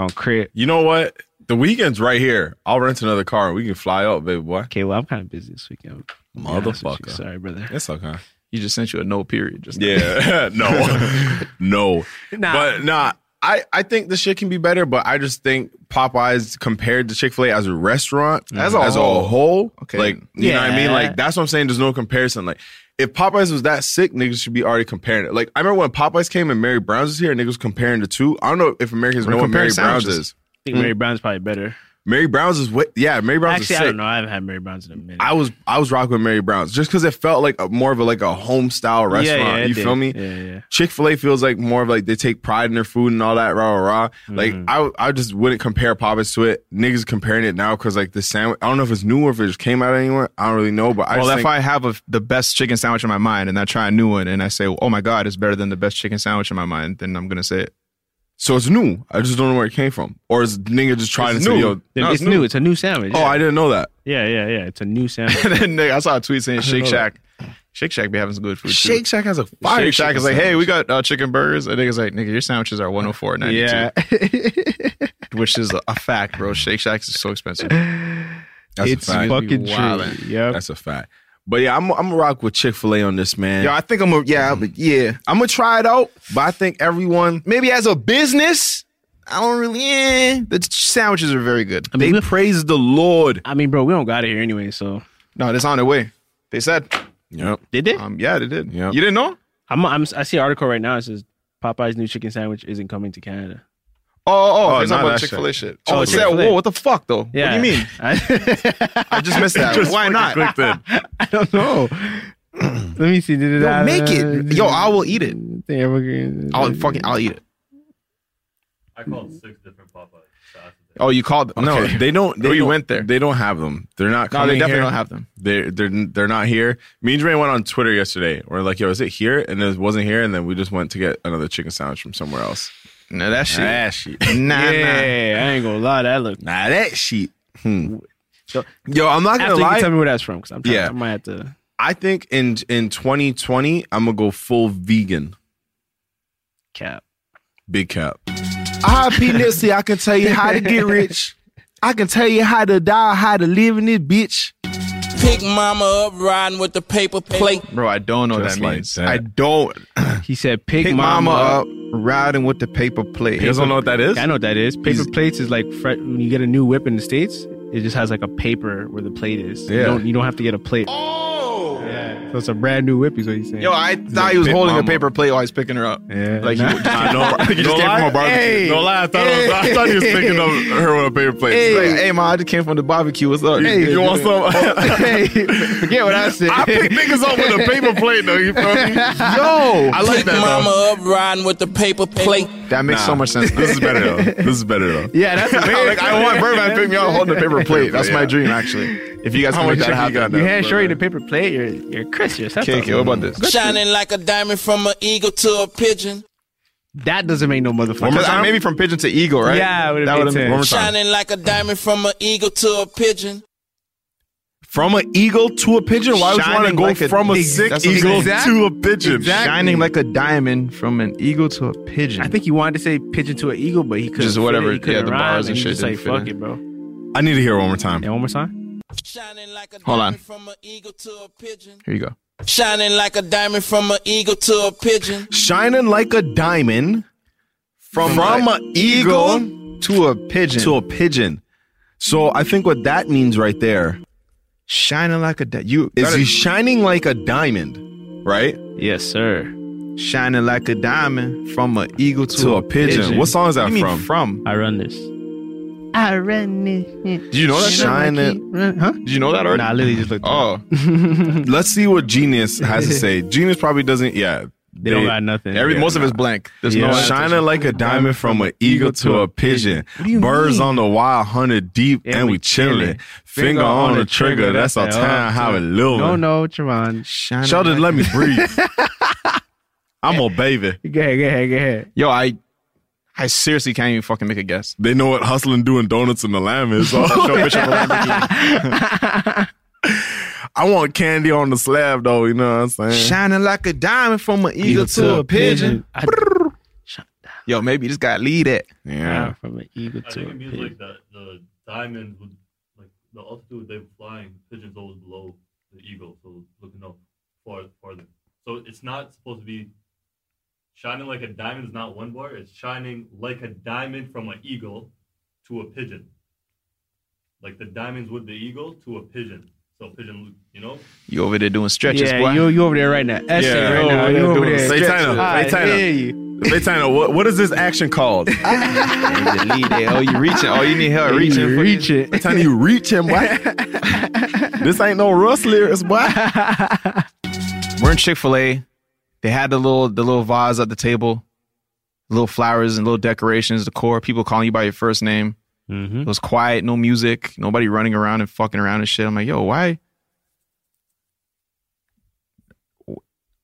[SPEAKER 5] don't care.
[SPEAKER 6] You know what? The weekend's right here. I'll rent another car. We can fly out, baby boy.
[SPEAKER 5] Okay, well, I'm kind of busy this weekend. I'll be honest with you.
[SPEAKER 6] Motherfucker.
[SPEAKER 5] Sorry, brother.
[SPEAKER 6] It's okay.
[SPEAKER 2] You just sent you a no period. Just now.
[SPEAKER 6] Yeah. no. no. But nah, I, I think the shit can be better, but I just think Popeyes compared to Chick fil A as a restaurant,
[SPEAKER 2] As a whole.
[SPEAKER 6] whole,
[SPEAKER 2] Okay.
[SPEAKER 6] like, you know what I mean?
[SPEAKER 5] Yeah.
[SPEAKER 6] Like, that's what I'm saying. There's no comparison. Like, if Popeyes was that sick, niggas should be already comparing it. Like, I remember when Popeyes came and Mary Brown's was here, niggas was comparing the two. I don't know if Americans
[SPEAKER 2] We're
[SPEAKER 6] know what Mary
[SPEAKER 2] comparing
[SPEAKER 6] Brown's
[SPEAKER 2] sandwiches.
[SPEAKER 6] is.
[SPEAKER 5] I think Mary Brown's probably better.
[SPEAKER 6] Mary Brown's is what? Yeah, Mary Brown's
[SPEAKER 5] Actually,
[SPEAKER 6] is
[SPEAKER 5] I
[SPEAKER 6] sick.
[SPEAKER 5] don't know. I haven't had Mary Brown's in a minute.
[SPEAKER 6] I was I was rocking with Mary Brown's just because it felt like a, more of a like a home style
[SPEAKER 5] Yeah, yeah,
[SPEAKER 6] restaurant.
[SPEAKER 5] it
[SPEAKER 6] you
[SPEAKER 5] did.
[SPEAKER 6] feel me?
[SPEAKER 5] Yeah, yeah.
[SPEAKER 6] Chick fil A feels like more of like they take pride in their food and all that rah rah rah. Like
[SPEAKER 5] Mm.
[SPEAKER 6] I I just wouldn't compare Popeyes to it. Niggas comparing it now because like the sandwich. I don't know if it's new or if it just came out anywhere. I don't really know, but I
[SPEAKER 2] well,
[SPEAKER 6] just
[SPEAKER 2] if
[SPEAKER 6] think,
[SPEAKER 2] I have a, the best chicken sandwich in my mind, and I try a new one, and I say, "Oh my god, it's better than the best chicken sandwich in my mind," then I'm gonna say it.
[SPEAKER 6] so it's new. I just don't know where it came from, or is nigga just trying
[SPEAKER 2] It's
[SPEAKER 6] to say
[SPEAKER 2] new.
[SPEAKER 6] yo?
[SPEAKER 5] It's,
[SPEAKER 6] no,
[SPEAKER 5] new. It's a new sandwich.
[SPEAKER 6] Oh,
[SPEAKER 5] yeah.
[SPEAKER 6] I didn't know that.
[SPEAKER 5] yeah, yeah, yeah. It's a new sandwich.
[SPEAKER 2] and then nigga, I saw a tweet saying Shake
[SPEAKER 6] know
[SPEAKER 2] Shack. Shake Shack be having some good food. too.
[SPEAKER 6] Shake Shack has a fire.
[SPEAKER 2] Shake Shack
[SPEAKER 6] chicken
[SPEAKER 2] is like, "Hey,
[SPEAKER 6] sandwich.
[SPEAKER 2] we got uh, chicken burgers." And niggas like, "Nigga, your sandwiches are 104.92."
[SPEAKER 5] yeah.
[SPEAKER 2] which is a fact, bro. Shake Shacks is so expensive.
[SPEAKER 6] That's a
[SPEAKER 5] it's
[SPEAKER 6] fact.
[SPEAKER 5] fucking
[SPEAKER 2] wildin'.
[SPEAKER 5] true. Yep.
[SPEAKER 6] That's a fact. But yeah, I'm I'm rock with Chick Fil A on this man.
[SPEAKER 2] Yo, I think I'm a yeah, but yeah.
[SPEAKER 6] I'm gonna try it out, but I think everyone
[SPEAKER 2] Maybe as a business, I don't really. Eh. The ch- sandwiches are very good.
[SPEAKER 5] mean,
[SPEAKER 6] they
[SPEAKER 5] we-
[SPEAKER 6] praise the Lord.
[SPEAKER 5] I mean, bro, we don't got it here anyway, so
[SPEAKER 2] No, it's on their way. They said,
[SPEAKER 6] Yep.
[SPEAKER 5] did they?
[SPEAKER 2] um, yeah, they did.
[SPEAKER 6] Yep.
[SPEAKER 2] You didn't know?
[SPEAKER 5] I'm, I'm I see an article right now. It says Popeye's new chicken sandwich isn't coming to Canada.
[SPEAKER 2] Oh, oh,
[SPEAKER 6] Oh,
[SPEAKER 2] oh it's
[SPEAKER 6] not
[SPEAKER 2] about
[SPEAKER 6] that
[SPEAKER 2] Chick Fil A shit.
[SPEAKER 5] Oh,
[SPEAKER 2] Oh, it's that.
[SPEAKER 5] Chick-fil-A.
[SPEAKER 2] Whoa, what the fuck though?
[SPEAKER 5] Yeah.
[SPEAKER 2] What do you mean?
[SPEAKER 5] I,
[SPEAKER 2] I just missed that. Why not?
[SPEAKER 5] I don't know. Let me see. Did it
[SPEAKER 2] Yo, make it. Yo, I will eat it.
[SPEAKER 5] Think I'm gonna-
[SPEAKER 2] I'll fucking, I'll eat it.
[SPEAKER 9] I called
[SPEAKER 5] Mm-hmm.
[SPEAKER 9] six different Popeyes. to ask if they-
[SPEAKER 2] Oh, you called? them.
[SPEAKER 6] No,
[SPEAKER 2] Okay.
[SPEAKER 6] they don't. They
[SPEAKER 2] Or you
[SPEAKER 6] don't-
[SPEAKER 2] went there.
[SPEAKER 6] They don't have them. They're not.
[SPEAKER 2] no,
[SPEAKER 6] Coming
[SPEAKER 2] they definitely
[SPEAKER 6] here.
[SPEAKER 2] don't have them.
[SPEAKER 6] They're they're they're not here. Me and Jermaine went on Twitter yesterday. We're like, yo, is it here? And it wasn't here. And then we just went to get another chicken sandwich from somewhere else.
[SPEAKER 2] No, that shit.
[SPEAKER 6] That shit.
[SPEAKER 2] Nah, nah.
[SPEAKER 5] Yeah, I ain't gonna lie. That look.
[SPEAKER 6] Nah, that shit. Hmm.
[SPEAKER 5] So-
[SPEAKER 6] Yo, I'm not gonna
[SPEAKER 5] After you
[SPEAKER 6] lie.
[SPEAKER 5] can tell me where that's from, because I'm trying,
[SPEAKER 6] Yeah.
[SPEAKER 5] I might have to.
[SPEAKER 6] I think in in 2020, I'm gonna go full vegan.
[SPEAKER 5] Cap.
[SPEAKER 6] Big cap. I P Nipsey, I can tell you how to get rich. I can tell you how to die, how to live in this bitch.
[SPEAKER 7] Pick mama up riding with the paper plate.
[SPEAKER 2] Bro, I don't know what
[SPEAKER 6] Just
[SPEAKER 2] that
[SPEAKER 6] like
[SPEAKER 2] means.
[SPEAKER 6] that.
[SPEAKER 2] I don't.
[SPEAKER 5] He said, "Pick,
[SPEAKER 2] Pick mama up, riding with the paper plate.
[SPEAKER 6] You guys don't know what that is?
[SPEAKER 5] I know what that is. Paper plates is like fre- when you get a new whip in the states, it just has like a paper where the plate is. You
[SPEAKER 6] Yeah.
[SPEAKER 5] don't you don't have to get a plate.
[SPEAKER 2] Oh.
[SPEAKER 5] Yeah. So it's a brand new whip. Is what he's saying.
[SPEAKER 2] Yo, I thought he was
[SPEAKER 6] Big
[SPEAKER 2] holding a
[SPEAKER 6] mama.
[SPEAKER 2] paper plate while he's picking her up.
[SPEAKER 5] yeah.
[SPEAKER 2] Like,
[SPEAKER 5] Nah.
[SPEAKER 2] he,
[SPEAKER 6] Nah, no,
[SPEAKER 2] You just
[SPEAKER 6] no
[SPEAKER 2] came
[SPEAKER 6] lie.
[SPEAKER 2] from a barbecue.
[SPEAKER 6] Hey. No lie, I thought, I, was, I thought he was thinking of her with a paper plate.
[SPEAKER 2] Hey,
[SPEAKER 6] Like,
[SPEAKER 2] like, hey, man, I just came from the barbecue. What's up?
[SPEAKER 6] you, you want some?
[SPEAKER 5] hey, forget what I said.
[SPEAKER 6] I pick niggas up with a paper plate though. You feel me?
[SPEAKER 2] Yo,
[SPEAKER 6] I like
[SPEAKER 7] Pick
[SPEAKER 6] that
[SPEAKER 7] mama
[SPEAKER 6] though.
[SPEAKER 7] up riding with the paper plate.
[SPEAKER 2] that makes
[SPEAKER 6] Nah,
[SPEAKER 2] so much sense.
[SPEAKER 6] This is better though. This is better though.
[SPEAKER 5] yeah, that's
[SPEAKER 2] like, I want Birdman to pick me up holding a paper plate. That's my
[SPEAKER 6] Yeah.
[SPEAKER 2] dream, actually. If you guys
[SPEAKER 6] How
[SPEAKER 2] can make
[SPEAKER 6] much
[SPEAKER 2] that
[SPEAKER 6] check you
[SPEAKER 2] happen.
[SPEAKER 6] got
[SPEAKER 5] You
[SPEAKER 6] though?
[SPEAKER 5] had Shorty the paper plate. You're you're Chris. You're
[SPEAKER 2] Okay, okay, what about this?
[SPEAKER 7] Shining like a diamond from an eagle to a pigeon.
[SPEAKER 5] That doesn't make no motherfucker.
[SPEAKER 2] Because I- Maybe from pigeon to eagle, right?
[SPEAKER 5] Yeah, it would've
[SPEAKER 2] that
[SPEAKER 5] made
[SPEAKER 2] would've
[SPEAKER 5] sense.
[SPEAKER 2] One more time.
[SPEAKER 7] Shining like a diamond from an eagle to a pigeon.
[SPEAKER 6] From an eagle to a pigeon? Why would you want to
[SPEAKER 2] Shining
[SPEAKER 6] go
[SPEAKER 2] like a-
[SPEAKER 6] from a
[SPEAKER 2] Ex-
[SPEAKER 6] sick
[SPEAKER 2] that's what I'm
[SPEAKER 6] eagle
[SPEAKER 2] saying.
[SPEAKER 6] to a pigeon?
[SPEAKER 2] Shining like a diamond from an eagle to a pigeon.
[SPEAKER 5] I think he wanted to say pigeon to an eagle, but he couldn't.
[SPEAKER 2] Just
[SPEAKER 5] fit it.
[SPEAKER 2] whatever,
[SPEAKER 5] He couldn't
[SPEAKER 2] yeah, the
[SPEAKER 5] rhyme,
[SPEAKER 2] bars and
[SPEAKER 5] he
[SPEAKER 2] shit
[SPEAKER 5] Just like
[SPEAKER 2] didn't fit
[SPEAKER 5] fuck
[SPEAKER 2] in.
[SPEAKER 5] it, bro.
[SPEAKER 6] I need to hear it one more time.
[SPEAKER 5] Yeah, one more time.
[SPEAKER 6] Hold on.
[SPEAKER 2] Here you go.
[SPEAKER 7] Shining like a diamond from an eagle to a pigeon.
[SPEAKER 6] Shining like a diamond from,
[SPEAKER 7] From
[SPEAKER 6] an eagle to a pigeon. To a pigeon. So I think what that means right there.
[SPEAKER 2] Shining like a di- you
[SPEAKER 6] is
[SPEAKER 2] gotta-
[SPEAKER 6] he shining like a diamond, right?
[SPEAKER 5] Yes, sir.
[SPEAKER 2] Shining like a diamond from an eagle to,
[SPEAKER 6] To a pigeon. What song is that
[SPEAKER 2] What do you mean
[SPEAKER 6] from?
[SPEAKER 2] From
[SPEAKER 5] I run this.
[SPEAKER 3] I ran it.
[SPEAKER 2] Did you know that?
[SPEAKER 6] Shining.
[SPEAKER 3] Huh?
[SPEAKER 2] Did you know that already?
[SPEAKER 5] Nah, I literally just looked.
[SPEAKER 2] Oh,
[SPEAKER 6] Let's see what Genius has to say. Genius probably doesn't. Yeah,
[SPEAKER 5] They don't got nothing.
[SPEAKER 2] every
[SPEAKER 6] Yeah,
[SPEAKER 2] most of
[SPEAKER 6] nah.
[SPEAKER 2] it's blank. There's
[SPEAKER 6] Yeah.
[SPEAKER 2] no
[SPEAKER 6] shining like a diamond from an eagle to a pigeon. Birds on the wire, hundred deep, and, we chilling. Finger on the trigger, that's our time. How it living?
[SPEAKER 3] No, no, Javon.
[SPEAKER 2] Shining
[SPEAKER 6] Sheldon,
[SPEAKER 2] like-
[SPEAKER 6] let me breathe. I'm a baby.
[SPEAKER 3] Go ahead, go ahead, go ahead.
[SPEAKER 2] Yo, I I seriously can't even fucking make a guess.
[SPEAKER 6] They know what hustling, doing donuts in the lamb is. So
[SPEAKER 2] Show a picture of a Lamborghini.
[SPEAKER 6] I want candy on the slab, though. You know what I'm saying?
[SPEAKER 2] Shining like a diamond from an eagle, to, a pigeon. Yo, maybe you just gotta lead it.
[SPEAKER 6] Yeah.
[SPEAKER 5] From an eagle
[SPEAKER 9] I
[SPEAKER 5] to
[SPEAKER 9] think
[SPEAKER 5] a
[SPEAKER 9] it means
[SPEAKER 5] pigeon.
[SPEAKER 9] like that the diamond would like the altitude they were flying, pigeons always below the eagle, so looking up far farther. So it's not supposed to be shining like a diamond is not one bar, it's shining like a diamond from an eagle to a pigeon. Like the diamonds with the eagle to a pigeon. So pigeon you know?
[SPEAKER 2] You over there doing stretches,
[SPEAKER 5] Yeah,
[SPEAKER 2] boy.
[SPEAKER 5] you you over there right now? Essay
[SPEAKER 6] Yeah.
[SPEAKER 5] right now. You over there?
[SPEAKER 6] Say
[SPEAKER 5] Stretch-
[SPEAKER 6] Tino.
[SPEAKER 5] I
[SPEAKER 6] Say Tino.
[SPEAKER 5] hear you.
[SPEAKER 6] Hey, Tino, what, what is this action called?
[SPEAKER 2] Need to lead it. Oh, you reaching. Oh, you need help reaching. for you.
[SPEAKER 5] Reach it.
[SPEAKER 6] Tiny, you reach him, boy. this ain't no Russ lyrics, boy.
[SPEAKER 2] We're in Chick Fil A. They had the little the little vase at the table, little flowers and little decorations. The core people calling you by your first name.
[SPEAKER 5] Mm-hmm.
[SPEAKER 2] It was quiet, no music, nobody running around and fucking around and shit. I'm like, yo, why?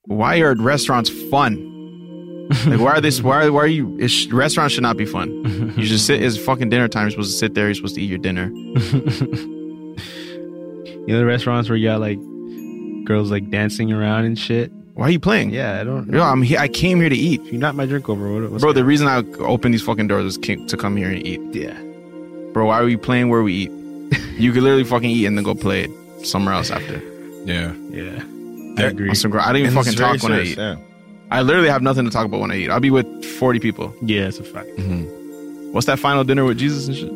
[SPEAKER 2] Why are restaurants fun? like, why are this? Why? Why are you? It sh- restaurants should not be fun. You should sit. It's fucking dinner time. You're supposed to sit there. You're supposed to eat your dinner.
[SPEAKER 5] You know the restaurants where you got like girls like dancing around and shit.
[SPEAKER 2] Why are you playing?
[SPEAKER 5] Yeah, I don't.
[SPEAKER 2] Yo, I'm here. I came here to eat,
[SPEAKER 5] If you knock my drink over, what, what's
[SPEAKER 2] bro. The reason I opened these fucking doors was came, to come here and eat.
[SPEAKER 5] yeah.
[SPEAKER 2] Bro, why are we playing where we eat? you could literally fucking eat and then go play it somewhere else after.
[SPEAKER 6] Yeah.
[SPEAKER 5] Yeah. I
[SPEAKER 6] Yeah,
[SPEAKER 5] agree.
[SPEAKER 2] On some gr- I don't even fucking talk when I eat.
[SPEAKER 6] Yeah.
[SPEAKER 2] I literally have nothing to talk about when I eat. I'll be with 40 people.
[SPEAKER 5] Yeah, it's a fact.
[SPEAKER 2] What's that final dinner with Jesus and shit?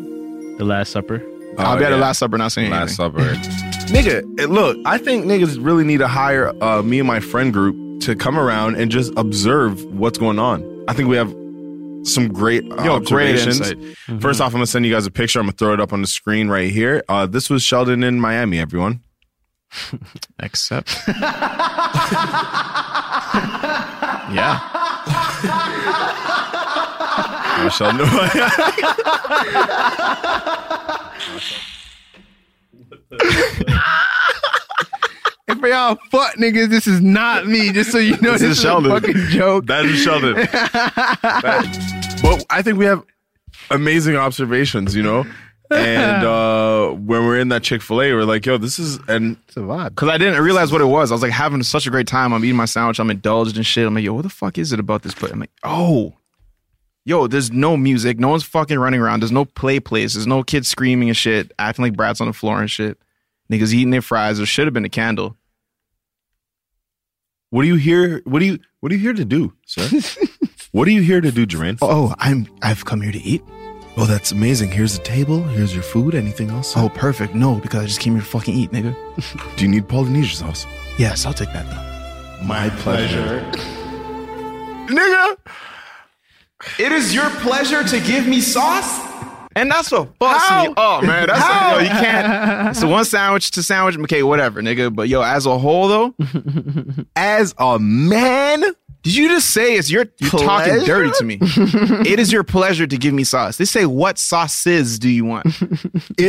[SPEAKER 5] The Last Supper.
[SPEAKER 2] I'll be at the
[SPEAKER 6] Oh, yeah.
[SPEAKER 2] Oh, Last Supper not saying
[SPEAKER 6] Last
[SPEAKER 2] anything.
[SPEAKER 6] supper. Nigga, eh, look, I think niggas really need to hire uh, me and my friend group to come around and just observe what's going on. I think we have some great uh,
[SPEAKER 2] Yo, great
[SPEAKER 6] observations.
[SPEAKER 2] insight. Mm-hmm.
[SPEAKER 6] First off, I'm gonna send you guys a picture. I'm gonna throw it up on the screen right here. Uh, this was Sheldon in Miami, everyone.
[SPEAKER 2] Except. yeah.
[SPEAKER 6] Uh, Sheldon.
[SPEAKER 3] And for y'all fuck niggas, this is not me. Just so you know, this, is, a fucking joke.
[SPEAKER 6] That is Sheldon. but I think we have amazing observations, you know? And uh, when we're in that Chick fil A, we're like, yo, this is, and
[SPEAKER 3] It's a vibe.
[SPEAKER 2] Because I didn't realize what it was. I was like having such a great time. I'm eating my sandwich. I'm indulged and shit. I'm like, yo, what the fuck is it about this place? I'm like, oh. Yo, there's no music. No one's fucking running around. There's no play place. There's no kids screaming and shit, acting like brats on the floor and shit. Niggas eating their fries. There should have been a candle.
[SPEAKER 6] what are you here? What are you, what are you here to do, sir? what are you here to do, Duran?
[SPEAKER 2] Oh, I'm I've come here to eat.
[SPEAKER 6] oh, that's amazing. Here's the table. Here's your food. Anything else?
[SPEAKER 2] Oh, perfect. No, because I just came here to fucking eat, nigga.
[SPEAKER 6] do you need Polynesian sauce?
[SPEAKER 2] Yes, I'll take that though.
[SPEAKER 6] My pleasure. Nigga,
[SPEAKER 2] It is your pleasure to give me sauce? And that's what fucks me. Oh man, that's yo, you can't. So one sandwich to sandwich, okay, whatever, nigga. But yo, as a whole though,
[SPEAKER 6] as a man,
[SPEAKER 2] did you just say it's your you're talking dirty to me? it is your pleasure to give me sauce. They say what sauces do you want?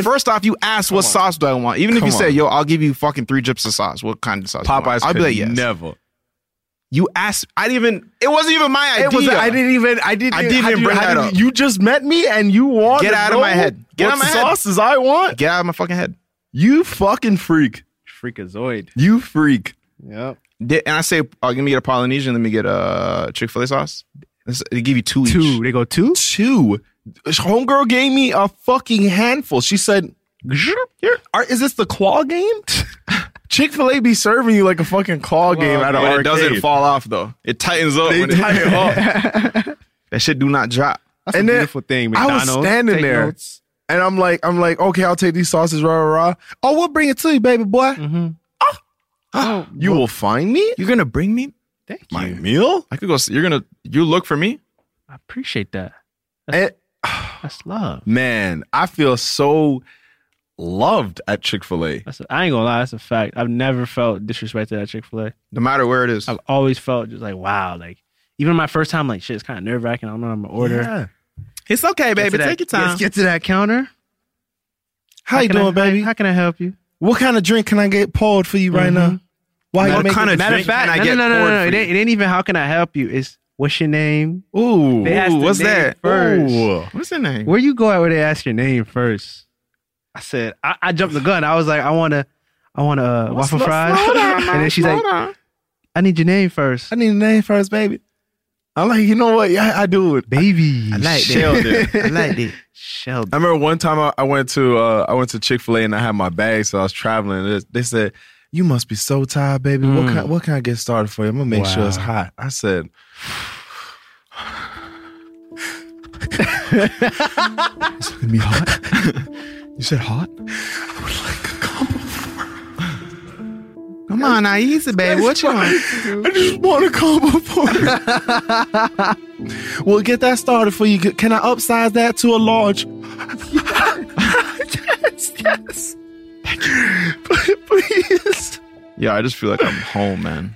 [SPEAKER 2] First off, you ask what sauce do I want? Even if you
[SPEAKER 6] Come
[SPEAKER 2] say
[SPEAKER 6] on.
[SPEAKER 2] yo, I'll give you fucking three drips of sauce. What kind of sauce? do you want?
[SPEAKER 6] Popeyes
[SPEAKER 2] I'll be
[SPEAKER 6] could
[SPEAKER 2] like yes.
[SPEAKER 6] never.
[SPEAKER 2] You asked. I didn't even. It wasn't even my idea.
[SPEAKER 6] It was, I didn't even. I didn't.
[SPEAKER 2] I didn't
[SPEAKER 6] how
[SPEAKER 2] even
[SPEAKER 6] do you-
[SPEAKER 2] bring
[SPEAKER 6] how
[SPEAKER 2] that
[SPEAKER 6] do you-
[SPEAKER 2] up.
[SPEAKER 6] You just met me, and you want
[SPEAKER 2] Get
[SPEAKER 6] to
[SPEAKER 2] out of my
[SPEAKER 6] know
[SPEAKER 2] head. Get
[SPEAKER 6] what
[SPEAKER 2] out of my head.
[SPEAKER 6] sauces I want.
[SPEAKER 2] Get out of my fucking head.
[SPEAKER 6] You fucking freak.
[SPEAKER 5] Freakazoid.
[SPEAKER 6] You freak.
[SPEAKER 5] Yep.
[SPEAKER 2] Di- and I say, oh, give me a Polynesian. Let me get a Chick Fil A sauce. This- They give you two.
[SPEAKER 5] Two. They go two.
[SPEAKER 6] Two. Homegirl gave me a fucking handful. She said, "Here, are- "Is this the claw game?" Chick Fil A be serving you like a fucking claw game out of
[SPEAKER 2] When
[SPEAKER 6] arcade.
[SPEAKER 2] it doesn't fall off though. It tightens up.
[SPEAKER 6] They
[SPEAKER 2] when it-
[SPEAKER 6] tighten
[SPEAKER 2] That shit do not drop.
[SPEAKER 6] That's a beautiful
[SPEAKER 2] thing.
[SPEAKER 6] I was standing there, and I'm like, I'm like, okay, I'll take these sauces, rah rah. rah. Oh, we'll bring it to you, baby boy.
[SPEAKER 5] Mm-hmm.
[SPEAKER 6] Oh, you will find me.
[SPEAKER 2] You're gonna bring me
[SPEAKER 6] my meal.
[SPEAKER 2] I could go. You're gonna. You look for me.
[SPEAKER 5] I appreciate that.
[SPEAKER 6] That's,
[SPEAKER 5] that's love.
[SPEAKER 6] Man, I feel so loved at Chick Fil A.
[SPEAKER 5] That's a, I ain't gonna lie, that's a fact. I've never felt disrespected at Chick Fil A,
[SPEAKER 2] no matter where it
[SPEAKER 6] Oh.
[SPEAKER 2] is.
[SPEAKER 5] I've always felt just like wow, like even my first time, like shit, it's kind of nerve wracking. I don't know what I'm gonna order.
[SPEAKER 3] Yeah.
[SPEAKER 2] It's okay,
[SPEAKER 5] baby. Take your time.
[SPEAKER 3] Let's get to that counter.
[SPEAKER 6] How, you
[SPEAKER 3] can I-
[SPEAKER 6] doing, baby?
[SPEAKER 3] How can I help you?
[SPEAKER 6] What kind of drink can I get poured for you right now? Why
[SPEAKER 5] Matter-
[SPEAKER 6] you making-
[SPEAKER 5] matter of fact, Mm-hmm. no, no, no, no, no, It ain't, it ain't even how can I help you. It's what's your name?
[SPEAKER 6] Ooh,
[SPEAKER 5] They asked the name first.
[SPEAKER 2] What's the name?
[SPEAKER 5] Where you go at where they ask your name first? I said I, I jumped the gun. I was like, I want to, I want to waffle
[SPEAKER 3] slow-
[SPEAKER 5] fries,
[SPEAKER 3] slow down,
[SPEAKER 5] and then she's
[SPEAKER 3] slow
[SPEAKER 5] like,
[SPEAKER 3] down.
[SPEAKER 5] I need your name first.
[SPEAKER 6] I need a name first, baby. I'm like, you know what? Yeah, I do it,
[SPEAKER 3] baby. I
[SPEAKER 6] like
[SPEAKER 3] I like it.
[SPEAKER 5] Sheldon.
[SPEAKER 6] I remember one time I, I went to uh, I went to Chick Fil A and I had my bag, so I was traveling. They, they said, "You must be so tired, baby. What
[SPEAKER 5] Mm.
[SPEAKER 6] can what can I get started for you? I'm gonna make sure it's
[SPEAKER 5] Wow.
[SPEAKER 6] hot." I said, "It's gonna be hot." you said hot.
[SPEAKER 2] Come on, now, easy, baby. What you want?
[SPEAKER 6] I just want to come before. we'll get that started for you. Can I upsize that to a large? yes, yes. Please.
[SPEAKER 2] Yeah, I just feel like I'm home, man.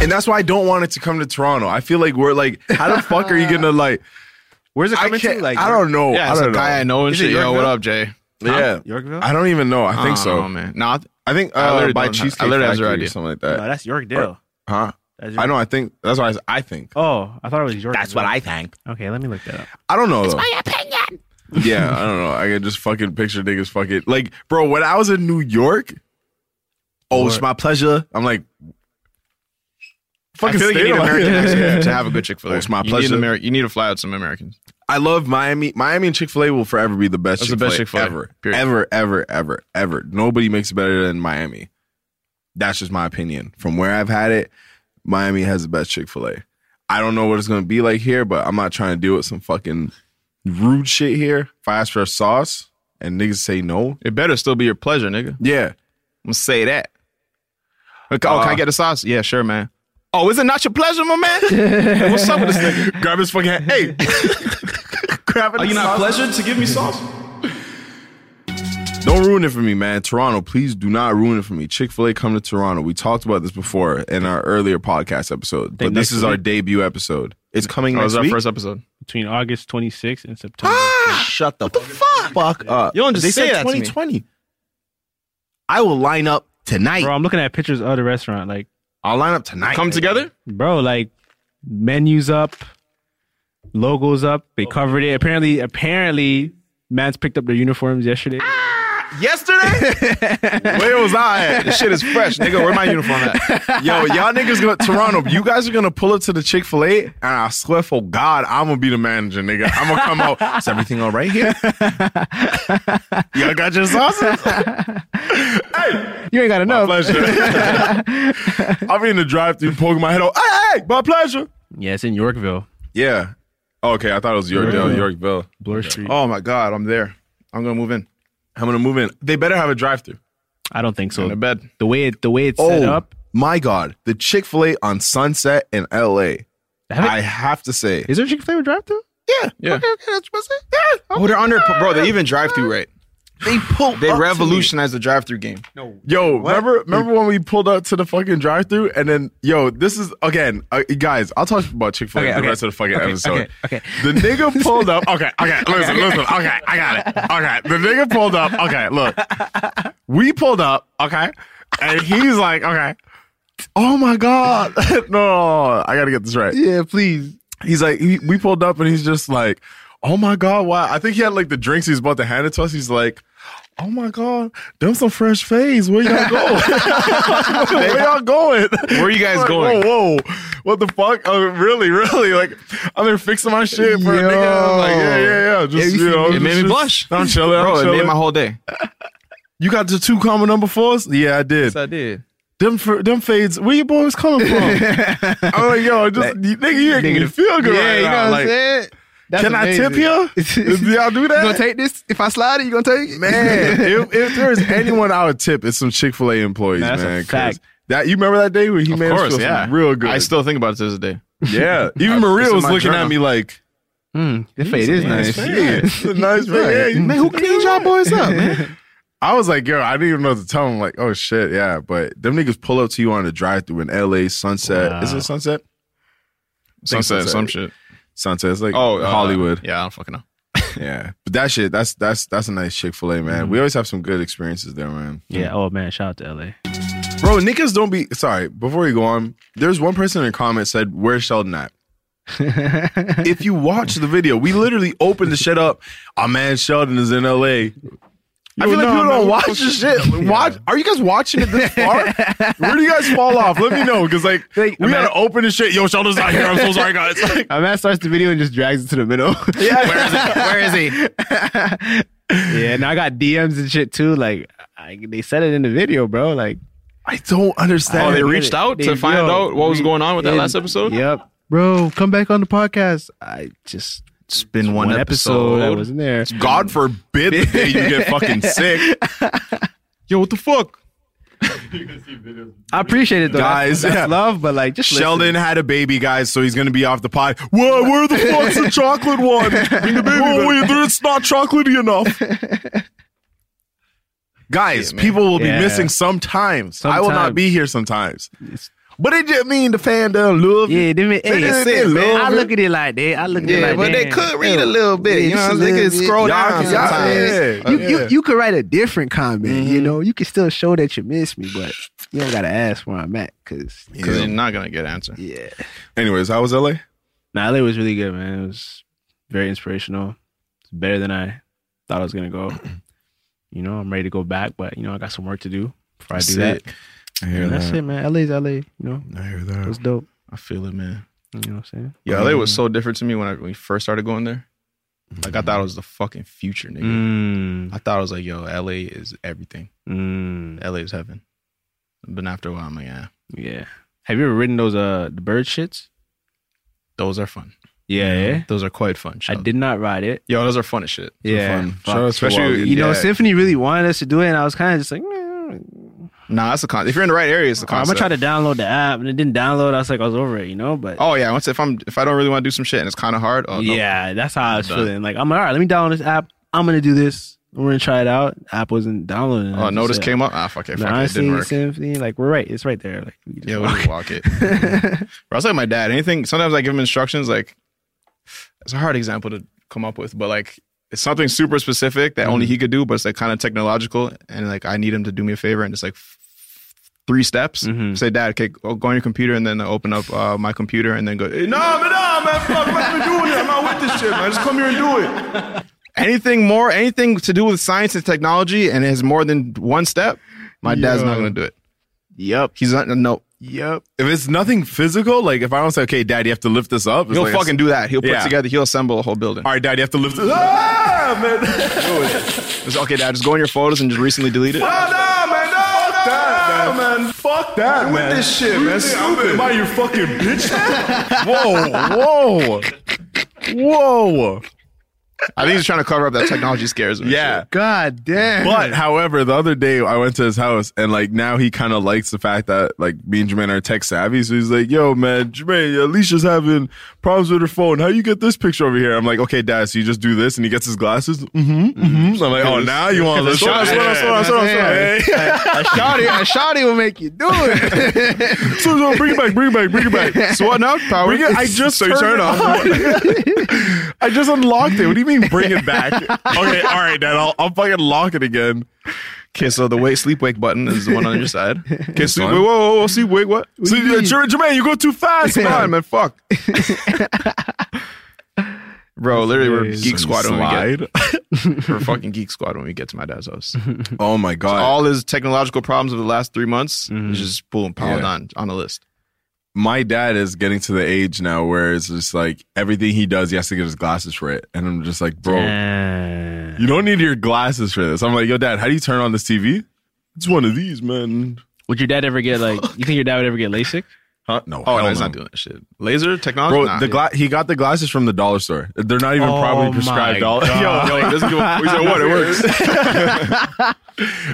[SPEAKER 6] And that's why I don't want it to come to Toronto. I feel like we're like, how the fuck are you gonna like?
[SPEAKER 2] Where's
[SPEAKER 6] it coming to? Like, I don't know.
[SPEAKER 2] Yeah,
[SPEAKER 6] Oh, I
[SPEAKER 2] it's
[SPEAKER 6] don't
[SPEAKER 2] a
[SPEAKER 6] know.
[SPEAKER 2] guy I know and
[SPEAKER 6] Is it
[SPEAKER 2] shit. Yo, what
[SPEAKER 6] Yorkville?
[SPEAKER 2] up, Jay?
[SPEAKER 6] Yeah,
[SPEAKER 5] Yorkville?
[SPEAKER 6] I don't even know. I
[SPEAKER 2] I
[SPEAKER 6] think
[SPEAKER 2] don't
[SPEAKER 6] so.
[SPEAKER 2] know, Oh, man. No, I, th-
[SPEAKER 6] I think uh,
[SPEAKER 2] I literally
[SPEAKER 6] by
[SPEAKER 2] don't know. I
[SPEAKER 6] cheesecake
[SPEAKER 2] literally have
[SPEAKER 6] Factory
[SPEAKER 2] zero
[SPEAKER 6] or
[SPEAKER 2] idea.
[SPEAKER 6] something like
[SPEAKER 5] No,
[SPEAKER 6] that.
[SPEAKER 5] that's Yorkdale.
[SPEAKER 6] huh?
[SPEAKER 5] That's
[SPEAKER 6] I know. I think that's why I, I think.
[SPEAKER 5] Oh, I thought it was Yorkdale.
[SPEAKER 6] That's what I think.
[SPEAKER 5] Okay, let me look that up.
[SPEAKER 6] I don't know though. yeah, I don't know. I can just fucking picture niggas fucking like, bro. When I was in New York, oh, it's
[SPEAKER 2] What?
[SPEAKER 6] my pleasure. I'm like,
[SPEAKER 2] I
[SPEAKER 6] fucking
[SPEAKER 2] feel like you
[SPEAKER 6] stay
[SPEAKER 2] need
[SPEAKER 6] on.
[SPEAKER 2] American accent to have a good Chick Fil A.
[SPEAKER 6] Oh, it's my
[SPEAKER 2] You need,
[SPEAKER 6] pleasure.
[SPEAKER 2] an Ameri- you need to fly out some Americans.
[SPEAKER 6] I love Miami. Miami and Chick Fil A will forever be the best.
[SPEAKER 2] That's the best
[SPEAKER 6] Chick-fil-A
[SPEAKER 2] Chick-fil-A,
[SPEAKER 6] ever,
[SPEAKER 2] period.
[SPEAKER 6] ever, ever, ever, ever. Nobody makes it better than Miami. That's just my opinion. From where I've had it, Miami has the best Chick Fil A. I don't know what it's gonna be like here, but I'm not trying to deal with some fucking rude shit here. If I ask for a sauce and niggas say no,
[SPEAKER 2] It better still be your pleasure, nigga.
[SPEAKER 6] yeah,
[SPEAKER 2] I'm gonna say that. Like, oh, can I
[SPEAKER 6] Uh,
[SPEAKER 2] get the sauce? Yeah, sure, man. Oh, is it not your pleasure, my man? Like, What's up with this nigga?
[SPEAKER 6] grab his fucking hand. Hey, grab
[SPEAKER 2] Are you not pleasured to give me sauce?
[SPEAKER 6] Don't ruin it for me, man. Toronto, please do not ruin it for me. Chick fil A, come to Toronto. We talked about this before in our earlier podcast episode, but this
[SPEAKER 5] next
[SPEAKER 6] is our
[SPEAKER 5] week?
[SPEAKER 6] debut episode. It's coming
[SPEAKER 2] Oh, That was
[SPEAKER 6] next
[SPEAKER 2] our
[SPEAKER 6] week. Ah,
[SPEAKER 2] first episode.
[SPEAKER 5] Between August 26th and September.
[SPEAKER 6] Shut the, fuck, up.
[SPEAKER 2] You don't just
[SPEAKER 6] they
[SPEAKER 2] say
[SPEAKER 6] said
[SPEAKER 2] that to me.
[SPEAKER 6] 2020. I will line up tonight.
[SPEAKER 5] Bro, I'm looking at pictures of the restaurant. Like,
[SPEAKER 6] I'll line up tonight.
[SPEAKER 2] Come together?
[SPEAKER 5] bro, like menus up, logos up.
[SPEAKER 2] Oh.
[SPEAKER 5] They covered it. Apparently, apparently, Mans picked up their uniforms yesterday.
[SPEAKER 3] Ah!
[SPEAKER 2] Yesterday?
[SPEAKER 6] Where was I at?
[SPEAKER 2] this shit is fresh, nigga. Where my uniform at?
[SPEAKER 6] Yo, y'all niggas go Toronto. You guys are gonna pull up to the Chick Fil A, and I swear for God, I'm gonna be the manager, nigga. I'm gonna come out. Is everything all right here? y'all got your sauces?
[SPEAKER 3] You ain't gotta
[SPEAKER 6] My
[SPEAKER 3] know.
[SPEAKER 6] pleasure. I'll be in the drive-through, poking my head out. Hey, hey, my pleasure.
[SPEAKER 5] Yeah, it's in Yorkville,
[SPEAKER 6] Yeah. Oh, Okay, I thought it was
[SPEAKER 5] Yorkville.
[SPEAKER 6] Yorkdale, Yorkville.
[SPEAKER 5] Bloor Street.
[SPEAKER 2] Oh my god, I'm there. I'm gonna move in.
[SPEAKER 6] I'm gonna move in. They better have a drive-through.
[SPEAKER 5] I don't think so.
[SPEAKER 2] In a Oh, bed.
[SPEAKER 5] The way it, the way it's set up.
[SPEAKER 6] Oh, my God, the Chick Fil A on Sunset in L.A.
[SPEAKER 5] Have it-
[SPEAKER 6] I have to say,
[SPEAKER 5] Is there a Chick Fil A drive through?
[SPEAKER 6] yeah,
[SPEAKER 2] Yeah.
[SPEAKER 6] Okay, okay, that's what's it. Yeah.
[SPEAKER 2] Oh, they're under bro, they even drive through right.
[SPEAKER 6] They pulled.
[SPEAKER 2] They
[SPEAKER 6] up to me.
[SPEAKER 2] revolutionized the drive through game.
[SPEAKER 6] Yo, remember remember when we pulled up to the fucking drive through and then yo, this is again, uh, guys. I'll talk about Chick Fil A
[SPEAKER 5] Okay,
[SPEAKER 6] the
[SPEAKER 5] okay.
[SPEAKER 6] rest of the fucking
[SPEAKER 5] Okay,
[SPEAKER 6] episode.
[SPEAKER 5] okay, okay.
[SPEAKER 6] the nigga pulled up. Okay, okay, listen, listen. Okay, I got it. Okay, the nigga pulled up. Okay, look, we pulled up. Okay, and he's like, okay, oh my god, no, no, no, I gotta get this right.
[SPEAKER 3] yeah, please.
[SPEAKER 6] He's like, he, we pulled up and he's just like, oh my god, wow. I think he had like the drinks he was about to hand it to us. He's like, Oh my God, them some fresh fades. Where y'all going? Where y'all going?
[SPEAKER 2] Where you guys
[SPEAKER 6] Like,
[SPEAKER 2] going?
[SPEAKER 6] Whoa, whoa. What the fuck? Oh, really, really? Like, I've been fixing my shit for a nigga. I'm like, yeah, yeah, yeah. Just, you know,
[SPEAKER 2] it made me
[SPEAKER 6] just-
[SPEAKER 2] blush.
[SPEAKER 6] I'm chilling. I'm
[SPEAKER 2] Bro, it made
[SPEAKER 6] chilling.
[SPEAKER 2] my whole day.
[SPEAKER 6] You got the two common number fours? Yeah, I did.
[SPEAKER 2] Yes, I did.
[SPEAKER 6] Them fr- them fades. Where you boys coming from? I'm like, yo, just you- nigga, you ain't gonna feel good
[SPEAKER 3] Yeah,
[SPEAKER 6] right
[SPEAKER 3] you know
[SPEAKER 6] now.
[SPEAKER 3] what I'm
[SPEAKER 6] Like,
[SPEAKER 3] saying? That's
[SPEAKER 6] can I tip
[SPEAKER 3] amazing.
[SPEAKER 6] you? Do y'all do that?
[SPEAKER 3] You gonna take this? If I slide it, you gonna take it?
[SPEAKER 6] Man, if, if there is anyone I would tip, it's some Chick Fil A employees,
[SPEAKER 2] Man, that's a
[SPEAKER 6] man. 'cause
[SPEAKER 2] fact.
[SPEAKER 6] That you remember that day when he
[SPEAKER 2] Of
[SPEAKER 6] made us
[SPEAKER 2] course,
[SPEAKER 6] feel
[SPEAKER 2] yeah.
[SPEAKER 6] some real good.
[SPEAKER 2] I still think about it to this day.
[SPEAKER 6] yeah.
[SPEAKER 2] I-
[SPEAKER 6] Even
[SPEAKER 2] it's
[SPEAKER 6] Maria
[SPEAKER 2] in
[SPEAKER 6] was
[SPEAKER 2] my
[SPEAKER 6] looking at
[SPEAKER 2] journal.
[SPEAKER 6] me like,
[SPEAKER 3] hmm, the fade is nice.
[SPEAKER 6] Yeah, it's a nice fade. Yeah, you-
[SPEAKER 3] Man, who cleaned y'all boys up, man?
[SPEAKER 6] I was like, yo, I didn't even know what to tell him. Like, oh shit, yeah. But them niggas pull up to you on the drive through in L.A. Sunset. Is
[SPEAKER 2] Wow.
[SPEAKER 6] it Sunset? I think
[SPEAKER 2] Sunset, some shit.
[SPEAKER 6] Sunset. It's like
[SPEAKER 2] Oh,
[SPEAKER 6] oh
[SPEAKER 2] uh,
[SPEAKER 6] Hollywood.
[SPEAKER 2] Yeah, I don't fucking know.
[SPEAKER 6] Yeah, but that shit. That's that's that's a nice Chick Fil A, man.
[SPEAKER 2] Mm-hmm.
[SPEAKER 6] We always have some good experiences there, man.
[SPEAKER 5] Yeah. Oh man, shout out to LA.
[SPEAKER 6] Bro, niggas don't be sorry. Before you go on, there's one person in the comments said, "Where's Sheldon at?" if you watch the video, we literally opened the shit up. Our man Sheldon is in L.A. I feel like
[SPEAKER 2] no,
[SPEAKER 6] people
[SPEAKER 2] man,
[SPEAKER 6] don't
[SPEAKER 2] we
[SPEAKER 6] watch
[SPEAKER 2] supposed
[SPEAKER 6] this shit. Like, Watch? Are you guys watching it this far? Where do you guys fall off? Let me know, because like, we gotta open this shit. Yo, Sheldon's not here. I'm so sorry, guys. Like,
[SPEAKER 3] A man Uh, starts the video and just drags it to the middle.
[SPEAKER 2] Where is he?
[SPEAKER 3] yeah, and I got DMs and shit too. Like I, they said it in the video, bro. Like
[SPEAKER 6] I don't understand.
[SPEAKER 2] Oh, they reached out to find out what was going on with that last episode.
[SPEAKER 3] Yep, bro, come back on the podcast. I just
[SPEAKER 2] It's been one,
[SPEAKER 3] I wasn't there.
[SPEAKER 6] God forbid the day you get fucking sick. Yo, what the fuck?
[SPEAKER 3] I appreciate it though,
[SPEAKER 6] Guys,
[SPEAKER 3] That's- that's
[SPEAKER 6] yeah.
[SPEAKER 3] love, but like just
[SPEAKER 6] Sheldon had a baby, guys, so he's gonna be off the pod. What? Where the fuck's the chocolate one? Bring the baby Whoa, wait, it's not chocolatey enough. guys, people will
[SPEAKER 3] Yeah.
[SPEAKER 6] be missing sometimes. I will not
[SPEAKER 3] Sometimes.
[SPEAKER 6] be here sometimes. But it just mean the fandom love.
[SPEAKER 3] Listen.
[SPEAKER 6] you.
[SPEAKER 3] Yeah, they, mean, hey,
[SPEAKER 6] They- they
[SPEAKER 3] sick, man.
[SPEAKER 6] love
[SPEAKER 3] I
[SPEAKER 6] it.
[SPEAKER 3] look at it like that. I look at it
[SPEAKER 2] Yeah,
[SPEAKER 3] like
[SPEAKER 2] but they
[SPEAKER 3] damn.
[SPEAKER 2] could read a little bit. You know,
[SPEAKER 3] just a
[SPEAKER 2] they could
[SPEAKER 3] little bit.
[SPEAKER 2] scroll
[SPEAKER 3] Y'all
[SPEAKER 2] down
[SPEAKER 3] can- y'all-
[SPEAKER 2] sometimes.
[SPEAKER 3] yeah. You, you,
[SPEAKER 6] Yeah. Mm-hmm.
[SPEAKER 3] you could write a different comment. You know, you can still show that you miss me, but you don't gotta ask where I'm at because
[SPEAKER 2] Because you're not gonna get an answer.
[SPEAKER 3] yeah.
[SPEAKER 6] Anyways, how was LA?
[SPEAKER 5] Nah, LA was really good, man. It was very inspirational. It's better than I thought I was gonna go. You know, I'm ready to go back, but you know, I got some work to do before I do that.
[SPEAKER 6] I hear
[SPEAKER 5] And that's
[SPEAKER 6] that.
[SPEAKER 5] it, man. LA's LA. You know,
[SPEAKER 6] I hear
[SPEAKER 5] it was
[SPEAKER 6] that.
[SPEAKER 5] dope.
[SPEAKER 2] I feel it, man.
[SPEAKER 5] You know what I'm saying?
[SPEAKER 2] Yeah, LA
[SPEAKER 5] Um,
[SPEAKER 2] was so different to me when I when we first started going there. Like I thought it was the fucking future, nigga.
[SPEAKER 5] Mm-hmm. Mm,
[SPEAKER 2] I thought I was like, yo, LA is everything.
[SPEAKER 5] mm,
[SPEAKER 2] LA is heaven. But after a while, I'm like, yeah,
[SPEAKER 5] yeah. Have you ever ridden those uh the bird shits?
[SPEAKER 2] those are fun.
[SPEAKER 5] Yeah,
[SPEAKER 2] You know,
[SPEAKER 5] yeah.
[SPEAKER 2] those are quite fun.
[SPEAKER 5] I
[SPEAKER 2] Sheldon.
[SPEAKER 5] did not ride it.
[SPEAKER 2] Yo, those are fun as shit.
[SPEAKER 5] Yeah,
[SPEAKER 6] fun.
[SPEAKER 5] fuck.
[SPEAKER 6] Shout out to
[SPEAKER 2] Especially-
[SPEAKER 6] Wally.
[SPEAKER 5] you know,
[SPEAKER 2] Yeah.
[SPEAKER 5] Symphony really wanted us to do it, and I was kind of just like, man,
[SPEAKER 2] Nah, that's the con. If you're in the right area, it's the
[SPEAKER 5] I'm
[SPEAKER 2] concept.
[SPEAKER 5] gonna try to download the app, and it didn't download. I was like, I was over it, you know. But
[SPEAKER 2] Oh yeah, once if I'm if I don't really want to do some shit and it's kind of hard. Oh, no.
[SPEAKER 5] yeah, that's how I was
[SPEAKER 2] done.
[SPEAKER 5] feeling. Like, I'm like, all right, let me download this app. I'm gonna do this. We're gonna try it out. App wasn't downloading.
[SPEAKER 2] Oh,
[SPEAKER 5] I
[SPEAKER 2] notice
[SPEAKER 5] just said,
[SPEAKER 2] came up. Ah, fuck
[SPEAKER 5] "Nah,
[SPEAKER 2] it. Fuck it. It
[SPEAKER 5] honestly,
[SPEAKER 2] didn't work.
[SPEAKER 5] Symphony, like we're right. It's right there. Like, we just
[SPEAKER 2] Yeah, we
[SPEAKER 5] walk.
[SPEAKER 2] just walk it. Bro, I was like my dad. Anything. Sometimes I give him instructions. Like, it's a hard example to come up with, but like it's something super specific that only he could do. But it's like kind of technological, and like I need him to do me a favor and just like f- three steps.
[SPEAKER 5] Mhm.
[SPEAKER 2] Say, Dad, okay, go go on your computer and then open up uh, my computer and then go. "Eh, No, man, no, man, fuck, what am I doing? here? I'm not with this shit. Man, just come here and do it. Anything more, anything to do with science and technology, and it has more than one step, my dad's not
[SPEAKER 3] Yo.
[SPEAKER 2] gonna do it.
[SPEAKER 3] Yep.
[SPEAKER 2] He's not. No,
[SPEAKER 3] Yep.
[SPEAKER 6] If it's nothing physical, like if I don't say, okay, dad, you have to lift this up, it's
[SPEAKER 2] He'll
[SPEAKER 6] like,
[SPEAKER 2] fucking do that. He'll put
[SPEAKER 6] Yeah.
[SPEAKER 2] together. He'll assemble a whole building.
[SPEAKER 6] All right, dad, you have to lift this Ah, man.
[SPEAKER 2] Just, okay, Dad, just go in your photos and just recently delete it.
[SPEAKER 6] Fuck that, man. Fuck that, man.
[SPEAKER 2] with this shit, man. Stupid.
[SPEAKER 6] Am I your fucking bitch? whoa, whoa, whoa.
[SPEAKER 2] I think he's trying to cover up that technology scares him. and
[SPEAKER 6] Yeah.
[SPEAKER 2] shit.
[SPEAKER 3] God damn.
[SPEAKER 6] But however, the other day I went to his house and like now he kind of likes the fact that like me and Jermaine are tech savvy. So he's like, yo, man, Jermaine, Alicia's having problems with her phone. How you get this picture over here? I'm like, okay, dad, so you just do this and he gets his glasses. Mm-hmm. mm-hmm. So I'm like, oh, now you want to listen.
[SPEAKER 2] Shorty-
[SPEAKER 6] Slow down, slow down, slow down, slow down.
[SPEAKER 3] a shawty, a shawty will make you do it.
[SPEAKER 6] So, so bring it back, bring it back, bring it back.
[SPEAKER 2] So what now? Power.
[SPEAKER 6] Bring it, I just
[SPEAKER 2] so
[SPEAKER 6] turned
[SPEAKER 2] you turn it off.
[SPEAKER 6] on. I just unlocked it. What do you mean bring it back? Okay, all right, Dad. I'll, I'll fucking lock it again.
[SPEAKER 2] Okay, so the wake sleep wake button is the one on your side. Okay, sleep
[SPEAKER 6] one?
[SPEAKER 2] wake. Whoa, whoa, whoa, sleep wake. What?
[SPEAKER 6] So,
[SPEAKER 2] Sleep
[SPEAKER 6] uh, Jermaine, Jermaine, you go too fast,
[SPEAKER 2] on,
[SPEAKER 6] man.
[SPEAKER 2] man. Fuck. Bro, literally, we're geek squad when we get. for fucking Geek Squad when we get to my dad's house.
[SPEAKER 6] Oh my god!
[SPEAKER 2] all Mm-hmm. his technological problems of the last three months is just boom piled
[SPEAKER 6] Yeah.
[SPEAKER 2] on on the list.
[SPEAKER 6] my dad is getting to the age now where it's just like everything he does, he has to get his glasses for it. And I'm just like, bro, you don't need your glasses for this. I'm like, yo, dad, how do you turn on this TV? It's one of these, man.
[SPEAKER 5] Would your dad ever get like? You think your dad would ever get LASIK?
[SPEAKER 6] Huh? No.
[SPEAKER 2] Oh,
[SPEAKER 6] hell
[SPEAKER 2] no, he's
[SPEAKER 6] no.
[SPEAKER 2] not doing that shit. Laser technology,
[SPEAKER 6] Bro,
[SPEAKER 2] Nah,
[SPEAKER 6] the
[SPEAKER 2] dude.
[SPEAKER 6] gla- he got the glasses from the dollar store. They're not even
[SPEAKER 2] Oh
[SPEAKER 6] probably
[SPEAKER 2] my
[SPEAKER 6] prescribed dollar.
[SPEAKER 2] God.
[SPEAKER 6] Yo, yo, this is what, we said, what it works.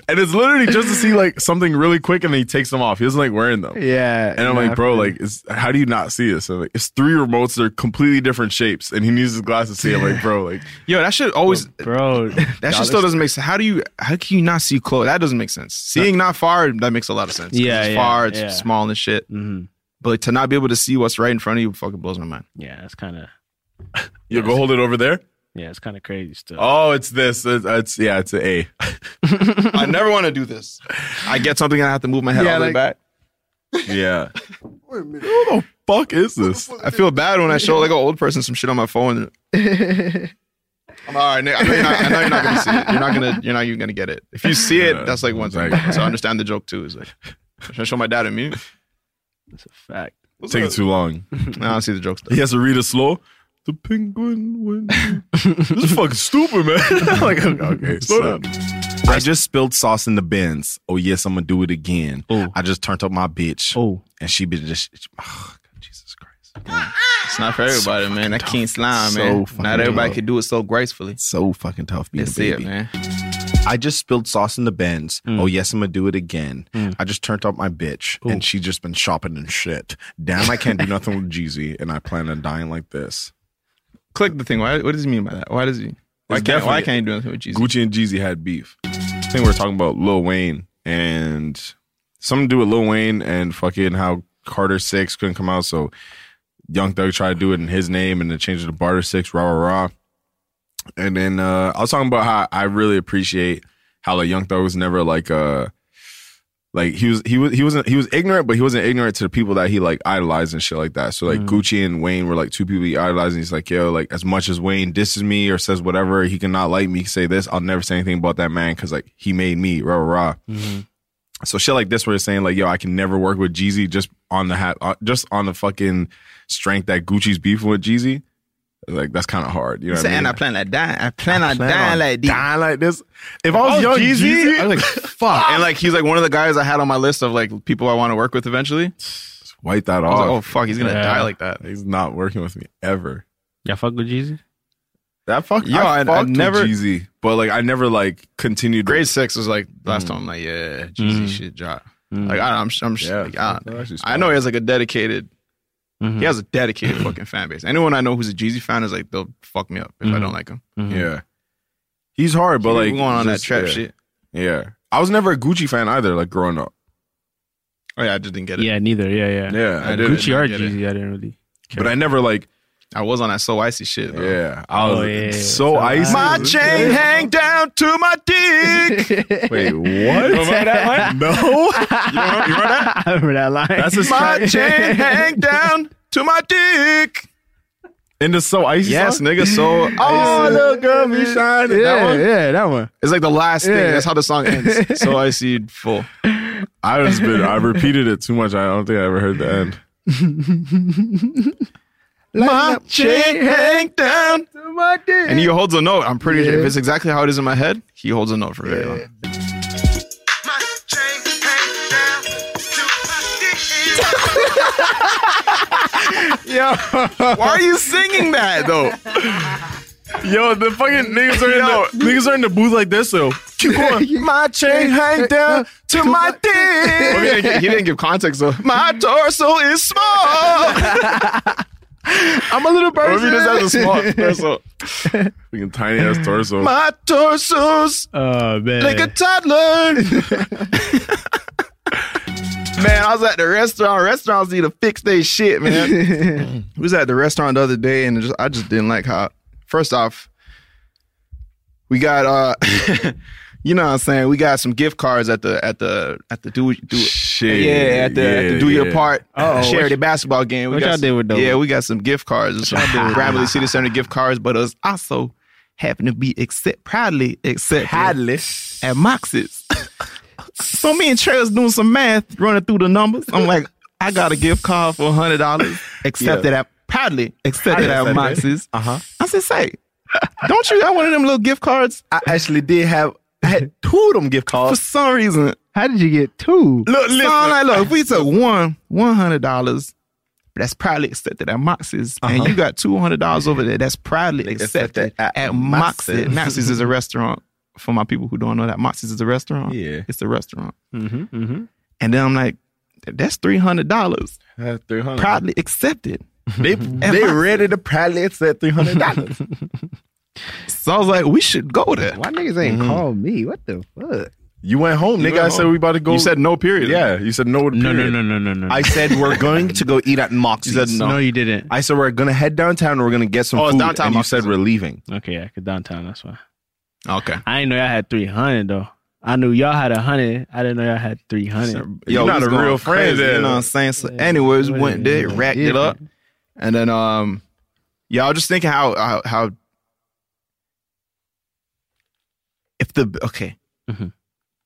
[SPEAKER 6] and it's literally just to see like something really quick, and then he takes them off. He doesn't like wearing them.
[SPEAKER 3] Yeah.
[SPEAKER 6] And I'm
[SPEAKER 3] nah,
[SPEAKER 6] like, bro, like, it's, how do you not see this? I'm like, it's three remotes. They're completely different shapes, and he needs his glasses to see. it. I'm like, bro, like,
[SPEAKER 2] yo, that shit always,
[SPEAKER 5] bro.
[SPEAKER 2] that shit still doesn't make sense. How do you how can you not see close? That doesn't make sense. Seeing not far, that makes a lot of sense. 'Cause
[SPEAKER 5] Yeah,
[SPEAKER 2] it's
[SPEAKER 5] yeah,
[SPEAKER 2] far, it's
[SPEAKER 5] yeah.
[SPEAKER 2] small and shit.
[SPEAKER 5] Mm-hmm.
[SPEAKER 2] But to not be able to see what's right in front of you fucking blows my mind.
[SPEAKER 5] Yeah, that's kind of
[SPEAKER 6] you go hold it over there.
[SPEAKER 5] yeah, it's kind of crazy still.
[SPEAKER 6] Oh, it's this. It's, it's yeah, it's an A.
[SPEAKER 2] I never want to do this. I get something and I have to move my head
[SPEAKER 6] Yeah,
[SPEAKER 2] all the way
[SPEAKER 6] like-
[SPEAKER 2] back.
[SPEAKER 6] Yeah. Who the fuck is this?
[SPEAKER 2] I feel bad when I show like an old person some shit on my phone. I'm all right, Nick. I know you're not, I know you're not gonna see it. You're not gonna. You're not even gonna get it. If you see it, that's like one thing. So I understand the joke too. Is like, should I show my dad a mute?
[SPEAKER 5] That's a fact.
[SPEAKER 6] Taking too long.
[SPEAKER 2] I don't see the joke. Stuff.
[SPEAKER 6] He has to read it slow. The penguin went. this is fucking stupid, man. like, okay, okay, slow down. I just spilled sauce in the bins. Oh yes, I'm gonna do it again. I just turned up my bitch.
[SPEAKER 5] Oh,
[SPEAKER 6] and she been just.
[SPEAKER 2] It's not for everybody, man. That can't slime,
[SPEAKER 6] So
[SPEAKER 2] man.
[SPEAKER 6] fucking
[SPEAKER 2] Not everybody
[SPEAKER 6] tough.
[SPEAKER 2] can do it so gracefully.
[SPEAKER 6] So fucking tough being
[SPEAKER 2] That's
[SPEAKER 6] a
[SPEAKER 2] it,
[SPEAKER 6] baby.
[SPEAKER 2] man.
[SPEAKER 6] I just spilled sauce in the bins. Oh yes, I'm gonna do it again. I just turned up my bitch, and she just been shopping and shit. Damn, I can't do nothing with Jeezy, and I plan on dying like this.
[SPEAKER 2] Click the thing. Why, what does he mean by that? Why does he? Why
[SPEAKER 6] It's
[SPEAKER 2] can't, why
[SPEAKER 6] definitely-
[SPEAKER 2] can't he do anything with Jesus?
[SPEAKER 6] Gucci and Jeezy had beef. I think we are talking about Lil Wayne and something to do with Lil Wayne and fucking how Carter Six couldn't come out, so Young Thug tried to do it in his name and then changed it to Barter Six, rah rah rah. And then uh, I was talking about how I really appreciate how like Young Thug was never like uh like he was he was he wasn't he was ignorant, but he wasn't ignorant to the people that he like idolized and shit like that. So like Gucci and Wayne were like two people he idolized, and he's like, yo, like as much as Wayne disses me or says whatever, he cannot like me, say this, I'll never say anything about that man because like he made me, rah rah rah. So shit like this, where it's saying like, yo, I can never work with Jeezy just on the hat, uh, just on the fucking strength that Gucci's beefing with Jeezy. Like that's kind of hard, you know.
[SPEAKER 2] He
[SPEAKER 6] what
[SPEAKER 2] said,
[SPEAKER 6] I mean?
[SPEAKER 2] and I plan on dying. I plan on
[SPEAKER 6] plan
[SPEAKER 2] dying
[SPEAKER 6] on
[SPEAKER 2] like this.
[SPEAKER 6] dying like this. If I was young Jeezy,
[SPEAKER 2] I'm like, fuck. And like, he's like one of the guys I had on my list of like people I want to work with eventually.
[SPEAKER 6] wipe that
[SPEAKER 2] I was like,
[SPEAKER 6] off.
[SPEAKER 2] oh fuck, he's gonna
[SPEAKER 5] Yeah.
[SPEAKER 2] die like that.
[SPEAKER 6] "Oh, He's not working with me ever.
[SPEAKER 5] Yeah, fuck with Jeezy.
[SPEAKER 6] That fuck,
[SPEAKER 2] Yo,
[SPEAKER 6] I,
[SPEAKER 2] I- I
[SPEAKER 6] fucked
[SPEAKER 2] never-
[SPEAKER 6] with Jeezy, but like I never like continued.
[SPEAKER 2] Grade six was like last time. I'm like, yeah, Jeezy
[SPEAKER 5] Mm.
[SPEAKER 2] shit drop.
[SPEAKER 5] Mm-hmm.
[SPEAKER 2] Like, I, I'm, I'm,
[SPEAKER 6] Yeah,
[SPEAKER 2] like, I,
[SPEAKER 6] that's actually
[SPEAKER 2] I know he has like a dedicated.
[SPEAKER 5] Mm-hmm.
[SPEAKER 2] He has a dedicated fucking fan base. Anyone I know who's a Jeezy fan is like, they'll fuck me up if
[SPEAKER 5] Mm.
[SPEAKER 2] I don't like him.
[SPEAKER 6] Yeah, he's hard, but
[SPEAKER 2] But
[SPEAKER 6] like
[SPEAKER 2] like, going on
[SPEAKER 6] just-
[SPEAKER 2] that trap
[SPEAKER 6] yeah.
[SPEAKER 2] shit.
[SPEAKER 6] Yeah, I was never a Gucci fan either. Like growing up,
[SPEAKER 2] Oh yeah, I just didn't get it.
[SPEAKER 5] Yeah, neither. Yeah, yeah.
[SPEAKER 6] yeah, I,
[SPEAKER 2] I
[SPEAKER 6] did,
[SPEAKER 2] did.
[SPEAKER 5] Gucci
[SPEAKER 2] not
[SPEAKER 5] or
[SPEAKER 2] get it.
[SPEAKER 5] Jeezy, I didn't really.
[SPEAKER 6] but I never like.
[SPEAKER 2] I was on that so icy shit. Though.
[SPEAKER 6] Yeah, I was
[SPEAKER 5] Oh, yeah,
[SPEAKER 6] so
[SPEAKER 5] so
[SPEAKER 6] icy.
[SPEAKER 2] My chain hang down to my dick.
[SPEAKER 6] Wait, what? Remember that one? No,
[SPEAKER 5] I remember that line.
[SPEAKER 6] that's his
[SPEAKER 2] My chain hang down to my dick.
[SPEAKER 6] And it's so icy.
[SPEAKER 2] Yes,
[SPEAKER 6] song?
[SPEAKER 2] nigga. So
[SPEAKER 6] Oh, little girl be shining. that one?
[SPEAKER 5] yeah, that one.
[SPEAKER 2] it's like the last thing.
[SPEAKER 5] Yeah.
[SPEAKER 2] That's how the song ends. so I see full.
[SPEAKER 6] I just been. I repeated it too much. I don't think I ever heard the end.
[SPEAKER 2] My chain hang down to my dick. And he holds a note. I'm pretty sure if it's exactly how it is in my head, he holds a note for very long. Why are you singing that though?
[SPEAKER 6] Yo, the fucking niggas are in the niggas are in the booth like this though. Keep going. My chain hang down to my
[SPEAKER 2] Well, he,
[SPEAKER 6] dick.
[SPEAKER 2] didn't, gi- he didn't give context though. My torso is small.
[SPEAKER 6] I'm a little
[SPEAKER 2] Or if he
[SPEAKER 6] person.
[SPEAKER 2] just has a small torso.
[SPEAKER 6] Fucking tiny ass torso.
[SPEAKER 2] My torso's
[SPEAKER 5] Oh man,
[SPEAKER 2] like a toddler. man, I was at the restaurant. Restaurants need to fix their shit, man. we was at the restaurant the other day, and it just, I just didn't like how. First off, we got uh, you know what I'm saying. We got some gift cards at the at the at the do do
[SPEAKER 6] Shit,
[SPEAKER 2] Yeah, at the, at
[SPEAKER 6] yeah,
[SPEAKER 2] the do your
[SPEAKER 6] yeah.
[SPEAKER 2] part
[SPEAKER 5] Uh-oh,
[SPEAKER 2] charity basketball game. We
[SPEAKER 5] what
[SPEAKER 2] got
[SPEAKER 5] y'all
[SPEAKER 2] some-
[SPEAKER 5] did with those?
[SPEAKER 2] Yeah, we got some gift cards. Some Bramley City Center gift cards, but it was also
[SPEAKER 8] happen to be accept, proudly accepted at Moxie's. so me and Trey was doing some math, running through the numbers. I'm like, I got a gift card for hundred dollars, accepted
[SPEAKER 2] Yeah.
[SPEAKER 8] at proudly accepted
[SPEAKER 2] Proudly
[SPEAKER 8] at
[SPEAKER 2] accepted.
[SPEAKER 8] Moxie's. Uh huh. I said, say, don't you got one of them little gift cards? I actually did have. I had two of them gift cards for some reason. How did you get two? Look, listen. So I'm like, look, if we took one, one hundred dollars, that's proudly accepted at Moxie's, and
[SPEAKER 2] Uh-huh.
[SPEAKER 8] you got two hundred dollars over there. That's proudly accepted,
[SPEAKER 2] accepted
[SPEAKER 8] at,
[SPEAKER 2] at
[SPEAKER 8] Moxie's.
[SPEAKER 2] Moxie's.
[SPEAKER 8] Moxie's is a restaurant. For my people who don't know that, Moxie's is a restaurant. Yeah, it's a restaurant.
[SPEAKER 5] Mm-hmm. Mm-hmm.
[SPEAKER 8] And then I'm like, that's three hundred dollars. Three hundred proudly accepted. They
[SPEAKER 11] they
[SPEAKER 8] ready to proudly accept three hundred dollars. so I was like, we should go there.
[SPEAKER 3] Why niggas ain't
[SPEAKER 5] Mm-hmm.
[SPEAKER 3] call me? What the fuck?
[SPEAKER 11] You went home,
[SPEAKER 3] You
[SPEAKER 11] nigga.
[SPEAKER 3] went
[SPEAKER 11] I said
[SPEAKER 3] home.
[SPEAKER 11] we about to go.
[SPEAKER 3] You said
[SPEAKER 11] no period. Yeah, you said no. With a
[SPEAKER 5] No, no,
[SPEAKER 11] period.
[SPEAKER 5] no, no, no, no.
[SPEAKER 11] I said we're going to go eat at Moxie's.
[SPEAKER 5] You said no. No, you didn't.
[SPEAKER 11] I said we're gonna head downtown. and We're gonna get some
[SPEAKER 5] Oh, it's
[SPEAKER 11] food.
[SPEAKER 5] downtown
[SPEAKER 11] and you
[SPEAKER 5] Moxie's.
[SPEAKER 11] said we're leaving.
[SPEAKER 5] Okay, yeah, 'cause downtown. That's why.
[SPEAKER 8] Okay.
[SPEAKER 5] I didn't know y'all had three hundred though. I knew y'all had a hundred. I didn't know y'all had three hundred.
[SPEAKER 2] Yo, we was going crazy,
[SPEAKER 5] there.
[SPEAKER 2] You know what I'm saying? So, anyways, went there, racked it up, and then um, yeah, I was just thinking how how, how if the okay,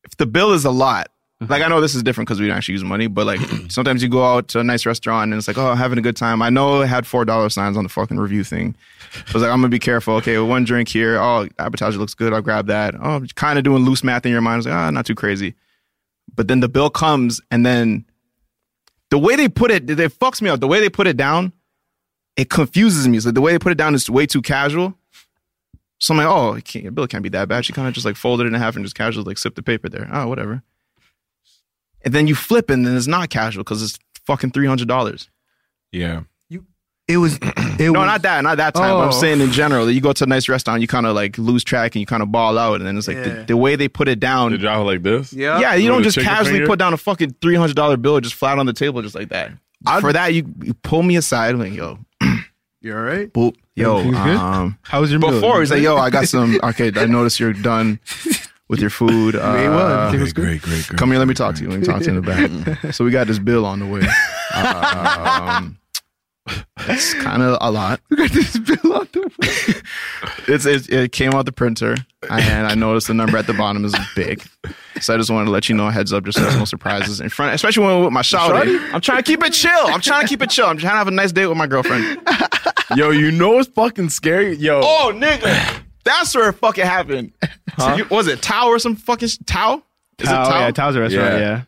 [SPEAKER 2] if the bill is a lot. Like I know this is different because we don't actually use money, but like sometimes you go out to a nice restaurant and it's like, oh, having a good time. I know it had four dollar signs on the fucking review thing. I was like, I'm gonna be careful. Okay, one drink here. Oh, appetizer looks good. I'll grab that. Oh, kind of doing loose math in your mind. I was like, ah, not too crazy. But then the bill comes, and then the way they put it, it fucks me up. The way they put it down, it confuses me. So the way they put it down is way too casual. So I'm like, oh, it can't, bill can't be that bad. She kind of just like folded it in half and just casually like sipped the paper there. Oh, whatever. And then you flip, and then it's not casual because it's fucking three hundred dollars.
[SPEAKER 6] Yeah.
[SPEAKER 3] It was. It
[SPEAKER 2] no, not that, not that time. but I'm
[SPEAKER 3] Oh.
[SPEAKER 2] saying in general that you go to a nice restaurant, you kind of like lose track and you kind of ball out, and then it's like
[SPEAKER 3] Yeah.
[SPEAKER 2] the, the way they put it down. Did
[SPEAKER 6] y'all like this?
[SPEAKER 2] Yeah, yeah. You
[SPEAKER 6] With
[SPEAKER 2] don't
[SPEAKER 6] a
[SPEAKER 2] just
[SPEAKER 6] chicken
[SPEAKER 2] casually
[SPEAKER 6] finger?
[SPEAKER 2] put down a fucking three hundred dollar bill just flat on the table just like that. For that, you, you pull me aside, I'm like yo,
[SPEAKER 3] You all right?
[SPEAKER 2] boop, yo.
[SPEAKER 3] Everything's good?
[SPEAKER 2] Um,
[SPEAKER 3] How was your meal?
[SPEAKER 2] before? He's like, yo, I got some. Okay, I noticed you're done with your food. uh,
[SPEAKER 3] Great one. Everything was good?
[SPEAKER 2] great, great, Come here, let me talk to you. Let me talk to you in the back. so we got this bill on the way. Um, it's kind of a lot. We got this bill on the way. it's, it, it came out the printer, and I noticed the number at the bottom is big. So I just wanted to let you know, heads up, just so there's no surprises in front, especially when I'm with my shawty. I'm trying to keep it chill. I'm trying to keep it chill. I'm trying to have a nice date with my girlfriend.
[SPEAKER 6] Yo, you know it's fucking scary. Yo.
[SPEAKER 2] Oh, nigga. That's where it fucking happened. So you, was it Tao or some fucking sh- Tao? Is
[SPEAKER 5] Tao,
[SPEAKER 2] it Tao?
[SPEAKER 5] yeah, Tao's a restaurant, yeah.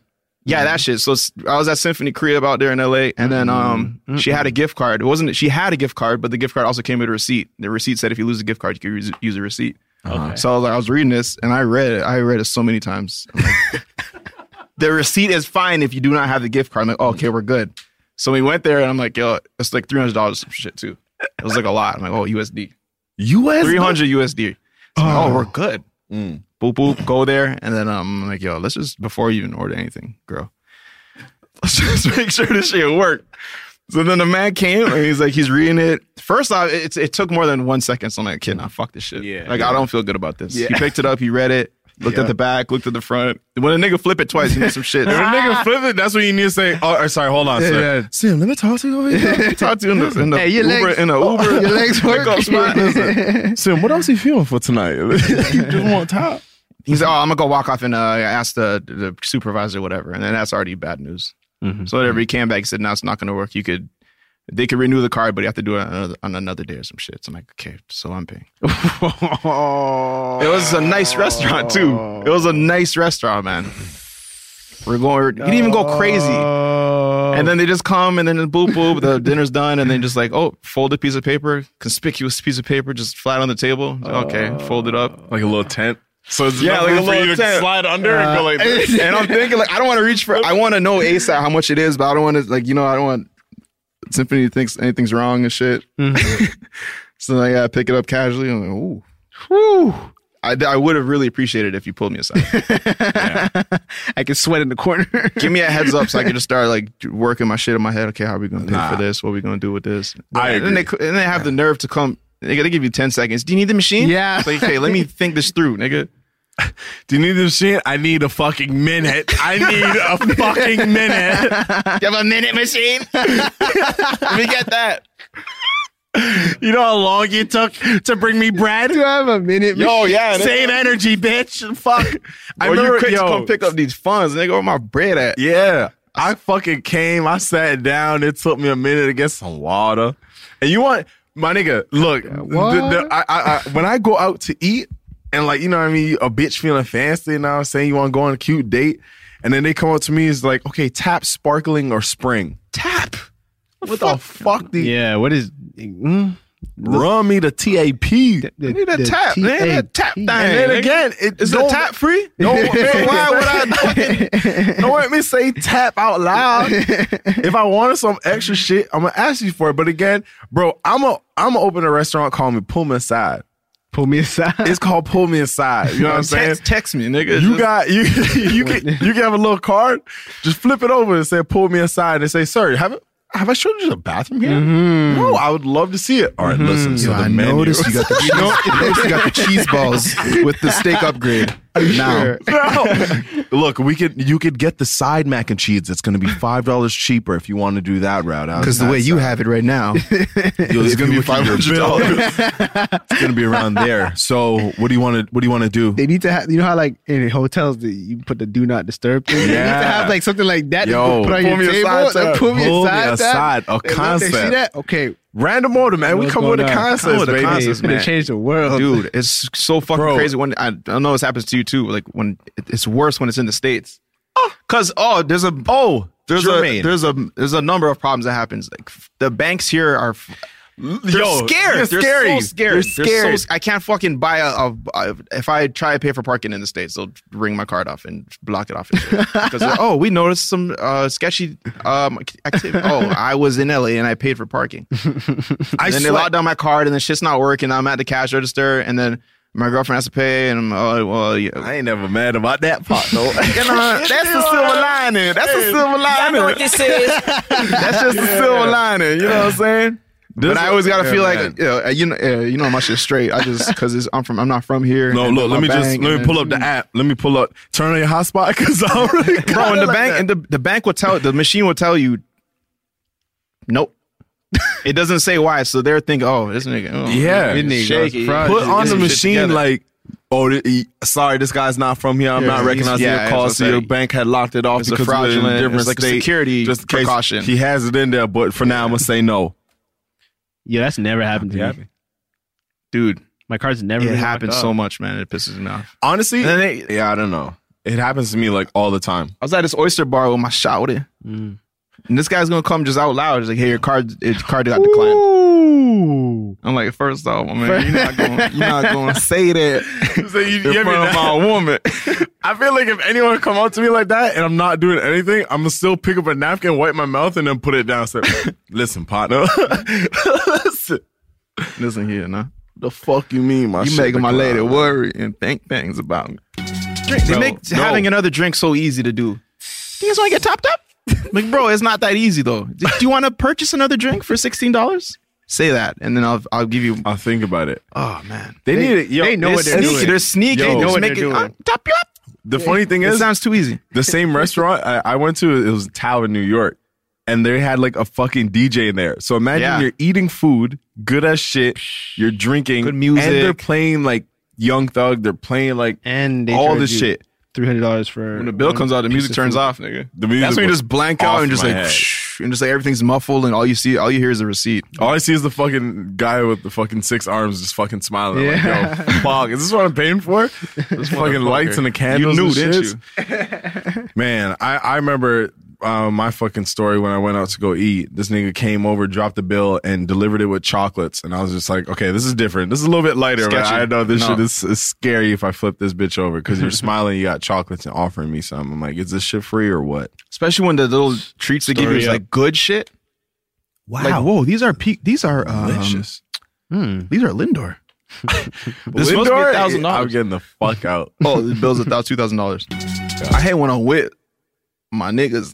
[SPEAKER 2] Yeah, that shit. So s- I was at Symphony Korea out there in LA, and then um, she had a gift card. It wasn't she had a gift card, but the gift card also came with a receipt. The receipt said if you lose a gift card, you could use, use a receipt.
[SPEAKER 5] Okay.
[SPEAKER 2] So I was like, I was reading this, and I read it. I read it so many times. I'm like, the receipt is fine if you do not have the gift card. I'm like, oh, okay, we're good. So we went there, and I'm like, yo, it's like three hundred dollars some shit too. It was like a lot. I'm like, oh, USD,
[SPEAKER 6] USD,
[SPEAKER 2] three hundred USD. So I'm like, oh, we're good.
[SPEAKER 6] Mm.
[SPEAKER 2] Boop boop, go there, and then um, I'm like, yo, let's just before you even order anything, girl, let's just make sure this shit work. So then the man came and he's like, he's reading it. First off, it, it took more than one second. So I'm like, kid, nah, fuck this shit. Yeah, like I don't feel good about this.
[SPEAKER 6] Yeah.
[SPEAKER 2] He picked it up, he read it, looked
[SPEAKER 6] Yeah.
[SPEAKER 2] at the back, looked at the front. When a nigga flip it twice, he did some shit.
[SPEAKER 6] If a
[SPEAKER 2] Ah.
[SPEAKER 6] nigga flip it, that's when you need to say, oh, or sorry, hold on,
[SPEAKER 2] Yeah,
[SPEAKER 6] sir.
[SPEAKER 2] yeah.
[SPEAKER 6] Sim, let me talk to you over
[SPEAKER 2] Yeah, talk to you in the, in the
[SPEAKER 6] Hey, your
[SPEAKER 2] Uber,
[SPEAKER 6] legs-
[SPEAKER 2] in the Uber.
[SPEAKER 6] your legs work?
[SPEAKER 2] pickup spot. Listen,
[SPEAKER 6] Sim, what else you feeling for tonight? you just want top.
[SPEAKER 2] He's like, oh, I'm gonna go walk off and uh, ask the the supervisor whatever, and then that's already bad news. So whatever he came back, he said, no, it's not gonna work. You could, they could renew the card, but you have to do it on another, on another day or some shit. So I'm like, okay, so I'm paying. it was a nice restaurant too. It was a nice restaurant, man. We're going. You didn't even go crazy. And then they just come, and then boop boop, the dinner's done, and then just like, oh, folded piece of paper, conspicuous piece of paper, just flat on the table. Okay, fold it up
[SPEAKER 6] like a little tent. So it's
[SPEAKER 2] yeah,
[SPEAKER 6] enough
[SPEAKER 2] like a
[SPEAKER 6] room for
[SPEAKER 2] little
[SPEAKER 6] you to
[SPEAKER 2] tent.
[SPEAKER 6] slide under and go like this.
[SPEAKER 2] And I'm thinking like I don't want to reach for. I want to know ASAP how much it is, but I don't want to like you know I don't want Symphony thinks anything's wrong and shit. Mm-hmm. so I gotta pick it up casually. I'm like, ooh, whew. I, I would have really appreciated it if you pulled me aside. I can sweat in the corner. Give me a heads up so I can just start like working my shit in my head. Okay, how are we gonna pay for this? What are we gonna do with this?
[SPEAKER 6] I
[SPEAKER 2] and then they c- and they have the nerve to come. They gotta give you ten seconds. Do you need the machine?
[SPEAKER 6] Yeah.
[SPEAKER 2] It's like, okay, let me think this through, nigga.
[SPEAKER 6] Do you need this shit? I need a fucking minute. I need a fucking minute.
[SPEAKER 2] You have a minute machine? Let me get that.
[SPEAKER 14] You know how long it took to bring me Brad? Do
[SPEAKER 3] I have a minute?
[SPEAKER 2] Yo, yeah,
[SPEAKER 14] Same
[SPEAKER 2] nigga.
[SPEAKER 14] energy, bitch. Fuck.
[SPEAKER 2] I remember you quick to come pick up these funds, nigga. Where my bread at?
[SPEAKER 6] Yeah. I fucking came. I sat down. It took me a minute to get some water. And you want my nigga? Look, the- the- I, I, I, when I go out to eat, and like you know what I mean, a bitch feeling fancy. You know what I'm saying? You want to go on a cute date, and then they come up to me. It's like, okay, tap sparkling or spring. Tap. What the fuck? The
[SPEAKER 14] yeah. What is?
[SPEAKER 6] Run me the TAP.
[SPEAKER 2] need a tap, man. That tap thing.
[SPEAKER 6] And then
[SPEAKER 2] nigga.
[SPEAKER 6] again, it,
[SPEAKER 2] is the
[SPEAKER 6] don't-
[SPEAKER 2] tap free?
[SPEAKER 6] No, man, why would
[SPEAKER 2] I?
[SPEAKER 6] Don't let me say tap out loud. if I wanted some extra shit, I'm gonna ask you for it. But again, bro, I'm a I'm gonna open a restaurant. Call me, pull me aside.
[SPEAKER 3] Pull me aside.
[SPEAKER 6] It's called pull me aside. You know what I'm saying?
[SPEAKER 2] Text, text me, nigga.
[SPEAKER 6] You
[SPEAKER 2] Just-
[SPEAKER 6] got you you can you can have a little card. Just flip it over and say pull me aside and say, sir, have have I showed you the bathroom here? No, I would love to see it. All right, listen. So
[SPEAKER 8] Yo,
[SPEAKER 6] the
[SPEAKER 8] I
[SPEAKER 6] menu.
[SPEAKER 8] noticed you got the cheese, I noticed you got the cheese balls with the steak upgrade. now,
[SPEAKER 6] Look, we could you could get the side mac and cheese. It's going to be five dollars cheaper if you want to do that route. I was
[SPEAKER 8] because the
[SPEAKER 6] not
[SPEAKER 8] way you have it right now,
[SPEAKER 6] Yo, it's
[SPEAKER 8] gonna be
[SPEAKER 6] $500. it's gonna be around there. So what do you want to what do you want to do?
[SPEAKER 3] They need to have, you know how like in hotels that you put the do not disturb thing. They need to
[SPEAKER 6] Yeah.
[SPEAKER 3] have like something like that. to
[SPEAKER 6] Yo,
[SPEAKER 3] put on
[SPEAKER 6] pull
[SPEAKER 3] your
[SPEAKER 6] me
[SPEAKER 3] table.
[SPEAKER 6] aside,
[SPEAKER 3] like,
[SPEAKER 6] sir.
[SPEAKER 3] pull me
[SPEAKER 6] Pull me
[SPEAKER 3] aside.
[SPEAKER 6] aside,
[SPEAKER 3] They
[SPEAKER 6] a
[SPEAKER 3] look, they see
[SPEAKER 6] concept.
[SPEAKER 3] that? Okay,
[SPEAKER 6] Random order, man.
[SPEAKER 3] We come with the concepts,
[SPEAKER 2] Come with the
[SPEAKER 3] baby.
[SPEAKER 2] concepts,
[SPEAKER 3] It's gonna
[SPEAKER 2] man.
[SPEAKER 3] change the world.
[SPEAKER 2] dude. It's so fucking
[SPEAKER 3] Bro.
[SPEAKER 2] crazy. When I, I don't know, this happens to you too. Like when it- it's worse when it's in the states. Cause oh, there's a oh, there's
[SPEAKER 6] Jermaine.
[SPEAKER 2] a there's a there's a number of problems that happens. Like f- the banks here are. f- They're
[SPEAKER 6] Yo,
[SPEAKER 2] scared.
[SPEAKER 6] they're
[SPEAKER 2] They're,
[SPEAKER 6] scary.
[SPEAKER 2] so scared.
[SPEAKER 6] They're
[SPEAKER 2] so
[SPEAKER 6] scared.
[SPEAKER 2] s- I can't fucking buy a, a, a- If I try to pay for parking in the states, they'll ring my card off and block it off. and shit. Because they're, oh, we noticed some uh, sketchy um, activity. Oh, I was in LA and I paid for parking.
[SPEAKER 6] I
[SPEAKER 2] and then they
[SPEAKER 6] swear-
[SPEAKER 2] lock down my card, and then shit's not working. I'm at the cash register, and then my girlfriend has to pay, and I'm, oh, well, yeah. I
[SPEAKER 6] ain't never mad about that part, though.
[SPEAKER 2] that's the silver lining. That's the silver
[SPEAKER 7] Y'all
[SPEAKER 2] lining.
[SPEAKER 7] know what this is.
[SPEAKER 2] That's just the silver lining. You know what I'm saying?
[SPEAKER 6] This
[SPEAKER 2] but I always
[SPEAKER 6] is-
[SPEAKER 2] gotta
[SPEAKER 6] yeah,
[SPEAKER 2] feel
[SPEAKER 6] man.
[SPEAKER 2] like you know, uh, you know, uh, you know my shit's straight. I just because I'm from, I'm not from here.
[SPEAKER 6] No,
[SPEAKER 2] and
[SPEAKER 6] look,
[SPEAKER 2] my
[SPEAKER 6] let me just
[SPEAKER 2] bank,
[SPEAKER 6] let
[SPEAKER 2] and then-
[SPEAKER 6] me pull up the app. Let me pull up. Turn on your hotspot because I already got
[SPEAKER 2] Bro,
[SPEAKER 6] it
[SPEAKER 2] and the
[SPEAKER 6] like
[SPEAKER 2] bank
[SPEAKER 6] that.
[SPEAKER 2] and the, the bank will tell the machine will tell you, nope. it doesn't say why, so they're thinking, oh, this nigga, oh,
[SPEAKER 6] Yeah,
[SPEAKER 2] this nigga shaky.
[SPEAKER 6] Put on the
[SPEAKER 2] Get some shit
[SPEAKER 6] machine
[SPEAKER 2] together.
[SPEAKER 6] like, oh, th- e- sorry, this guy's not from here. I'm
[SPEAKER 2] Yeah,
[SPEAKER 6] not
[SPEAKER 2] he's-
[SPEAKER 6] recognizing
[SPEAKER 2] yeah,
[SPEAKER 6] your
[SPEAKER 2] that's
[SPEAKER 6] call,
[SPEAKER 2] what I'm
[SPEAKER 6] so your
[SPEAKER 2] saying.
[SPEAKER 6] bank had locked it off
[SPEAKER 2] It's a
[SPEAKER 6] because we're in a
[SPEAKER 2] fraudulent-
[SPEAKER 6] different
[SPEAKER 2] it's like a
[SPEAKER 6] state.
[SPEAKER 2] security
[SPEAKER 6] just in case
[SPEAKER 2] precaution.
[SPEAKER 6] He has it in there, but for now, I'm gonna say no.
[SPEAKER 5] Yeah, that's never happened to me.
[SPEAKER 2] Dude,
[SPEAKER 5] my card's never
[SPEAKER 2] it
[SPEAKER 5] been
[SPEAKER 2] happens
[SPEAKER 5] locked
[SPEAKER 2] so
[SPEAKER 5] up.
[SPEAKER 2] much, man. It pisses me off.
[SPEAKER 6] Honestly, yeah, I don't know. It happens to me like all the time.
[SPEAKER 2] I was at this oyster bar with my shouty. And this guy's gonna come just out loud. He's like, hey, your card, your card got declined. I'm like, first off, my man, you're not gonna, you're not gonna say that
[SPEAKER 6] So you,
[SPEAKER 2] in
[SPEAKER 6] you
[SPEAKER 2] front of
[SPEAKER 6] know,
[SPEAKER 2] my woman.
[SPEAKER 6] I feel like if anyone come up to me like that and I'm not doing anything, I'm gonna still pick up a napkin, wipe my mouth, and then put it down. Say, listen, partner. listen.
[SPEAKER 2] Listen here, nah.
[SPEAKER 6] The fuck you mean, my?
[SPEAKER 2] You
[SPEAKER 6] shit
[SPEAKER 2] making my
[SPEAKER 6] declined,
[SPEAKER 2] lady
[SPEAKER 6] man?
[SPEAKER 2] worry and think things about me. Drink,
[SPEAKER 6] No,
[SPEAKER 2] they make
[SPEAKER 6] no.
[SPEAKER 2] having another drink so easy to do. You guys want to get topped up? like, bro, it's not that easy though. Do do you want to purchase another drink for sixteen dollars? Say that, and then I'll I'll give you.
[SPEAKER 6] I'll think about it.
[SPEAKER 2] Oh man,
[SPEAKER 6] They need it- yo,
[SPEAKER 2] they know what they're sneaky.
[SPEAKER 6] doing.
[SPEAKER 2] They're sneaky.
[SPEAKER 6] Yo,
[SPEAKER 2] They
[SPEAKER 6] they know
[SPEAKER 2] just
[SPEAKER 6] what
[SPEAKER 2] make
[SPEAKER 6] they're
[SPEAKER 2] it-
[SPEAKER 6] doing.
[SPEAKER 2] "Ah, top you up.
[SPEAKER 6] The funny thing
[SPEAKER 2] It
[SPEAKER 6] is,
[SPEAKER 2] sounds too easy.
[SPEAKER 6] The same restaurant I, I went to, it was Tao in New York, and they had like a fucking DJ in there. So imagine
[SPEAKER 2] Yeah.
[SPEAKER 6] you're eating food, good as shit, you're drinking,
[SPEAKER 2] Good music.
[SPEAKER 6] and they're playing like Young Thug, they're playing like
[SPEAKER 3] and they
[SPEAKER 6] all
[SPEAKER 3] charge
[SPEAKER 6] this
[SPEAKER 3] you
[SPEAKER 6] shit.
[SPEAKER 3] Three hundred dollars for
[SPEAKER 2] When the bill
[SPEAKER 3] one
[SPEAKER 2] comes out, the
[SPEAKER 3] piece
[SPEAKER 2] music
[SPEAKER 3] of
[SPEAKER 2] turns
[SPEAKER 3] food.
[SPEAKER 2] off, nigga.
[SPEAKER 6] The music
[SPEAKER 2] That's when you
[SPEAKER 6] was
[SPEAKER 2] just blank out
[SPEAKER 6] off
[SPEAKER 2] and
[SPEAKER 6] in
[SPEAKER 2] just
[SPEAKER 6] my
[SPEAKER 2] like,
[SPEAKER 6] head.
[SPEAKER 2] and just like everything's muffled, and all you see, all you hear is the receipt.
[SPEAKER 6] All I see is the fucking guy with the fucking six arms just fucking smiling. I'm like, yo, fuck, is this what I'm paying for? There's fucking lights and the candles.
[SPEAKER 2] You knew,
[SPEAKER 6] and
[SPEAKER 2] didn't
[SPEAKER 6] shits. Man, I, I remember uh, my fucking story when I went out to go eat. This nigga came over, dropped the bill, and delivered it with chocolates. And I was just like, okay, this is different. This is a little bit lighter, but
[SPEAKER 2] Sketchy.
[SPEAKER 6] I know this
[SPEAKER 2] No.
[SPEAKER 6] shit is, is scary if I flip this bitch over because you're smiling, you got chocolates and offering me some. I'm like, is this shit free or what?
[SPEAKER 2] Especially when the little treats they give you
[SPEAKER 6] Story
[SPEAKER 2] is
[SPEAKER 6] up.
[SPEAKER 2] like good shit. Wow. Like, whoa, these are peak. These are um,
[SPEAKER 6] Delicious.
[SPEAKER 2] These are Lindor. this must be
[SPEAKER 6] Lindor,
[SPEAKER 2] thousand
[SPEAKER 6] I'm
[SPEAKER 2] dollars.
[SPEAKER 6] getting the fuck out.
[SPEAKER 2] Oh, the bill's a thousand, two thousand dollars. I hate when I'm with my niggas.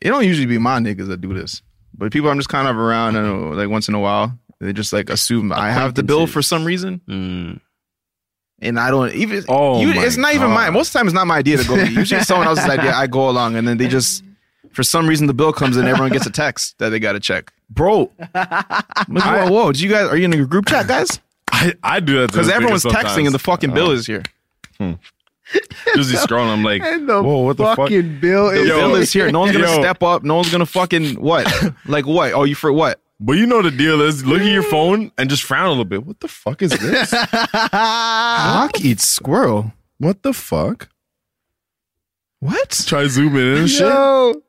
[SPEAKER 2] It don't usually be my niggas that do this, but people I'm just kind of around and like once in a while they just like assume I have the bill for some reason,
[SPEAKER 5] Mm.
[SPEAKER 2] and I don't even.
[SPEAKER 6] Oh
[SPEAKER 2] you,
[SPEAKER 6] my
[SPEAKER 2] it's not even
[SPEAKER 6] God.
[SPEAKER 2] mine. Most of the time, it's not my idea to go. Usually, it's someone else's idea. I go along, and then they just For some reason, the bill comes in, everyone gets a text that they got to check.
[SPEAKER 6] Bro,
[SPEAKER 2] whoa, whoa, do you guys are you in a group chat, guys?
[SPEAKER 6] I, I do that to
[SPEAKER 2] because
[SPEAKER 6] this nigga
[SPEAKER 2] everyone's
[SPEAKER 6] sometimes.
[SPEAKER 2] texting and the fucking bill
[SPEAKER 6] Oh.
[SPEAKER 2] is here.
[SPEAKER 6] Just be scrolling. I'm like,
[SPEAKER 2] And the
[SPEAKER 6] whoa, what the fuck?
[SPEAKER 2] fucking
[SPEAKER 3] bill
[SPEAKER 2] The bill is here. No one's gonna
[SPEAKER 6] Yo.
[SPEAKER 2] step up. No one's gonna fucking what? like what? Oh, you for what?
[SPEAKER 6] But you know the deal is look at your phone and just frown a little bit. What the fuck is this?
[SPEAKER 2] Hawk eats squirrel.
[SPEAKER 6] What the fuck?
[SPEAKER 2] What?
[SPEAKER 6] Try zoom in and
[SPEAKER 3] Yo.
[SPEAKER 6] shit.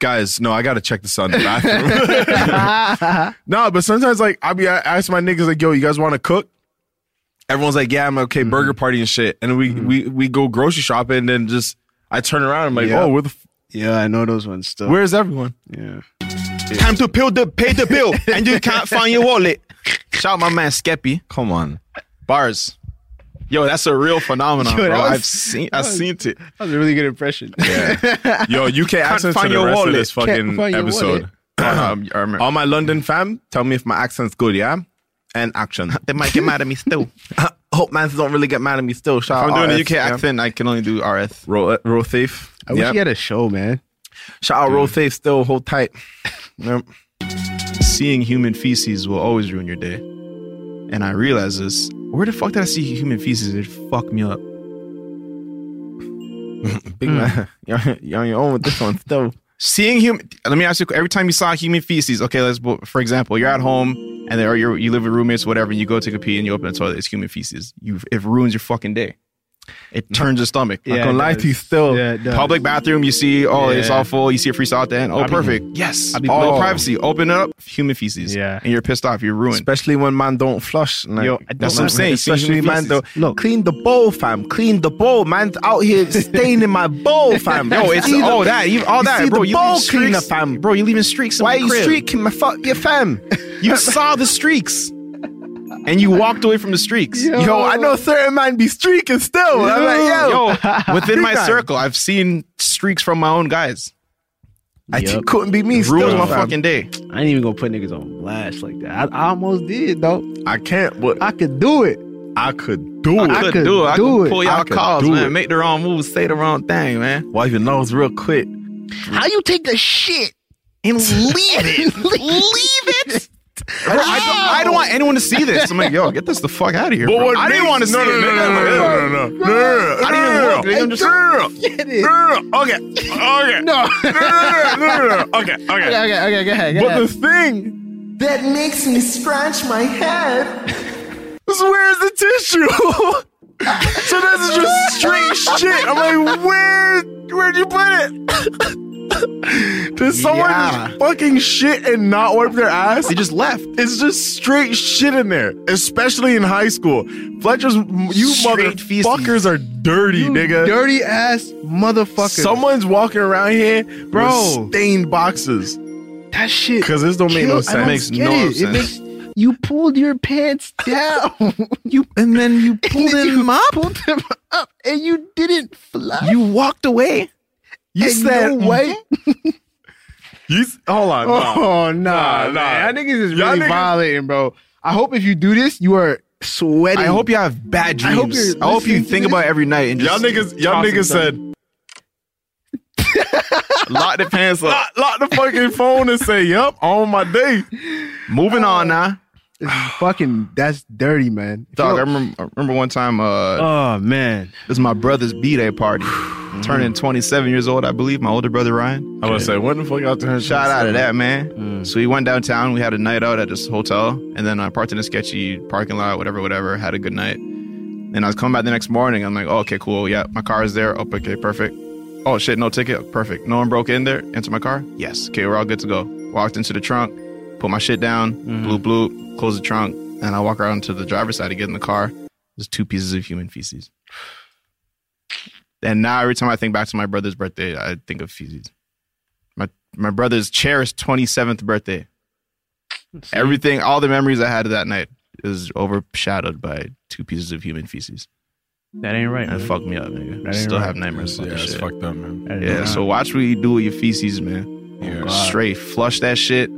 [SPEAKER 6] Guys, no, I gotta check this out in the bathroom. No, but sometimes like I be I ask my niggas like, yo, you guys want to cook? Everyone's like, yeah, I'm okay,
[SPEAKER 2] Mm-hmm.
[SPEAKER 6] burger party and shit. And we we we go grocery shopping and then just I turn around, I'm like,
[SPEAKER 5] Yeah.
[SPEAKER 6] oh, where the f-
[SPEAKER 5] Yeah, I know those ones still.
[SPEAKER 6] where's everyone?
[SPEAKER 5] Yeah.
[SPEAKER 2] Time to pay the pay the bill, and you can't find your wallet. Shout out my man Skeppy.
[SPEAKER 6] Come on,
[SPEAKER 2] bars. Yo, that's a real phenomenon,
[SPEAKER 5] Yo, that
[SPEAKER 2] bro.
[SPEAKER 5] was-
[SPEAKER 2] I've seen, I've
[SPEAKER 5] that was-
[SPEAKER 2] seen it.
[SPEAKER 5] That was a really good impression.
[SPEAKER 6] Yo, you can't
[SPEAKER 2] Can't
[SPEAKER 6] accent to
[SPEAKER 2] find
[SPEAKER 6] the
[SPEAKER 2] your
[SPEAKER 6] rest
[SPEAKER 2] wallet.
[SPEAKER 6] of this
[SPEAKER 2] Can't
[SPEAKER 6] fucking
[SPEAKER 2] find your
[SPEAKER 6] episode. All my London fam, tell me if my accent's good, yeah? And action.
[SPEAKER 2] They might get mad at me still.
[SPEAKER 6] Hope mans don't really get mad at me still. Shout
[SPEAKER 2] I'm
[SPEAKER 6] out
[SPEAKER 2] doing the
[SPEAKER 6] RF,
[SPEAKER 2] UK
[SPEAKER 6] yeah.
[SPEAKER 2] accent. I can only do RF.
[SPEAKER 6] Roll, roll uh, thief.
[SPEAKER 3] I wish
[SPEAKER 6] Yep.
[SPEAKER 3] he had a show, man.
[SPEAKER 6] Shout out roll thief still. Hold tight. Yep.
[SPEAKER 2] Seeing human feces will always ruin your day. And I realize this. Where the fuck did I see human feces? It fucked me up.
[SPEAKER 6] Big man, you're, you're on your own with this one still.
[SPEAKER 2] Seeing human. Let me ask you. Every time you saw human feces, okay, let's. For example, you're at home and there are your, you live with roommates, whatever. And you go take a pee and you open the toilet. It's human feces. You it ruins your fucking day. It turns your stomach.
[SPEAKER 6] Mm-hmm. Yeah, it does.
[SPEAKER 2] still.
[SPEAKER 6] Yeah, it does.
[SPEAKER 2] Public bathroom, you see, oh, it's
[SPEAKER 6] Yeah.
[SPEAKER 2] all full. You see a free salad at the end. Oh,
[SPEAKER 6] I be-
[SPEAKER 2] perfect. yes.
[SPEAKER 6] I be-
[SPEAKER 2] All
[SPEAKER 6] Oh.
[SPEAKER 2] privacy. Open it up. Human feces. Yeah. And you're pissed off. You're ruined.
[SPEAKER 6] Especially when man don't flush. like-
[SPEAKER 2] Yo, I that's don't what I'm like- saying, seeing
[SPEAKER 6] Especially
[SPEAKER 2] human
[SPEAKER 6] man
[SPEAKER 2] feces.
[SPEAKER 6] don't clean the bowl, fam. Clean the bowl. Man's out here staining my bowl, fam.
[SPEAKER 2] Yo,
[SPEAKER 6] You
[SPEAKER 2] it's
[SPEAKER 6] see the-
[SPEAKER 2] all that. You, all
[SPEAKER 6] you
[SPEAKER 2] that,
[SPEAKER 6] see
[SPEAKER 2] bro.
[SPEAKER 6] The
[SPEAKER 2] you
[SPEAKER 6] bowl
[SPEAKER 2] leave
[SPEAKER 6] cleaner,
[SPEAKER 2] streaks,
[SPEAKER 6] fam.
[SPEAKER 2] Bro, you leaving streaks. in
[SPEAKER 6] Why
[SPEAKER 2] the
[SPEAKER 6] you
[SPEAKER 2] crib.
[SPEAKER 6] streaking my fuck your fam?
[SPEAKER 2] You saw the streaks, and you walked away from the streaks.
[SPEAKER 6] Yo, I know certain man be streaking still. I'm like, yo,
[SPEAKER 2] Yo, within
[SPEAKER 6] big
[SPEAKER 2] my
[SPEAKER 6] man.
[SPEAKER 2] circle, I've seen streaks from my own guys.
[SPEAKER 6] I think couldn't be me.
[SPEAKER 2] Ruins
[SPEAKER 6] still,
[SPEAKER 2] my
[SPEAKER 6] fam.
[SPEAKER 2] fucking day.
[SPEAKER 5] I ain't even gonna put niggas on blast like that. I, I almost did though.
[SPEAKER 6] I can't. But
[SPEAKER 3] I could do it.
[SPEAKER 6] I could do it.
[SPEAKER 2] I could do it. I could pull y'all
[SPEAKER 6] could
[SPEAKER 2] calls,
[SPEAKER 6] do
[SPEAKER 2] man.
[SPEAKER 6] it.
[SPEAKER 2] Make the wrong move, say the wrong thing, man.
[SPEAKER 6] Wipe your nose real quick.
[SPEAKER 3] How you take the shit
[SPEAKER 2] and leave it? leave it? Bro, I, don't, I don't want anyone to see this. I'm like, yo, get this the fuck out of here.
[SPEAKER 6] But
[SPEAKER 2] bro.
[SPEAKER 6] what
[SPEAKER 2] I didn't
[SPEAKER 6] makes-
[SPEAKER 2] want to
[SPEAKER 6] no,
[SPEAKER 2] see
[SPEAKER 6] no,
[SPEAKER 2] it.
[SPEAKER 6] no,
[SPEAKER 2] nigga.
[SPEAKER 6] no, no, no, no, no, no,
[SPEAKER 2] I didn't even
[SPEAKER 6] no,
[SPEAKER 2] look. Nigga, I'm just-
[SPEAKER 6] no, okay, okay,
[SPEAKER 3] No.
[SPEAKER 6] no, no, no, no, no, no, okay, okay.
[SPEAKER 3] Okay, okay, go ahead. Go
[SPEAKER 6] But
[SPEAKER 3] ahead.
[SPEAKER 6] the thing that makes me scratch my head is where's the tissue? so this is just straight shit. I'm like, where, where'd you put it? Did someone
[SPEAKER 2] Yeah.
[SPEAKER 6] just fucking shit and not wipe their ass?
[SPEAKER 2] They just left.
[SPEAKER 6] It's just straight shit in there, especially in high school. Fletcher's, you
[SPEAKER 2] Straight feces.
[SPEAKER 6] motherfuckers are dirty, nigga.
[SPEAKER 3] Dirty ass motherfucker.
[SPEAKER 6] Someone's walking around here,
[SPEAKER 3] Bro.
[SPEAKER 6] with stained boxes.
[SPEAKER 3] that shit.
[SPEAKER 6] Because this don't make no
[SPEAKER 3] kills- I
[SPEAKER 6] sense.
[SPEAKER 3] don't get it. It makes- you pulled your pants down. you
[SPEAKER 2] And then you pulled
[SPEAKER 3] then
[SPEAKER 2] him up.
[SPEAKER 3] pulled them up and you didn't flush.
[SPEAKER 2] You walked away.
[SPEAKER 6] you
[SPEAKER 3] and
[SPEAKER 6] said, "Mm." Uh,
[SPEAKER 3] know what?
[SPEAKER 6] you, s- hold on. nah.
[SPEAKER 3] Oh nah,
[SPEAKER 6] Nah,
[SPEAKER 3] man.
[SPEAKER 6] nah.
[SPEAKER 3] That niggas is
[SPEAKER 6] Y'all
[SPEAKER 3] really
[SPEAKER 6] niggas-
[SPEAKER 3] violating, bro. I hope if you do this, you are sweating.
[SPEAKER 2] I hope you have bad
[SPEAKER 3] I
[SPEAKER 2] dreams. I
[SPEAKER 3] hope
[SPEAKER 2] hope,
[SPEAKER 3] you're
[SPEAKER 2] you
[SPEAKER 3] listening to
[SPEAKER 2] think
[SPEAKER 3] this.
[SPEAKER 2] about it every night and
[SPEAKER 6] Y'all
[SPEAKER 2] just
[SPEAKER 6] niggas, y'all
[SPEAKER 2] toss
[SPEAKER 6] niggas
[SPEAKER 2] them.
[SPEAKER 6] said,
[SPEAKER 2] lock the pants up.
[SPEAKER 6] lock, lock the fucking phone and say, yup, on my day.
[SPEAKER 2] Moving on now,
[SPEAKER 3] This is fucking that's dirty, man. If
[SPEAKER 2] dog.
[SPEAKER 3] you
[SPEAKER 2] I
[SPEAKER 3] don't-
[SPEAKER 2] remember, I remember one time. Uh,
[SPEAKER 5] Oh man.
[SPEAKER 2] This is my brother's b-day party. Turning 27 years old, I believe. My older brother Ryan.
[SPEAKER 6] I was say, what the fuck y'all turn
[SPEAKER 2] Shout out to that man. So we went downtown. We had a night out at this hotel, and then I parked in a sketchy parking lot, whatever, whatever. Had a good night, and I was coming back the next morning. I'm like, oh, okay, cool. Yeah, my car is there. Oh, okay, perfect. Oh shit, no ticket. Perfect. No one broke in there. Into my car. Yes. Okay, we're all good to go. Walked into the trunk, put my shit down.
[SPEAKER 6] Mm-hmm.
[SPEAKER 2] Bloop bloop. Close the trunk, and I walk around to the driver's side to get in the car. There's two pieces of human feces. And now every time I think back to my brother's birthday, I think of feces. My my brother's cherished 27th birthday. Everything, all the memories I had of that night is overshadowed by two pieces of human feces.
[SPEAKER 5] That ain't right.
[SPEAKER 2] And
[SPEAKER 5] man.
[SPEAKER 2] fucked me up, nigga.
[SPEAKER 5] That ain't
[SPEAKER 2] Still
[SPEAKER 5] right.
[SPEAKER 2] have nightmares about
[SPEAKER 6] Yeah,
[SPEAKER 2] this
[SPEAKER 6] it's
[SPEAKER 2] shit.
[SPEAKER 6] fucked up, man.
[SPEAKER 5] That ain't
[SPEAKER 2] Yeah,
[SPEAKER 5] right.
[SPEAKER 2] so watch what you do with your feces, man.
[SPEAKER 6] Yeah.
[SPEAKER 2] Straight, flush that shit.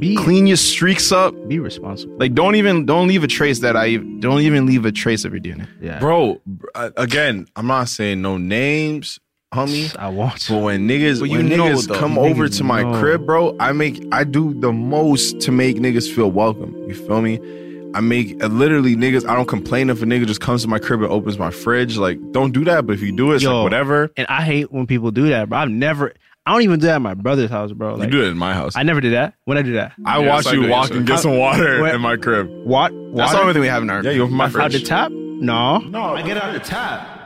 [SPEAKER 5] be
[SPEAKER 2] Clean your streaks up.
[SPEAKER 5] be responsible.
[SPEAKER 2] Like don't even don't leave a trace that I don't even leave a trace of your DNA.
[SPEAKER 5] Yeah.
[SPEAKER 6] Bro, br- uh, again, I'm not saying no names.
[SPEAKER 11] homie.
[SPEAKER 5] I want.
[SPEAKER 11] But when niggas,
[SPEAKER 5] But you
[SPEAKER 11] when
[SPEAKER 5] know,
[SPEAKER 11] niggas
[SPEAKER 5] though.
[SPEAKER 11] come
[SPEAKER 5] Niggas
[SPEAKER 11] over to my
[SPEAKER 5] know.
[SPEAKER 11] crib, bro, I make, I do the most to make niggas feel welcome. You feel me? I make uh, literally niggas. I don't complain if a nigga just comes to my crib and opens my fridge. Like, don't do that. But if you do it, it's like whatever.
[SPEAKER 5] And I hate when people do that, bro. I've never. I don't even do that at my brother's house, bro. Like,
[SPEAKER 6] you do it in my house.
[SPEAKER 5] I never do that. When I do that,
[SPEAKER 6] I watch you walk and get some water in my crib.
[SPEAKER 5] What?
[SPEAKER 6] That's the only thing we have in our-
[SPEAKER 2] Yeah, you open my
[SPEAKER 5] Out the
[SPEAKER 2] fridge.
[SPEAKER 5] top? No.
[SPEAKER 11] No, I get out the top.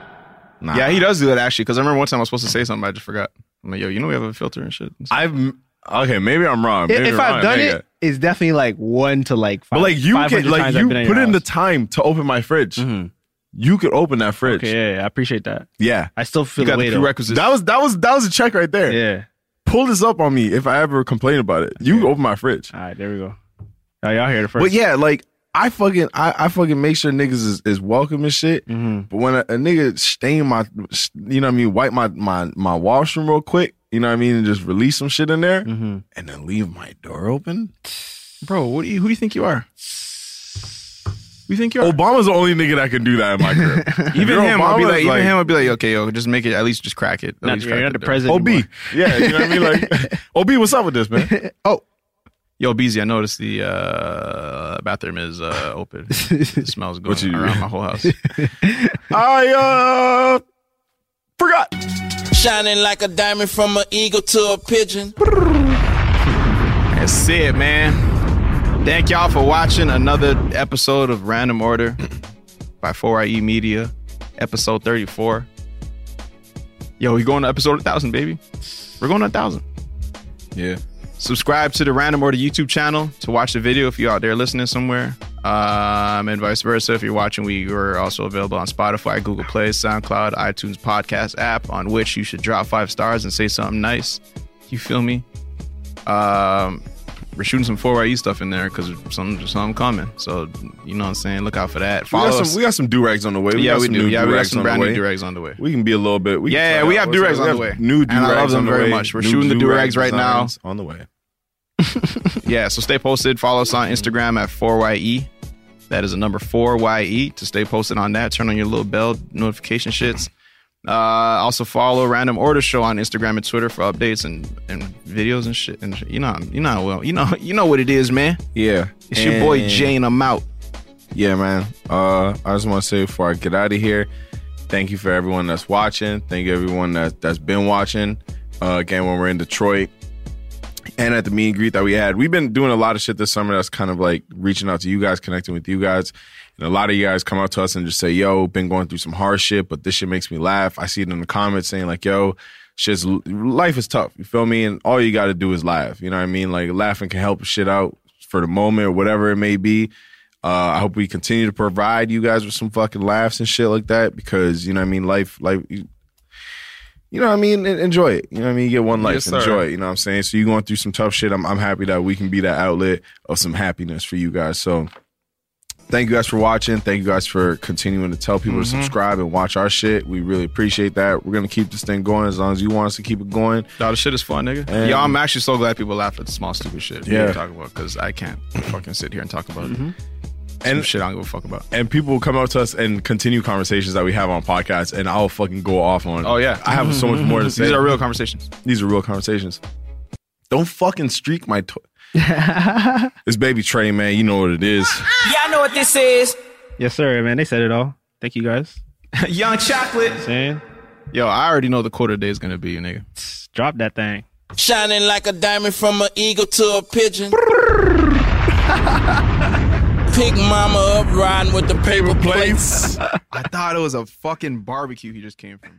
[SPEAKER 2] Yeah, he does do that actually. Because I remember one time I was supposed to say something, I just forgot. I'm like, yo, you know we have a filter and shit.
[SPEAKER 6] I've okay, maybe I'm wrong.
[SPEAKER 5] If, if I've done it, it's definitely like one to like five.
[SPEAKER 6] But like you
[SPEAKER 5] 500
[SPEAKER 6] can like
[SPEAKER 5] times I've
[SPEAKER 6] you
[SPEAKER 5] been
[SPEAKER 6] put
[SPEAKER 5] your house.
[SPEAKER 6] in
[SPEAKER 5] Mm-hmm.
[SPEAKER 6] the time to open my fridge. You could open that fridge.
[SPEAKER 5] Okay, yeah, yeah, I appreciate that.
[SPEAKER 6] Yeah.
[SPEAKER 5] I still feel the way though.
[SPEAKER 6] That was that was that was a check right there.
[SPEAKER 5] Yeah.
[SPEAKER 6] Pull this up on me if I ever complain about it. You open my fridge.
[SPEAKER 5] All right, there we go. Oh, y'all hear the first.
[SPEAKER 11] But yeah, like I fucking I, I fucking make sure niggas is, is welcome and
[SPEAKER 2] Mm.
[SPEAKER 11] shit.
[SPEAKER 5] Mm-hmm,
[SPEAKER 11] But when a, a nigga stain my, you know what I mean, wipe my my my washroom real quick, you know what I mean, and just release some shit in there,
[SPEAKER 5] mm-hmm.
[SPEAKER 11] and then leave my door open,
[SPEAKER 2] Mm. bro. What do you who do you think you are? You think you're
[SPEAKER 6] Obama's the only nigga that can do that in my crib.
[SPEAKER 2] Even
[SPEAKER 6] Your
[SPEAKER 2] him, I'll be
[SPEAKER 6] Obama's
[SPEAKER 2] like, even him, I'll be like, okay, yo, just make it at least just crack it. At
[SPEAKER 6] Not-
[SPEAKER 2] least
[SPEAKER 6] you're
[SPEAKER 2] crack
[SPEAKER 6] not
[SPEAKER 2] it
[SPEAKER 6] the
[SPEAKER 2] there.
[SPEAKER 6] president Ob. anymore. Yeah, you know what I mean? Like, Ob, what's up with this, man?
[SPEAKER 5] oh,
[SPEAKER 2] yo, BZ, I noticed the uh, bathroom is uh, open. it smells good around my whole house.
[SPEAKER 6] I uh forgot.
[SPEAKER 7] Shining like a diamond from an eagle to a pigeon.
[SPEAKER 2] That's it, man. Thank y'all for watching another episode of Random Order by 4IE Media, episode 34. Yo, we going to episode 1000, baby. We're going to 1000.
[SPEAKER 6] Yeah.
[SPEAKER 2] Subscribe to the Random Order YouTube channel to watch the video if you're out there listening somewhere. Um, and vice versa. If you're watching, we are also available on Spotify, Google Play, SoundCloud, iTunes podcast app, on which you should drop five stars and say something nice. You feel me? Um, we're shooting some 4YE stuff in there because some some coming. So you know what I'm saying? Look out for that.
[SPEAKER 6] We
[SPEAKER 2] Follow
[SPEAKER 6] got
[SPEAKER 2] us.
[SPEAKER 6] some we got some do rags on the way.
[SPEAKER 2] Yeah,
[SPEAKER 6] got
[SPEAKER 2] we
[SPEAKER 6] some
[SPEAKER 2] do.
[SPEAKER 6] new
[SPEAKER 2] Yeah, we got
[SPEAKER 6] do-rags
[SPEAKER 2] some
[SPEAKER 6] on
[SPEAKER 2] brand
[SPEAKER 6] the
[SPEAKER 2] new
[SPEAKER 6] way.
[SPEAKER 2] do-rags on the way.
[SPEAKER 6] We can be a little bit. We can
[SPEAKER 2] Yeah,
[SPEAKER 6] try
[SPEAKER 2] yeah, we
[SPEAKER 6] out
[SPEAKER 2] have
[SPEAKER 6] what's
[SPEAKER 2] do-rags
[SPEAKER 6] up.
[SPEAKER 2] on
[SPEAKER 6] We
[SPEAKER 2] the
[SPEAKER 6] have
[SPEAKER 2] way.
[SPEAKER 6] New
[SPEAKER 2] And I
[SPEAKER 6] do
[SPEAKER 2] love
[SPEAKER 6] rags
[SPEAKER 2] them
[SPEAKER 6] on the
[SPEAKER 2] very
[SPEAKER 6] way.
[SPEAKER 2] much. We're
[SPEAKER 6] New
[SPEAKER 2] shooting the
[SPEAKER 6] do-rag
[SPEAKER 2] do-rags right now.
[SPEAKER 6] designs on the way.
[SPEAKER 2] yeah, so stay posted. Follow us on Instagram at 4YE. That is a number 4YE to stay posted on that. Turn on your little bell notification shits. Uh, also follow Random Order Show on Instagram and Twitter for updates and, and videos and shit. And you know, you know, well, you know, you know what it is, man.
[SPEAKER 6] Yeah.
[SPEAKER 2] It's your boy
[SPEAKER 6] And-
[SPEAKER 2] Jane. I'm out.
[SPEAKER 6] Yeah, man. Uh, I just want to say before I get out of here, thank you for everyone that's watching. Thank you everyone that that's been watching. Uh, again, when we're in Detroit and at the meet and greet that we had, we've been doing a lot of shit this summer that's kind of like reaching out to you guys, connecting with you guys. And a lot of you guys come out to us and just say, "Yo, been going through some hard shit, but this shit makes me laugh." I see it in the comments saying like, "Yo." Shit's life is tough, you feel me? And all you gotta do is laugh. You know what I mean? Like laughing can help shit out for the moment or whatever it may be. Uh, I hope we continue to provide you guys with some fucking laughs and shit like that because you know what I mean life life you, you know what I mean En- enjoy it you know what I mean you get one life
[SPEAKER 2] Yes, sir.
[SPEAKER 6] enjoy it you know what I'm saying so you're going through some tough shit I'm I'm happy that we can be that outlet of some happiness for you guys so thank you guys for watching thank you guys for continuing to tell people
[SPEAKER 2] Mhm.
[SPEAKER 6] to subscribe and watch our shit we really appreciate that we're gonna keep this thing going as long as you want us to keep it going
[SPEAKER 2] Nah, the shit is fun, nigga.
[SPEAKER 6] And-
[SPEAKER 2] Yo, I'm actually so glad people laugh at the small stupid shit.
[SPEAKER 6] Yeah. Mm-hmm.
[SPEAKER 2] we talk about because I can't fucking sit here and talk about it. Some
[SPEAKER 6] And-
[SPEAKER 2] shit I don't give a fuck about.
[SPEAKER 6] and people come up to us and continue conversations that we have on podcasts, and I'll fucking go off on.
[SPEAKER 2] Oh yeah,
[SPEAKER 6] I have so much more to say.
[SPEAKER 2] These are real conversations.
[SPEAKER 6] These are real conversations. Don't fucking streak my. To- it's baby Trey, man. You know what it is.
[SPEAKER 7] Y'all know what this is.
[SPEAKER 5] Yes, sir, man. They said it all. Thank you guys.
[SPEAKER 2] Young chocolate.
[SPEAKER 5] Saying,
[SPEAKER 2] yo, I already know the quote of the day is gonna be, nigga.
[SPEAKER 5] Drop that thing.
[SPEAKER 7] Shining like a diamond from an eagle to a pigeon. Pick mama up riding with the paper plates.
[SPEAKER 2] I thought it was a fucking barbecue he just came from.